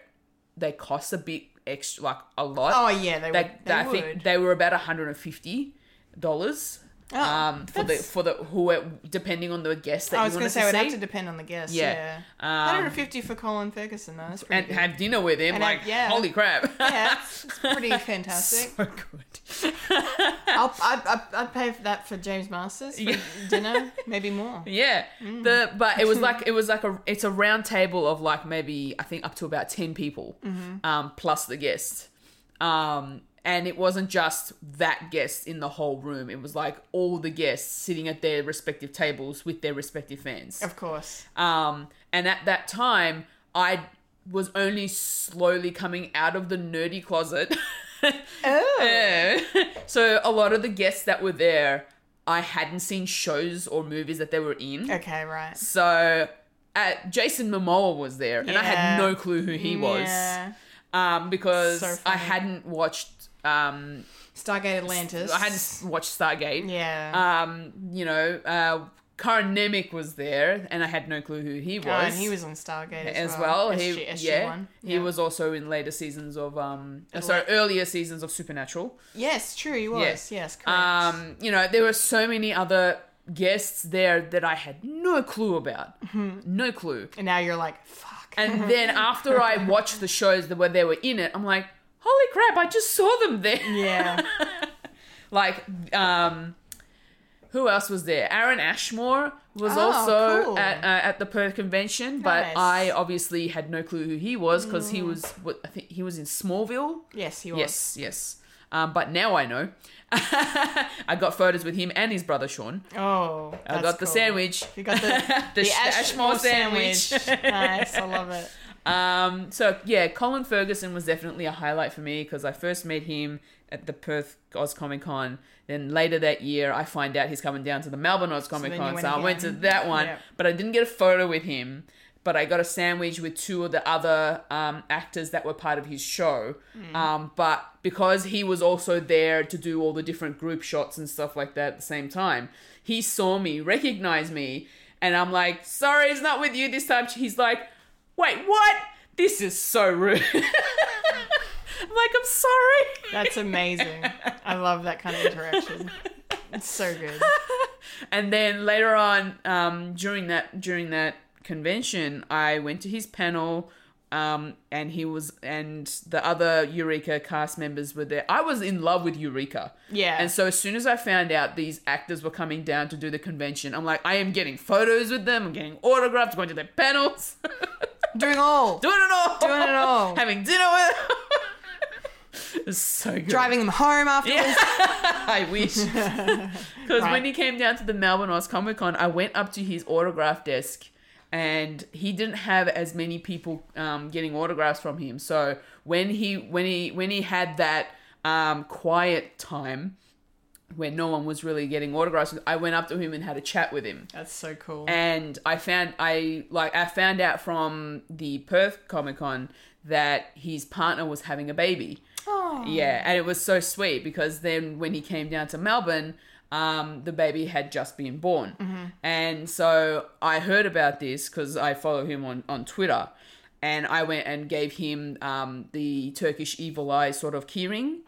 B: they cost a bit extra like a lot
A: Oh, yeah, they would- they
B: I think
A: would.
B: they were about 150 dollars
A: Oh,
B: um for the
A: that's-
B: for the who depending on the guest that
A: I was
B: you
A: going to
B: wanted
A: say
B: to
A: it would have
B: see.
A: to depend on the guest.
B: Yeah.
A: Yeah.
B: Um,
A: 150 for Colin Ferguson, though. That's pretty
B: and
A: good.
B: have dinner with him
A: And have-
B: like
A: yeah.
B: holy crap
A: yeah, it's, it's pretty fantastic.
B: so good
A: I'll, I'd, I'd, I'd pay for that for James Masters for dinner, maybe more.
B: Yeah.
A: Mm.
B: The but it was like it was like a it's a round table of like maybe I think up to about ten people,
A: Mm-hmm.
B: um, plus the guest. Um, and it wasn't just that guest in the whole room. It was like all the guests sitting at their respective tables with their respective fans.
A: Of course.
B: Um, and at that time, I was only slowly coming out of the nerdy closet.
A: Oh.
B: Yeah. so a lot of the guests that were there, I hadn't seen shows or movies that they were in.
A: Okay, right.
B: So uh, Jason Momoa was there, and I had
A: Yeah.
B: no clue who he was
A: Yeah.
B: um, because
A: So
B: I
A: funny.
B: hadn't watched. Um,
A: Stargate Atlantis.
B: I hadn't watched Stargate.
A: Yeah.
B: Um, you know, uh, Karin Nemec was there, and I had no clue who he was.
A: Oh, and he was on Stargate as, well.
B: He,
A: SG- SG1.
B: yeah, he
A: Yeah.
B: was also in later seasons of um, uh,
A: Atlan-
B: sorry, earlier seasons of Supernatural.
A: Yes, true. He was. Yes, correct.
B: Um, you know, there were so many other guests there that I had no clue about,
A: Mm-hmm.
B: no clue.
A: and now you're like, fuck.
B: And then after I watched the shows that where they were in it, I'm like, holy crap! I just saw them there.
A: yeah.
B: like um who else was there? Aaron Ashmore was
A: Oh,
B: also
A: cool.
B: at, uh, at the Perth convention,
A: Nice. Mm.
B: but I obviously had no clue who he was because he was what, I think he was in Smallville.
A: Yes, he was.
B: Yes, yes. Um, but now I know. I got photos with him and his brother Sean.
A: Oh,
B: I
A: that's
B: got the
A: cool.
B: sandwich.
A: You got the,
B: The
A: the,
B: Sh-
A: Ashmore,
B: Ashmore
A: sandwich.
B: sandwich.
A: nice, I love it.
B: Um, so yeah, Colin Ferguson was definitely a highlight for me because I first met him at the Perth Oz Comic Con. Then later that year, I find out he's coming down to the Melbourne Oz Comic
A: then
B: Con,
A: you
B: so,
A: went
B: I went to
A: again.
B: that one,
A: Yep.
B: but I didn't get a photo with him. But I got a sandwich with two of the other um, actors that were part of his show. Um, but because he was also there to do all the different group shots and stuff like that at the same time, he saw me, recognized me, and I'm like, sorry, it's not with you this time. He's like, wait, what? This is so rude. I'm like, I'm sorry.
A: That's amazing. I love that kind of interaction. It's so good.
B: And then later on, um, during that during that convention, I went to his panel, um, and he was and the other Eureka cast members were there. I was in love with Eureka.
A: Yeah.
B: And so as soon as I found out these actors were coming down to do the convention, I'm like, I am getting photos with them, I'm getting autographs, going to their panels,
A: Doing all.
B: doing it all,
A: Doing it all.
B: having dinner with. them. it's so good.
A: Driving them home afterwards.
B: I wish. Because when
A: Right.
B: he came down to the Melbourne Oz Comic Con, I went up to his autograph desk and he didn't have as many people um, getting autographs from him. So when he when he when he had that um, quiet time where no one was really getting autographs, I went up to him and had a chat with him
A: That's so cool.
B: and I found I like I found out from the Perth Comic Con that his partner was having a baby. Oh. Yeah, and it was so sweet because then when he came down to Melbourne, um, the baby had just been born, and so I heard about this because I follow him on on Twitter, and I went and gave him um, the Turkish evil eye sort of keyring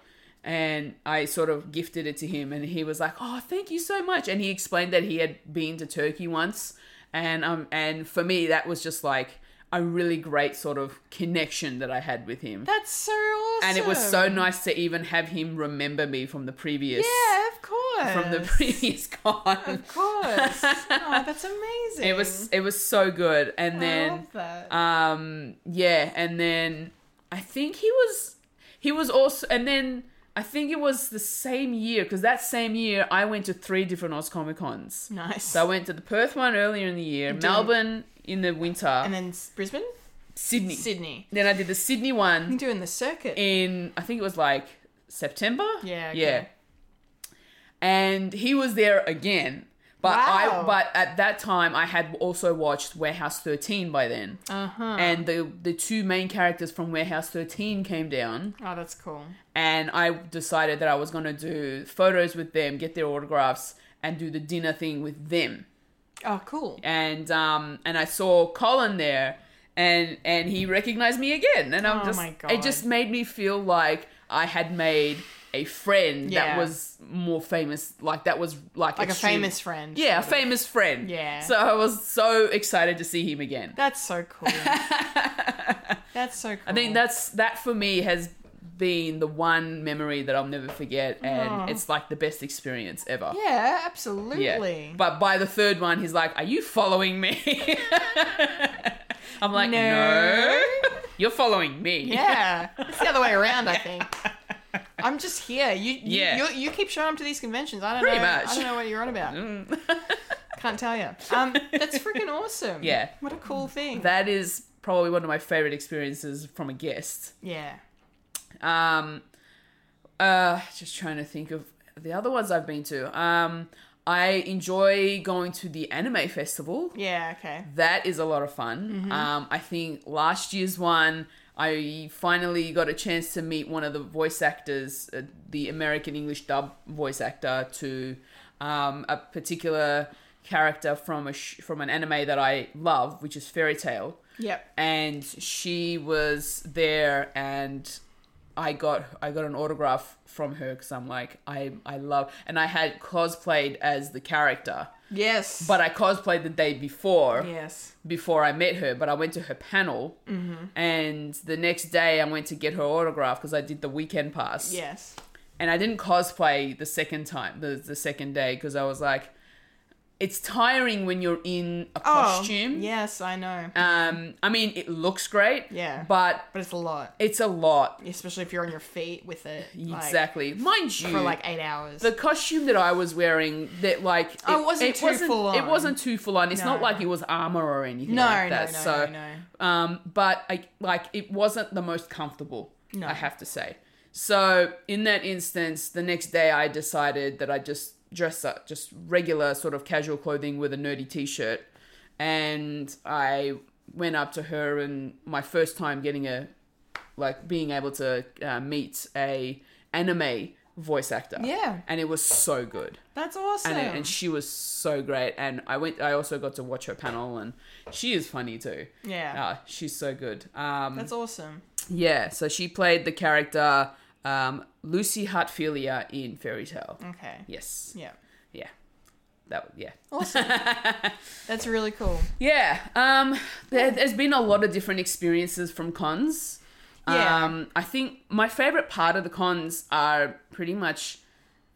B: and I sort of gifted it to him, and he was like, "Oh, thank you so much." And he explained that he had been to Turkey once, and um, and for me, that was just like a really great sort of connection that I had with him,
A: That's so awesome.
B: and it was so nice to even have him remember me from the previous.
A: Yeah, of course. course.
B: from the previous con.
A: Of course. oh, that's amazing.
B: It was it was so good, and
A: I
B: then
A: love that.
B: um yeah, and then I think he was he was also, and then I think it was the same year because that same year I went to three different Oz Comic Cons.
A: nice.
B: So I went to the Perth one earlier in the year, Melbourne in the winter,
A: and then s- Brisbane,
B: Sydney.
A: Sydney.
B: Then I did the Sydney one
A: I'm doing the circuit.
B: in I think it was like September.
A: Yeah, okay.
B: Yeah. And he was there again. But
A: Wow.
B: I but at that time I had also watched Warehouse 13 by then.
A: Uh-huh.
B: And the the two main characters from Warehouse 13 came down
A: oh, that's cool.
B: and I decided that I was going to do photos with them, get their autographs and do the dinner thing with them
A: Oh, cool.
B: and um and I saw Colin there and and he recognized me again and I'm
A: Oh
B: just
A: my
B: it just made me feel like I had made a friend
A: Yeah.
B: that was more famous like that was like
A: Like a
B: extreme-
A: famous friend.
B: yeah a famous friend
A: Yeah.
B: so I was so excited to see him again
A: That's so cool. that's so cool.
B: I think that's that for me has been the one memory that I'll never forget and it's like the best experience ever
A: Oh. Yeah, absolutely.
B: But by the third one, he's like, Are you following me? I'm like,
A: No.
B: No. You're following me.
A: Yeah, it's the other way around. I think. I'm just here. You, you
B: Yeah.
A: You, you keep showing up to these conventions. I don't
B: Pretty
A: know. I
B: much. Mm.
A: don't know what you're on about. Can't tell you. Um, that's freaking awesome.
B: Yeah.
A: What a cool thing.
B: That is probably one of my favorite experiences from a guest.
A: yeah.
B: Um, uh, just trying to think of the other ones I've been to. Um, I enjoy going to the anime festival.
A: Yeah. Okay.
B: That is a lot of fun. Um, I think last year's one, I finally got a chance to meet one of the voice actors, uh, the American English dub voice actor, to um, a particular character from a sh- from an anime that I love, which is Fairy Tale.
A: Yep.
B: And she was there, and I got I got an autograph from her because I'm like I I love, and I had cosplayed as the character.
A: Yes.
B: But I cosplayed the day before
A: yes.
B: before I met her, but I went to her panel,
A: Mm-hmm.
B: and the next day I went to get her autograph because I did the weekend pass.
A: Yes.
B: and I didn't cosplay the second time, the the second day because I was like, it's tiring when you're in
A: Oh,
B: a costume.
A: Yes, I know.
B: Um, I mean, it looks great.
A: Yeah.
B: but
A: but it's a lot,
B: it's a lot.
A: especially if you're on your feet with it. like,
B: exactly, mind you.
A: For like eight hours.
B: the costume that I was wearing, that like it,
A: Oh, it wasn't too full on.
B: It wasn't too full on. It's not
A: No.
B: like it was armor or anything
A: no,
B: like
A: no,
B: that.
A: no,
B: so,
A: no, no.
B: um, but I, like it wasn't the most comfortable.
A: No.
B: I have to say. So in that instance, the next day I decided that I just dress up, just regular sort of casual clothing with a nerdy t-shirt, and I went up to her and my first time getting a like being able to uh, meet a anime voice actor.
A: Yeah.
B: and it was so good
A: That's awesome.
B: and, it- and she was so great. And I went. I also got to watch her panel, and she is funny too.
A: Yeah.
B: Ah, she's so good. Um,
A: That's awesome.
B: yeah. So she played the character um, Lucy Hartfilia in Fairy Tale.
A: Okay.
B: Yes.
A: Mm. Yeah.
B: Yeah. That. Yeah.
A: Awesome. That's really cool.
B: Yeah. Um, there, there's been a lot of different experiences from cons.
A: Yeah.
B: Um, I think my favorite part of the cons are pretty much,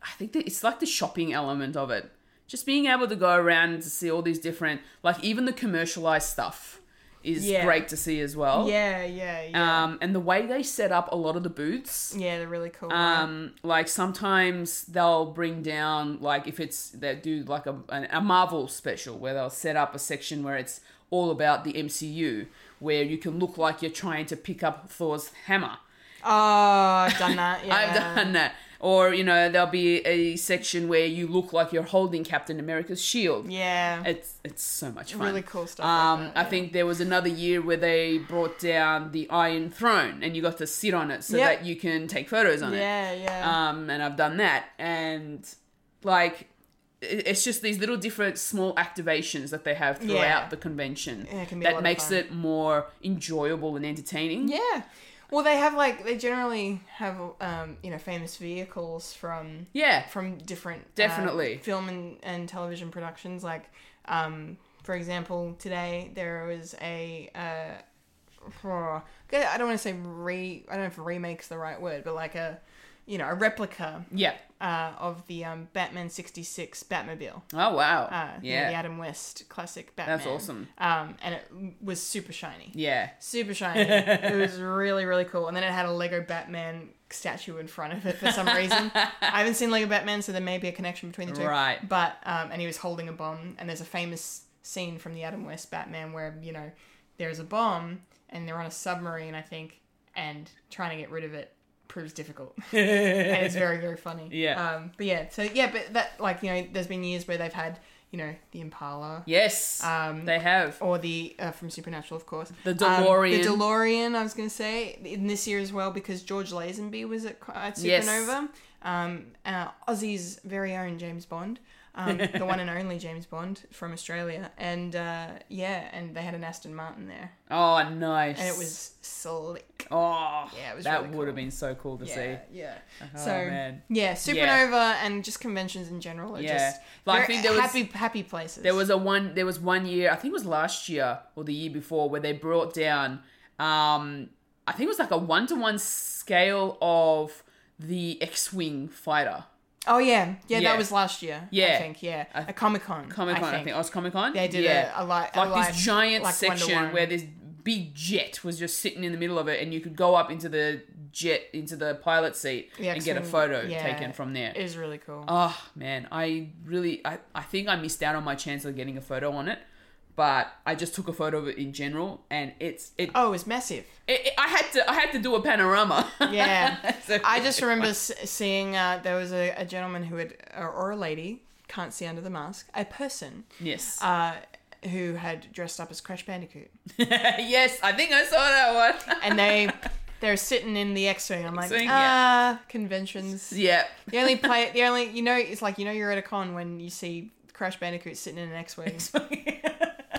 B: I think that it's like the shopping element of it. Just being able to go around to see all these different, like even the commercialized stuff is
A: Yeah.
B: great to see as well.
A: Yeah, yeah, yeah.
B: Um, and the way they set up a lot of the booths.
A: yeah, they're really cool.
B: Um, like sometimes they'll bring down like if it's they do like a an, a Marvel special where they'll set up a section where it's all about the MCU where you can look like you're trying to pick up Thor's hammer.
A: oh, I've done that. Yeah.
B: I've done that. Or you know there'll be a section where you look like you're holding Captain America's shield.
A: Yeah.
B: It's it's so much fun.
A: Really cool stuff like
B: Um,
A: that,
B: I
A: yeah.
B: think there was another year where they brought down the Iron Throne, and you got to sit on it so
A: Yep.
B: that you can take photos on it
A: yeah, yeah.
B: um, and I've done that, and like it- it's just these little different small activations that they have throughout
A: Yeah.
B: the convention
A: Yeah, it can be a lot
B: that
A: of
B: makes
A: fun.
B: it more enjoyable and entertaining.
A: yeah. Well, they have like they generally have um, you know famous vehicles from
B: yeah,
A: from different uh,
B: Definitely.
A: film and, and television productions. Like, um, for example, today there was a uh, I don't want to say re I don't know if remake's the right word, but like a you know, a replica
B: Yeah.
A: uh, of the um, Batman 66 Batmobile.
B: Oh wow.
A: Uh, you know,
B: yeah.
A: the Adam West classic Batman.
B: awesome.
A: Um, and it was super shiny.
B: yeah.
A: Super shiny. it was really, really cool. And then it had a Lego Batman statue in front of it for some reason. I haven't seen Lego Batman, so there may be a connection between the two.
B: Right.
A: But um, and he was holding a bomb, and there's a famous scene from the Adam West Batman where you know there's a bomb, and they're on a submarine, I think, and trying to get rid of it proves difficult. and it's very, very funny.
B: Yeah.
A: Um, but yeah, so yeah, but that like you know, there's been years where they've had you know the Impala.
B: Yes.
A: Um,
B: they have.
A: or the uh, from Supernatural, of course.
B: The
A: Um,
B: DeLorean.
A: the DeLorean, I was going to say in this year as well because George Lazenby was at, at
B: Yes.
A: Supernova. Um, uh, Aussie's very own James Bond, um, the one and only James Bond from Australia, and uh, yeah, and they had an Aston Martin there,
B: Oh, nice.
A: and it was slick.
B: Oh,
A: Yeah, it was
B: that
A: really
B: would
A: cool.
B: have been so cool to
A: Yeah,
B: see.
A: yeah.
B: Oh,
A: so
B: man.
A: yeah, Supernova and just conventions in general are
B: Yeah.
A: just
B: Like,
A: very
B: I think there was-
A: happy happy places.
B: There was a one. There was one year. I think it was last year or the year before where they brought down. Um, I think it was like a one to one scale of the X-wing fighter.
A: oh yeah, yeah,
B: Yeah.
A: that was last year.
B: Yeah.
A: I think yeah,
B: I-
A: a Comic Con,
B: Comic Con, I think. Oh, I was Comic Con.
A: They did a- a li- a
B: like
A: live-
B: this giant
A: like one to
B: section
A: one.
B: where this big jet was just sitting in the middle of it, and you could go up into the jet into the pilot seat
A: The
B: and get a
A: X-wing,
B: photo
A: yeah,
B: taken from there.
A: It was really cool.
B: Oh man, I really I, I think I missed out on my chance of getting a photo on it, but I just took a photo of it in general and it's it,
A: Oh, it was massive.
B: it, it- I had to I had to do a panorama.
A: Yeah.
B: So-
A: I just remember s- seeing uh, there was a, a gentleman who had, or, or a lady, can't see under the mask, a person
B: Yes.
A: uh, who had dressed up as Crash Bandicoot.
B: yes, I think I saw that one.
A: And they. They're sitting in the X-wing. I'm like,
B: X-wing,
A: ah, conventions.
B: yeah.
A: The only play, the only you know, it's like you know you're at a con when you see Crash Bandicoot sitting in an X-wing.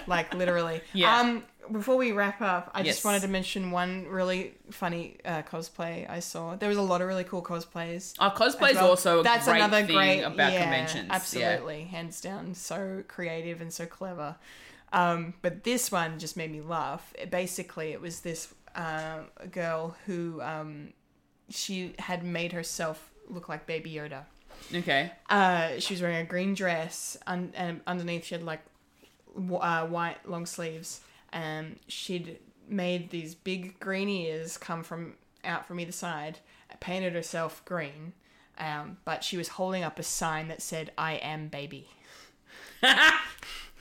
A: like literally.
B: Yeah.
A: Um, before we wrap up, I
B: Yes.
A: just wanted to mention one really funny uh, cosplay I saw. There was a lot of really cool cosplays.
B: Our cosplay
A: as
B: is
A: well.
B: Oh, also a great thing about
A: yeah,
B: conventions. Yeah.
A: Absolutely, hands down, so creative and so clever. Um, but this one just made me laugh. It- basically, it was this uh, girl who um, she had made herself look like Baby Yoda
B: Okay.
A: uh, she was wearing a green dress, un- and underneath she had like w- uh, white long sleeves. Um, she'd made these big green ears come from out from either side, painted herself green, um, but she was holding up a sign that said "I am baby."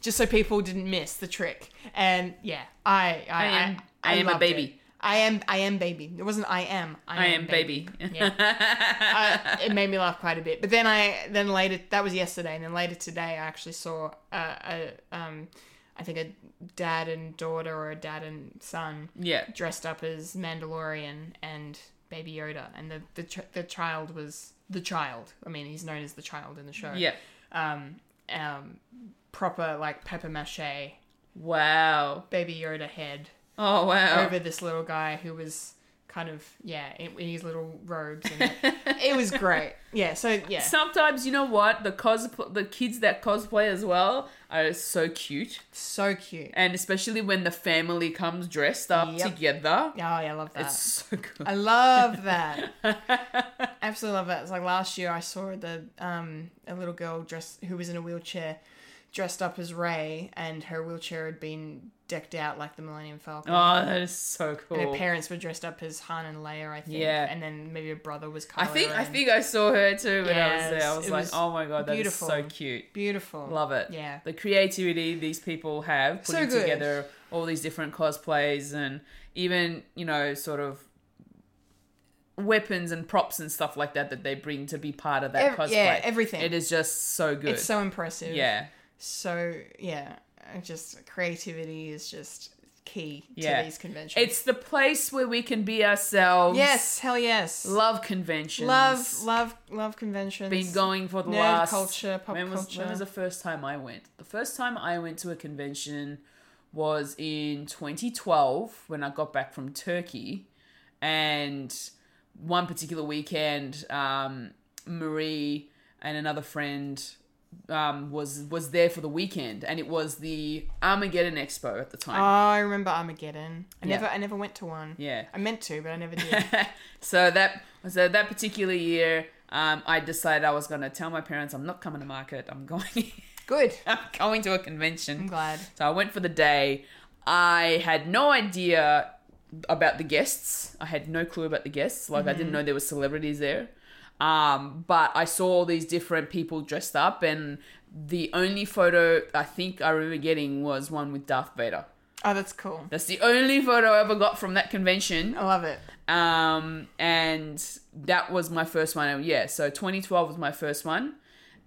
A: Just so people didn't miss the trick, and yeah, I I
B: I am- I am a
A: loved it.
B: baby.
A: I am I am baby. It wasn't I am. I,
B: I am baby.
A: I, it made me laugh quite a bit. But then I then later that was yesterday, and then later today I actually saw a, a um, I think a dad and daughter or a dad and son
B: Yeah.
A: dressed up as Mandalorian and Baby Yoda, and the the ch- the child was the child. I mean, he's known as the child in the show.
B: Yeah.
A: Um, proper like paper mache
B: Wow.
A: Baby Yoda head
B: Oh wow.
A: over this little guy who was kind of yeah in, in his little robes. And it was great. Yeah. So yeah.
B: Sometimes you know what the cosplay, the kids that cosplay as well are so cute.
A: So cute.
B: and especially when the family comes dressed up
A: Yep.
B: together.
A: Oh, yeah, I love that.
B: It's so good.
A: I love that. Absolutely love that. It's like last year I saw the um a little girl dressed who was in a wheelchair dressed up as Ray and her wheelchair had been decked out like the Millennium Falcon.
B: oh, that is so
A: and
B: cool.
A: her parents were dressed up as Han and Leia, I think.
B: Oh. Yeah.
A: And then maybe her brother was Kylo
B: I think I
A: Ren.
B: think I saw her too when I was there. I
A: Yes,
B: was
A: it
B: like,
A: was
B: oh my god, that is so
A: beautiful.
B: cute.
A: beautiful.
B: Love it.
A: Yeah.
B: The creativity these people have
A: So
B: putting
A: good.
B: together all these different cosplays and even, you know, sort of weapons and props and stuff like that that they bring to be part of that
A: Ev-
B: cosplay.
A: yeah, everything.
B: It is just so good.
A: It's so impressive.
B: yeah.
A: So yeah. I Just creativity is just key
B: Yeah.
A: to these conventions.
B: It's the place where we can be ourselves.
A: yes, hell yes.
B: Love conventions.
A: Love, love, love conventions.
B: Been going for the
A: Nerd
B: last
A: culture, pop
B: when was, When
A: culture.
B: was the first time I went? The first time I went to a convention was in 2012 when I got back from Turkey, and one particular weekend, um, Marie and another friend um, was was there for the weekend, and it was the Armageddon Expo at the
A: Oh,
B: time.
A: I remember Armageddon. I
B: Yeah.
A: never, I never went to one.
B: Yeah.
A: I meant to, but I never did.
B: so that so that particular year, um, I decided I was going to tell my parents I'm not coming to market. I'm going.
A: Good.
B: I'm going to a convention.
A: I'm glad.
B: So I went for the day. I had no idea about the guests. I had no clue about the guests. Like I
A: Mm-hmm.
B: didn't know there were celebrities there. Um, but I saw all these different people dressed up, and the only photo I think I remember getting was one with Darth Vader.
A: Oh, that's cool.
B: That's the only photo I ever got from that convention.
A: I love it.
B: Um, and that was my first one. Yeah, so 2012 was my first one.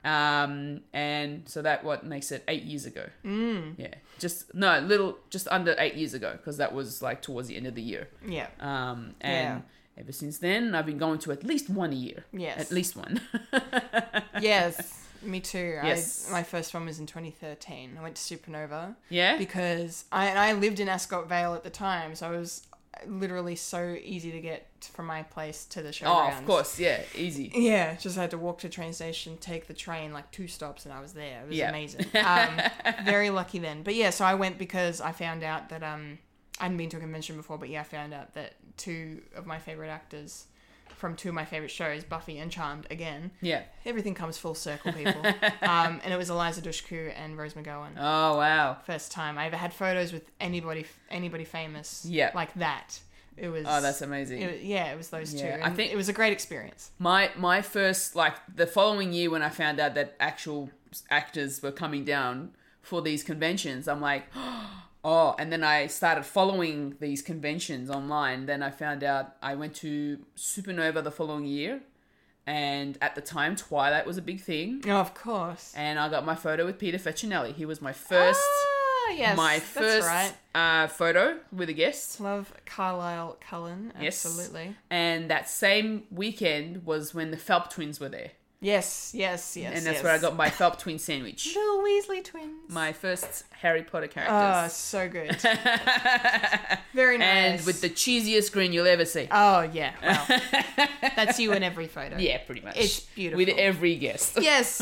B: Um, and so that what makes it eight years ago. Mm. Yeah, just no little, just under eight years ago because that was like towards the end of the year.
A: Yeah.
B: Um, and ever since then, I've been going to at least one a year.
A: Yes.
B: at least one.
A: yes. Me too.
B: Yes.
A: I, my first one was in 2013. I went to Supernova.
B: Yeah?
A: Because I and I lived in Ascot Vale at the time, so I was literally so easy to get from my place to the show.
B: oh, of course, yeah, easy.
A: Yeah, just had to walk to the train station, take the train like two stops, and I was there. It was
B: Yeah.
A: amazing. Um, very lucky then. But yeah, so I went because I found out that um, I hadn't been to a convention before, but yeah, I found out that two of my favorite actors from two of my favorite shows, Buffy and Charmed, again.
B: Yeah.
A: Everything comes full circle, people. um, and it was Eliza Dushku and Rose McGowan.
B: Oh wow.
A: First time I ever had photos with anybody, anybody famous.
B: Yeah.
A: like that. It was.
B: Oh, that's amazing.
A: It was, yeah, it was those two.
B: Yeah, I
A: and
B: think-
A: it was a great experience.
B: my my first like the following year when I found out that actual actors were coming down for these conventions, I'm like, oh. And then I started following these conventions online. Then I found out I went to Supernova the following year, and at the time Twilight was a big thing.
A: Oh, of course.
B: And I got my photo with Peter Facinelli. He was my first
A: Ah, yes,
B: my
A: that's
B: first
A: right.
B: uh, photo with a guest.
A: Love Carlisle Cullen. Absolutely.
B: Yes. And that same weekend was when the Phelps twins were there.
A: Yes, yes, yes.
B: and that's
A: yes.
B: where I got my Phelps twin sandwich.
A: Little Weasley twins.
B: My first Harry Potter
A: Oh,
B: characters.
A: so good. Very nice.
B: and with the cheesiest grin you'll ever see.
A: Oh, yeah. Well, that's you in every photo.
B: yeah, pretty much.
A: It's beautiful.
B: With every guest.
A: Yes.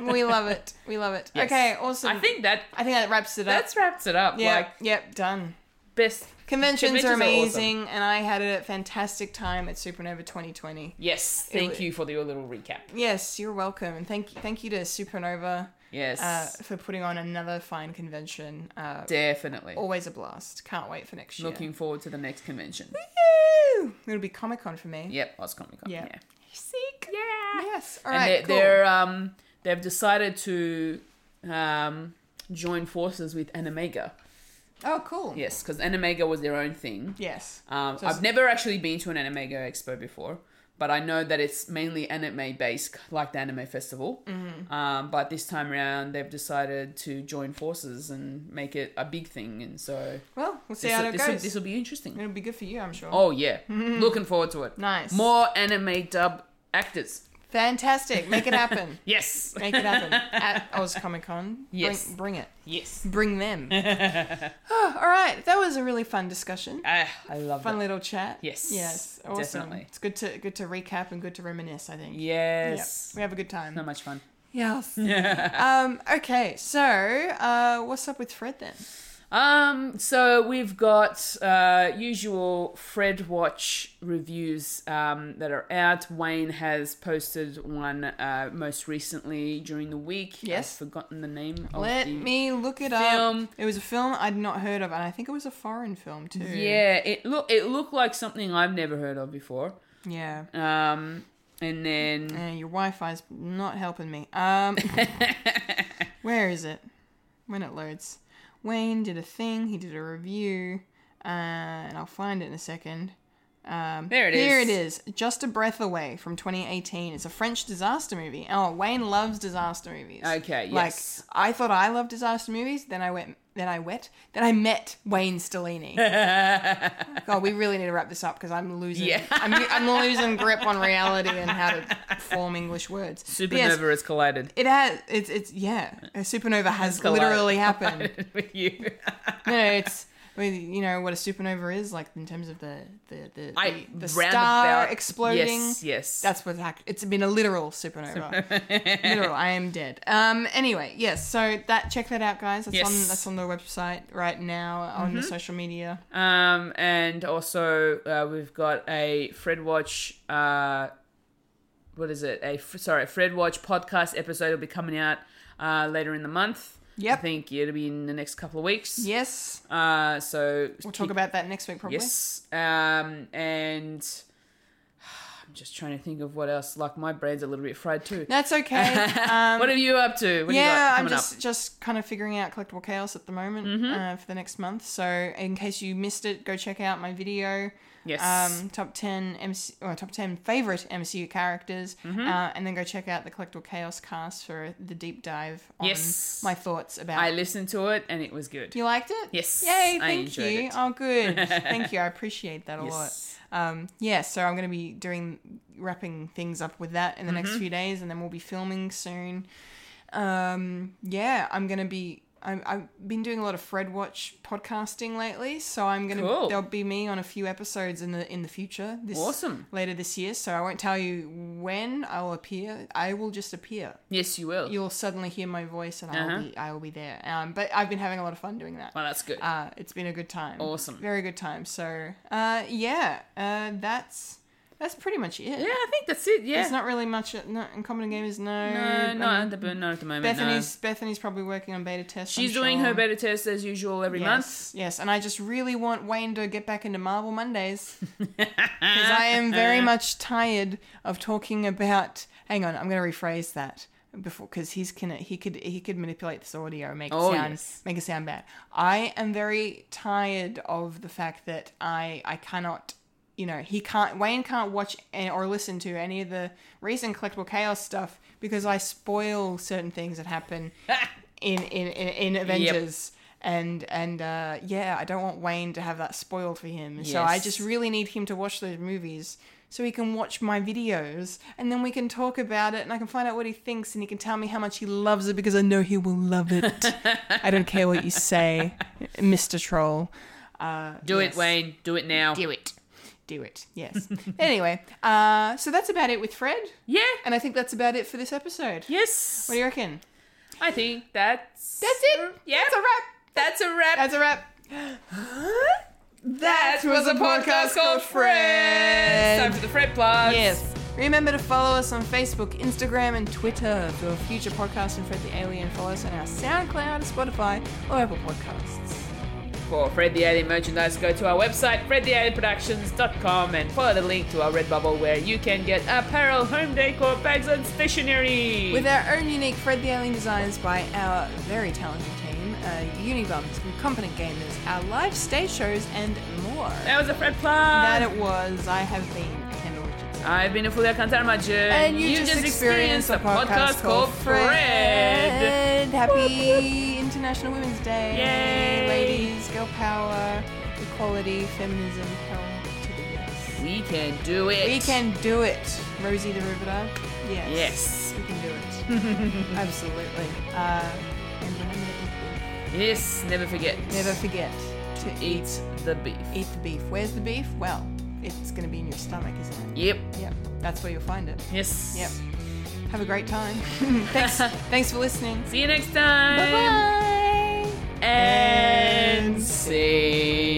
A: We love it. We love it.
B: Yes.
A: Okay, awesome.
B: I think that
A: I think that wraps it up.
B: that's wraps it up.
A: yeah,
B: Like
A: yep, done.
B: best
A: Conventions,
B: Conventions
A: are
B: are awesome.
A: amazing, and I had a fantastic time at Supernova 2020.
B: Yes, thank
A: wa-
B: you for your little recap.
A: Yes, you're welcome, and thank thank you to Supernova
B: Yes.
A: uh, for putting on another fine convention. Uh,
B: definitely.
A: always a blast. Can't wait for next year.
B: Looking forward to the next convention.
A: Woo! It'll be Comic Con for me.
B: Yep, Oz Comic Con.
A: Yeah.
B: Yeah.
A: Sick. Yeah. Yes. All
B: And
A: right.
B: they're,
A: cool.
B: they're um they've decided to um join forces with Animega.
A: Oh, cool.
B: Yes, because Animega was their own thing.
A: Yes.
B: Um,
A: So it's-
B: I've never actually been to an Animega Expo before, but I know that it's mainly anime based, like the Anime Festival.
A: Mm-hmm.
B: Um, but this time around, they've decided to join forces and make it a big thing, and so
A: Well, we'll see
B: this
A: how
B: will,
A: it
B: this, will,
A: goes.
B: this will be interesting.
A: It'll be good for you, I'm sure.
B: Oh yeah, looking forward to it.
A: Nice.
B: More anime dub actors.
A: Fantastic. Make it happen.
B: Yes.
A: Make it happen at Oz Comic Con.
B: Yes.
A: Bring, bring it.
B: Yes.
A: Bring them. Oh, all right. That was a really fun discussion.
B: Ah, I love
A: Fun
B: it.
A: little chat.
B: Yes,
A: Yes. Awesome.
B: definitely.
A: It's good to good to recap and good to reminisce. I think. Yep.
B: Yes.
A: We have a good time.
B: So much fun.
A: Yes. um, okay, so uh, what's up with Fred then?
B: Um, so we've got uh, usual Fred Watch reviews um, that are out. Wayne has posted one uh, most recently during the week.
A: Yes.
B: I've forgotten the name.
A: Let
B: of the-
A: me look it
B: film.
A: up. It was a film I'd not heard of, and I think it was a foreign film too.
B: Yeah, it look it looked like something I've never heard of before.
A: Yeah.
B: Um, and then
A: Uh, your Wi-Fi's not helping me. Um, where is it? When it loads. Wayne did a thing. He did a review, uh, and I'll find it in a second. Um,
B: there it is.
A: Here it is. Just a Breath Away from 2018. It's a French disaster movie. Oh, Wayne loves disaster movies.
B: Okay, yes.
A: Like I thought I loved disaster movies, then I went then I wet, then I met Wayne Stellini. God, Oh, we really need to wrap this up because I'm losing
B: Yeah.
A: I'm, I'm losing grip on reality and how to form English words. But
B: Supernova
A: yes,
B: has collided.
A: it has it's it's yeah. A supernova has
B: collided.
A: literally happened.
B: with you.
A: No, no, it's with you know what a supernova is, like in terms of the the the,
B: I-
A: the, the star
B: roundabout-
A: exploding.
B: Yes, yes.
A: That's what hack- it's been a literal supernova. literal. I am dead. Um. Anyway, yes. So that check that out, guys. That's
B: Yes. Mm-hmm.
A: on that's on the website right now on the social media.
B: Um, and also uh, we've got a Fred Watch. Uh, what is it? A f- sorry, Fred Watch podcast episode will be coming out uh, later in the month.
A: Yep.
B: I think it'll be in the next couple of weeks.
A: Yes.
B: Uh, so
A: We'll talk about that next week, probably.
B: yes. Um, and I'm just trying to think of what else. Like my brain's a little bit fried too.
A: That's okay. Um,
B: what are you up to? What do you
A: yeah,
B: got
A: I'm
B: coming
A: just
B: up? Mm-hmm.
A: just kind of figuring out collectible chaos at the moment uh, for the next month. So in case you missed it, go check out my video.
B: Yes.
A: Um, top ten MC or top ten favorite MCU characters,
B: Mm-hmm.
A: uh, and then go check out the collectible chaos cast for the deep dive on
B: Yes.
A: my thoughts about.
B: I listened to it and it was good.
A: you liked it?
B: Yes,
A: Yay!
B: I
A: Thank
B: enjoyed
A: you.
B: it.
A: Oh, good. thank you. I appreciate that a
B: Yes.
A: lot. Um, yeah. So I'm going to be doing wrapping things up with that in the
B: Mm-hmm.
A: next few days, and then we'll be filming soon. um yeah i'm gonna be I'm, i've been doing a lot of fred watch podcasting lately so i'm gonna
B: Cool.
A: there'll be me on a few episodes in the in the future this
B: Awesome.
A: later this year so i won't tell you when i'll appear i will just appear
B: Yes, you will.
A: you'll suddenly hear my voice and
B: Uh-huh.
A: i'll be i will be there um but i've been having a lot of fun doing that
B: well, that's good.
A: uh, it's been a good time.
B: Awesome.
A: Very good time. So, uh, yeah, uh, that's that's pretty much it.
B: yeah, I think that's it. Yeah.
A: There's not really much no, in Common Gamers, no.
B: No,
A: um,
B: Uh, not at the not at the moment.
A: Bethany's Bethany's probably working on beta tests.
B: no. she's
A: I'm
B: doing
A: sure.
B: her beta test as usual every
A: yes,
B: month.
A: Yes, and I just really want Wayne to get back into Marvel Mondays because I am very much tired of talking about. Hang on, I'm going to rephrase that before because he's can he could he could manipulate this audio and make it
B: Oh,
A: sound
B: yes.
A: make it sound bad. I am very tired of the fact that I I cannot. You know, he can't. Wayne can't watch a- or listen to any of the recent collectible chaos stuff because I spoil certain things that happen in in in, in Avengers. And and uh, yeah, I don't want Wayne to have that spoiled for him. So I
B: Yes.
A: just really need him to watch those movies so he can watch my videos, and then we can talk about it, and I can find out what he thinks, and he can tell me how much he loves it because I know he will love it. I don't care what you say, Mister Troll.
B: Do
A: Yes.
B: it, Wayne. Do it now.
A: Do it, do it. Yes. anyway, uh, so that's about it with Fred,
B: Yeah.
A: and I think that's about it for this episode.
B: yes.
A: What do you reckon?
B: I think that's
A: That's it.
B: Yeah.
A: That's a wrap.
B: That's a wrap.
A: That's a wrap.
B: that was a podcast called Fred. Time for the Fred plugs.
A: Yes. Remember to follow us on Facebook, Instagram, and Twitter for future podcasts and Fred the Alien. Follow us on our SoundCloud, Spotify, or Apple Podcasts.
B: For Fred the Alien merchandise, go to our website, fredthealienproductions.com, and follow the link to our Redbubble where you can get apparel, home decor, bags, and stationery.
A: With our own unique Fred the Alien designs by our very talented team, uh, Unibums, Incompetent Gamers, our live stage shows, and more.
B: that was a Fred plug.
A: That it was. I have been Kendall Richardson.
B: I've been a Fulia Kantarmaju,
A: And you, just, experienced, a podcast, called Fred. Happy International Women's Day.
B: Yay.
A: Ladies, girl power, equality, feminism, hell to the yes.
B: We can do it.
A: We can do it. Rosie the Riveter. Yes.
B: Yes.
A: We can do it. Absolutely. Uh, and remember to
B: Yes, never forget.
A: eat beef. never forget to eat,
B: eat the beef.
A: eat the beef. Where's the beef? Well, it's going to be in your stomach, isn't
B: Yep.
A: it? Yep. That's where you'll find it.
B: Yes.
A: Yep. Have a great time. thanks. thanks for listening.
B: See you next time.
A: Bye bye.
B: And, and see.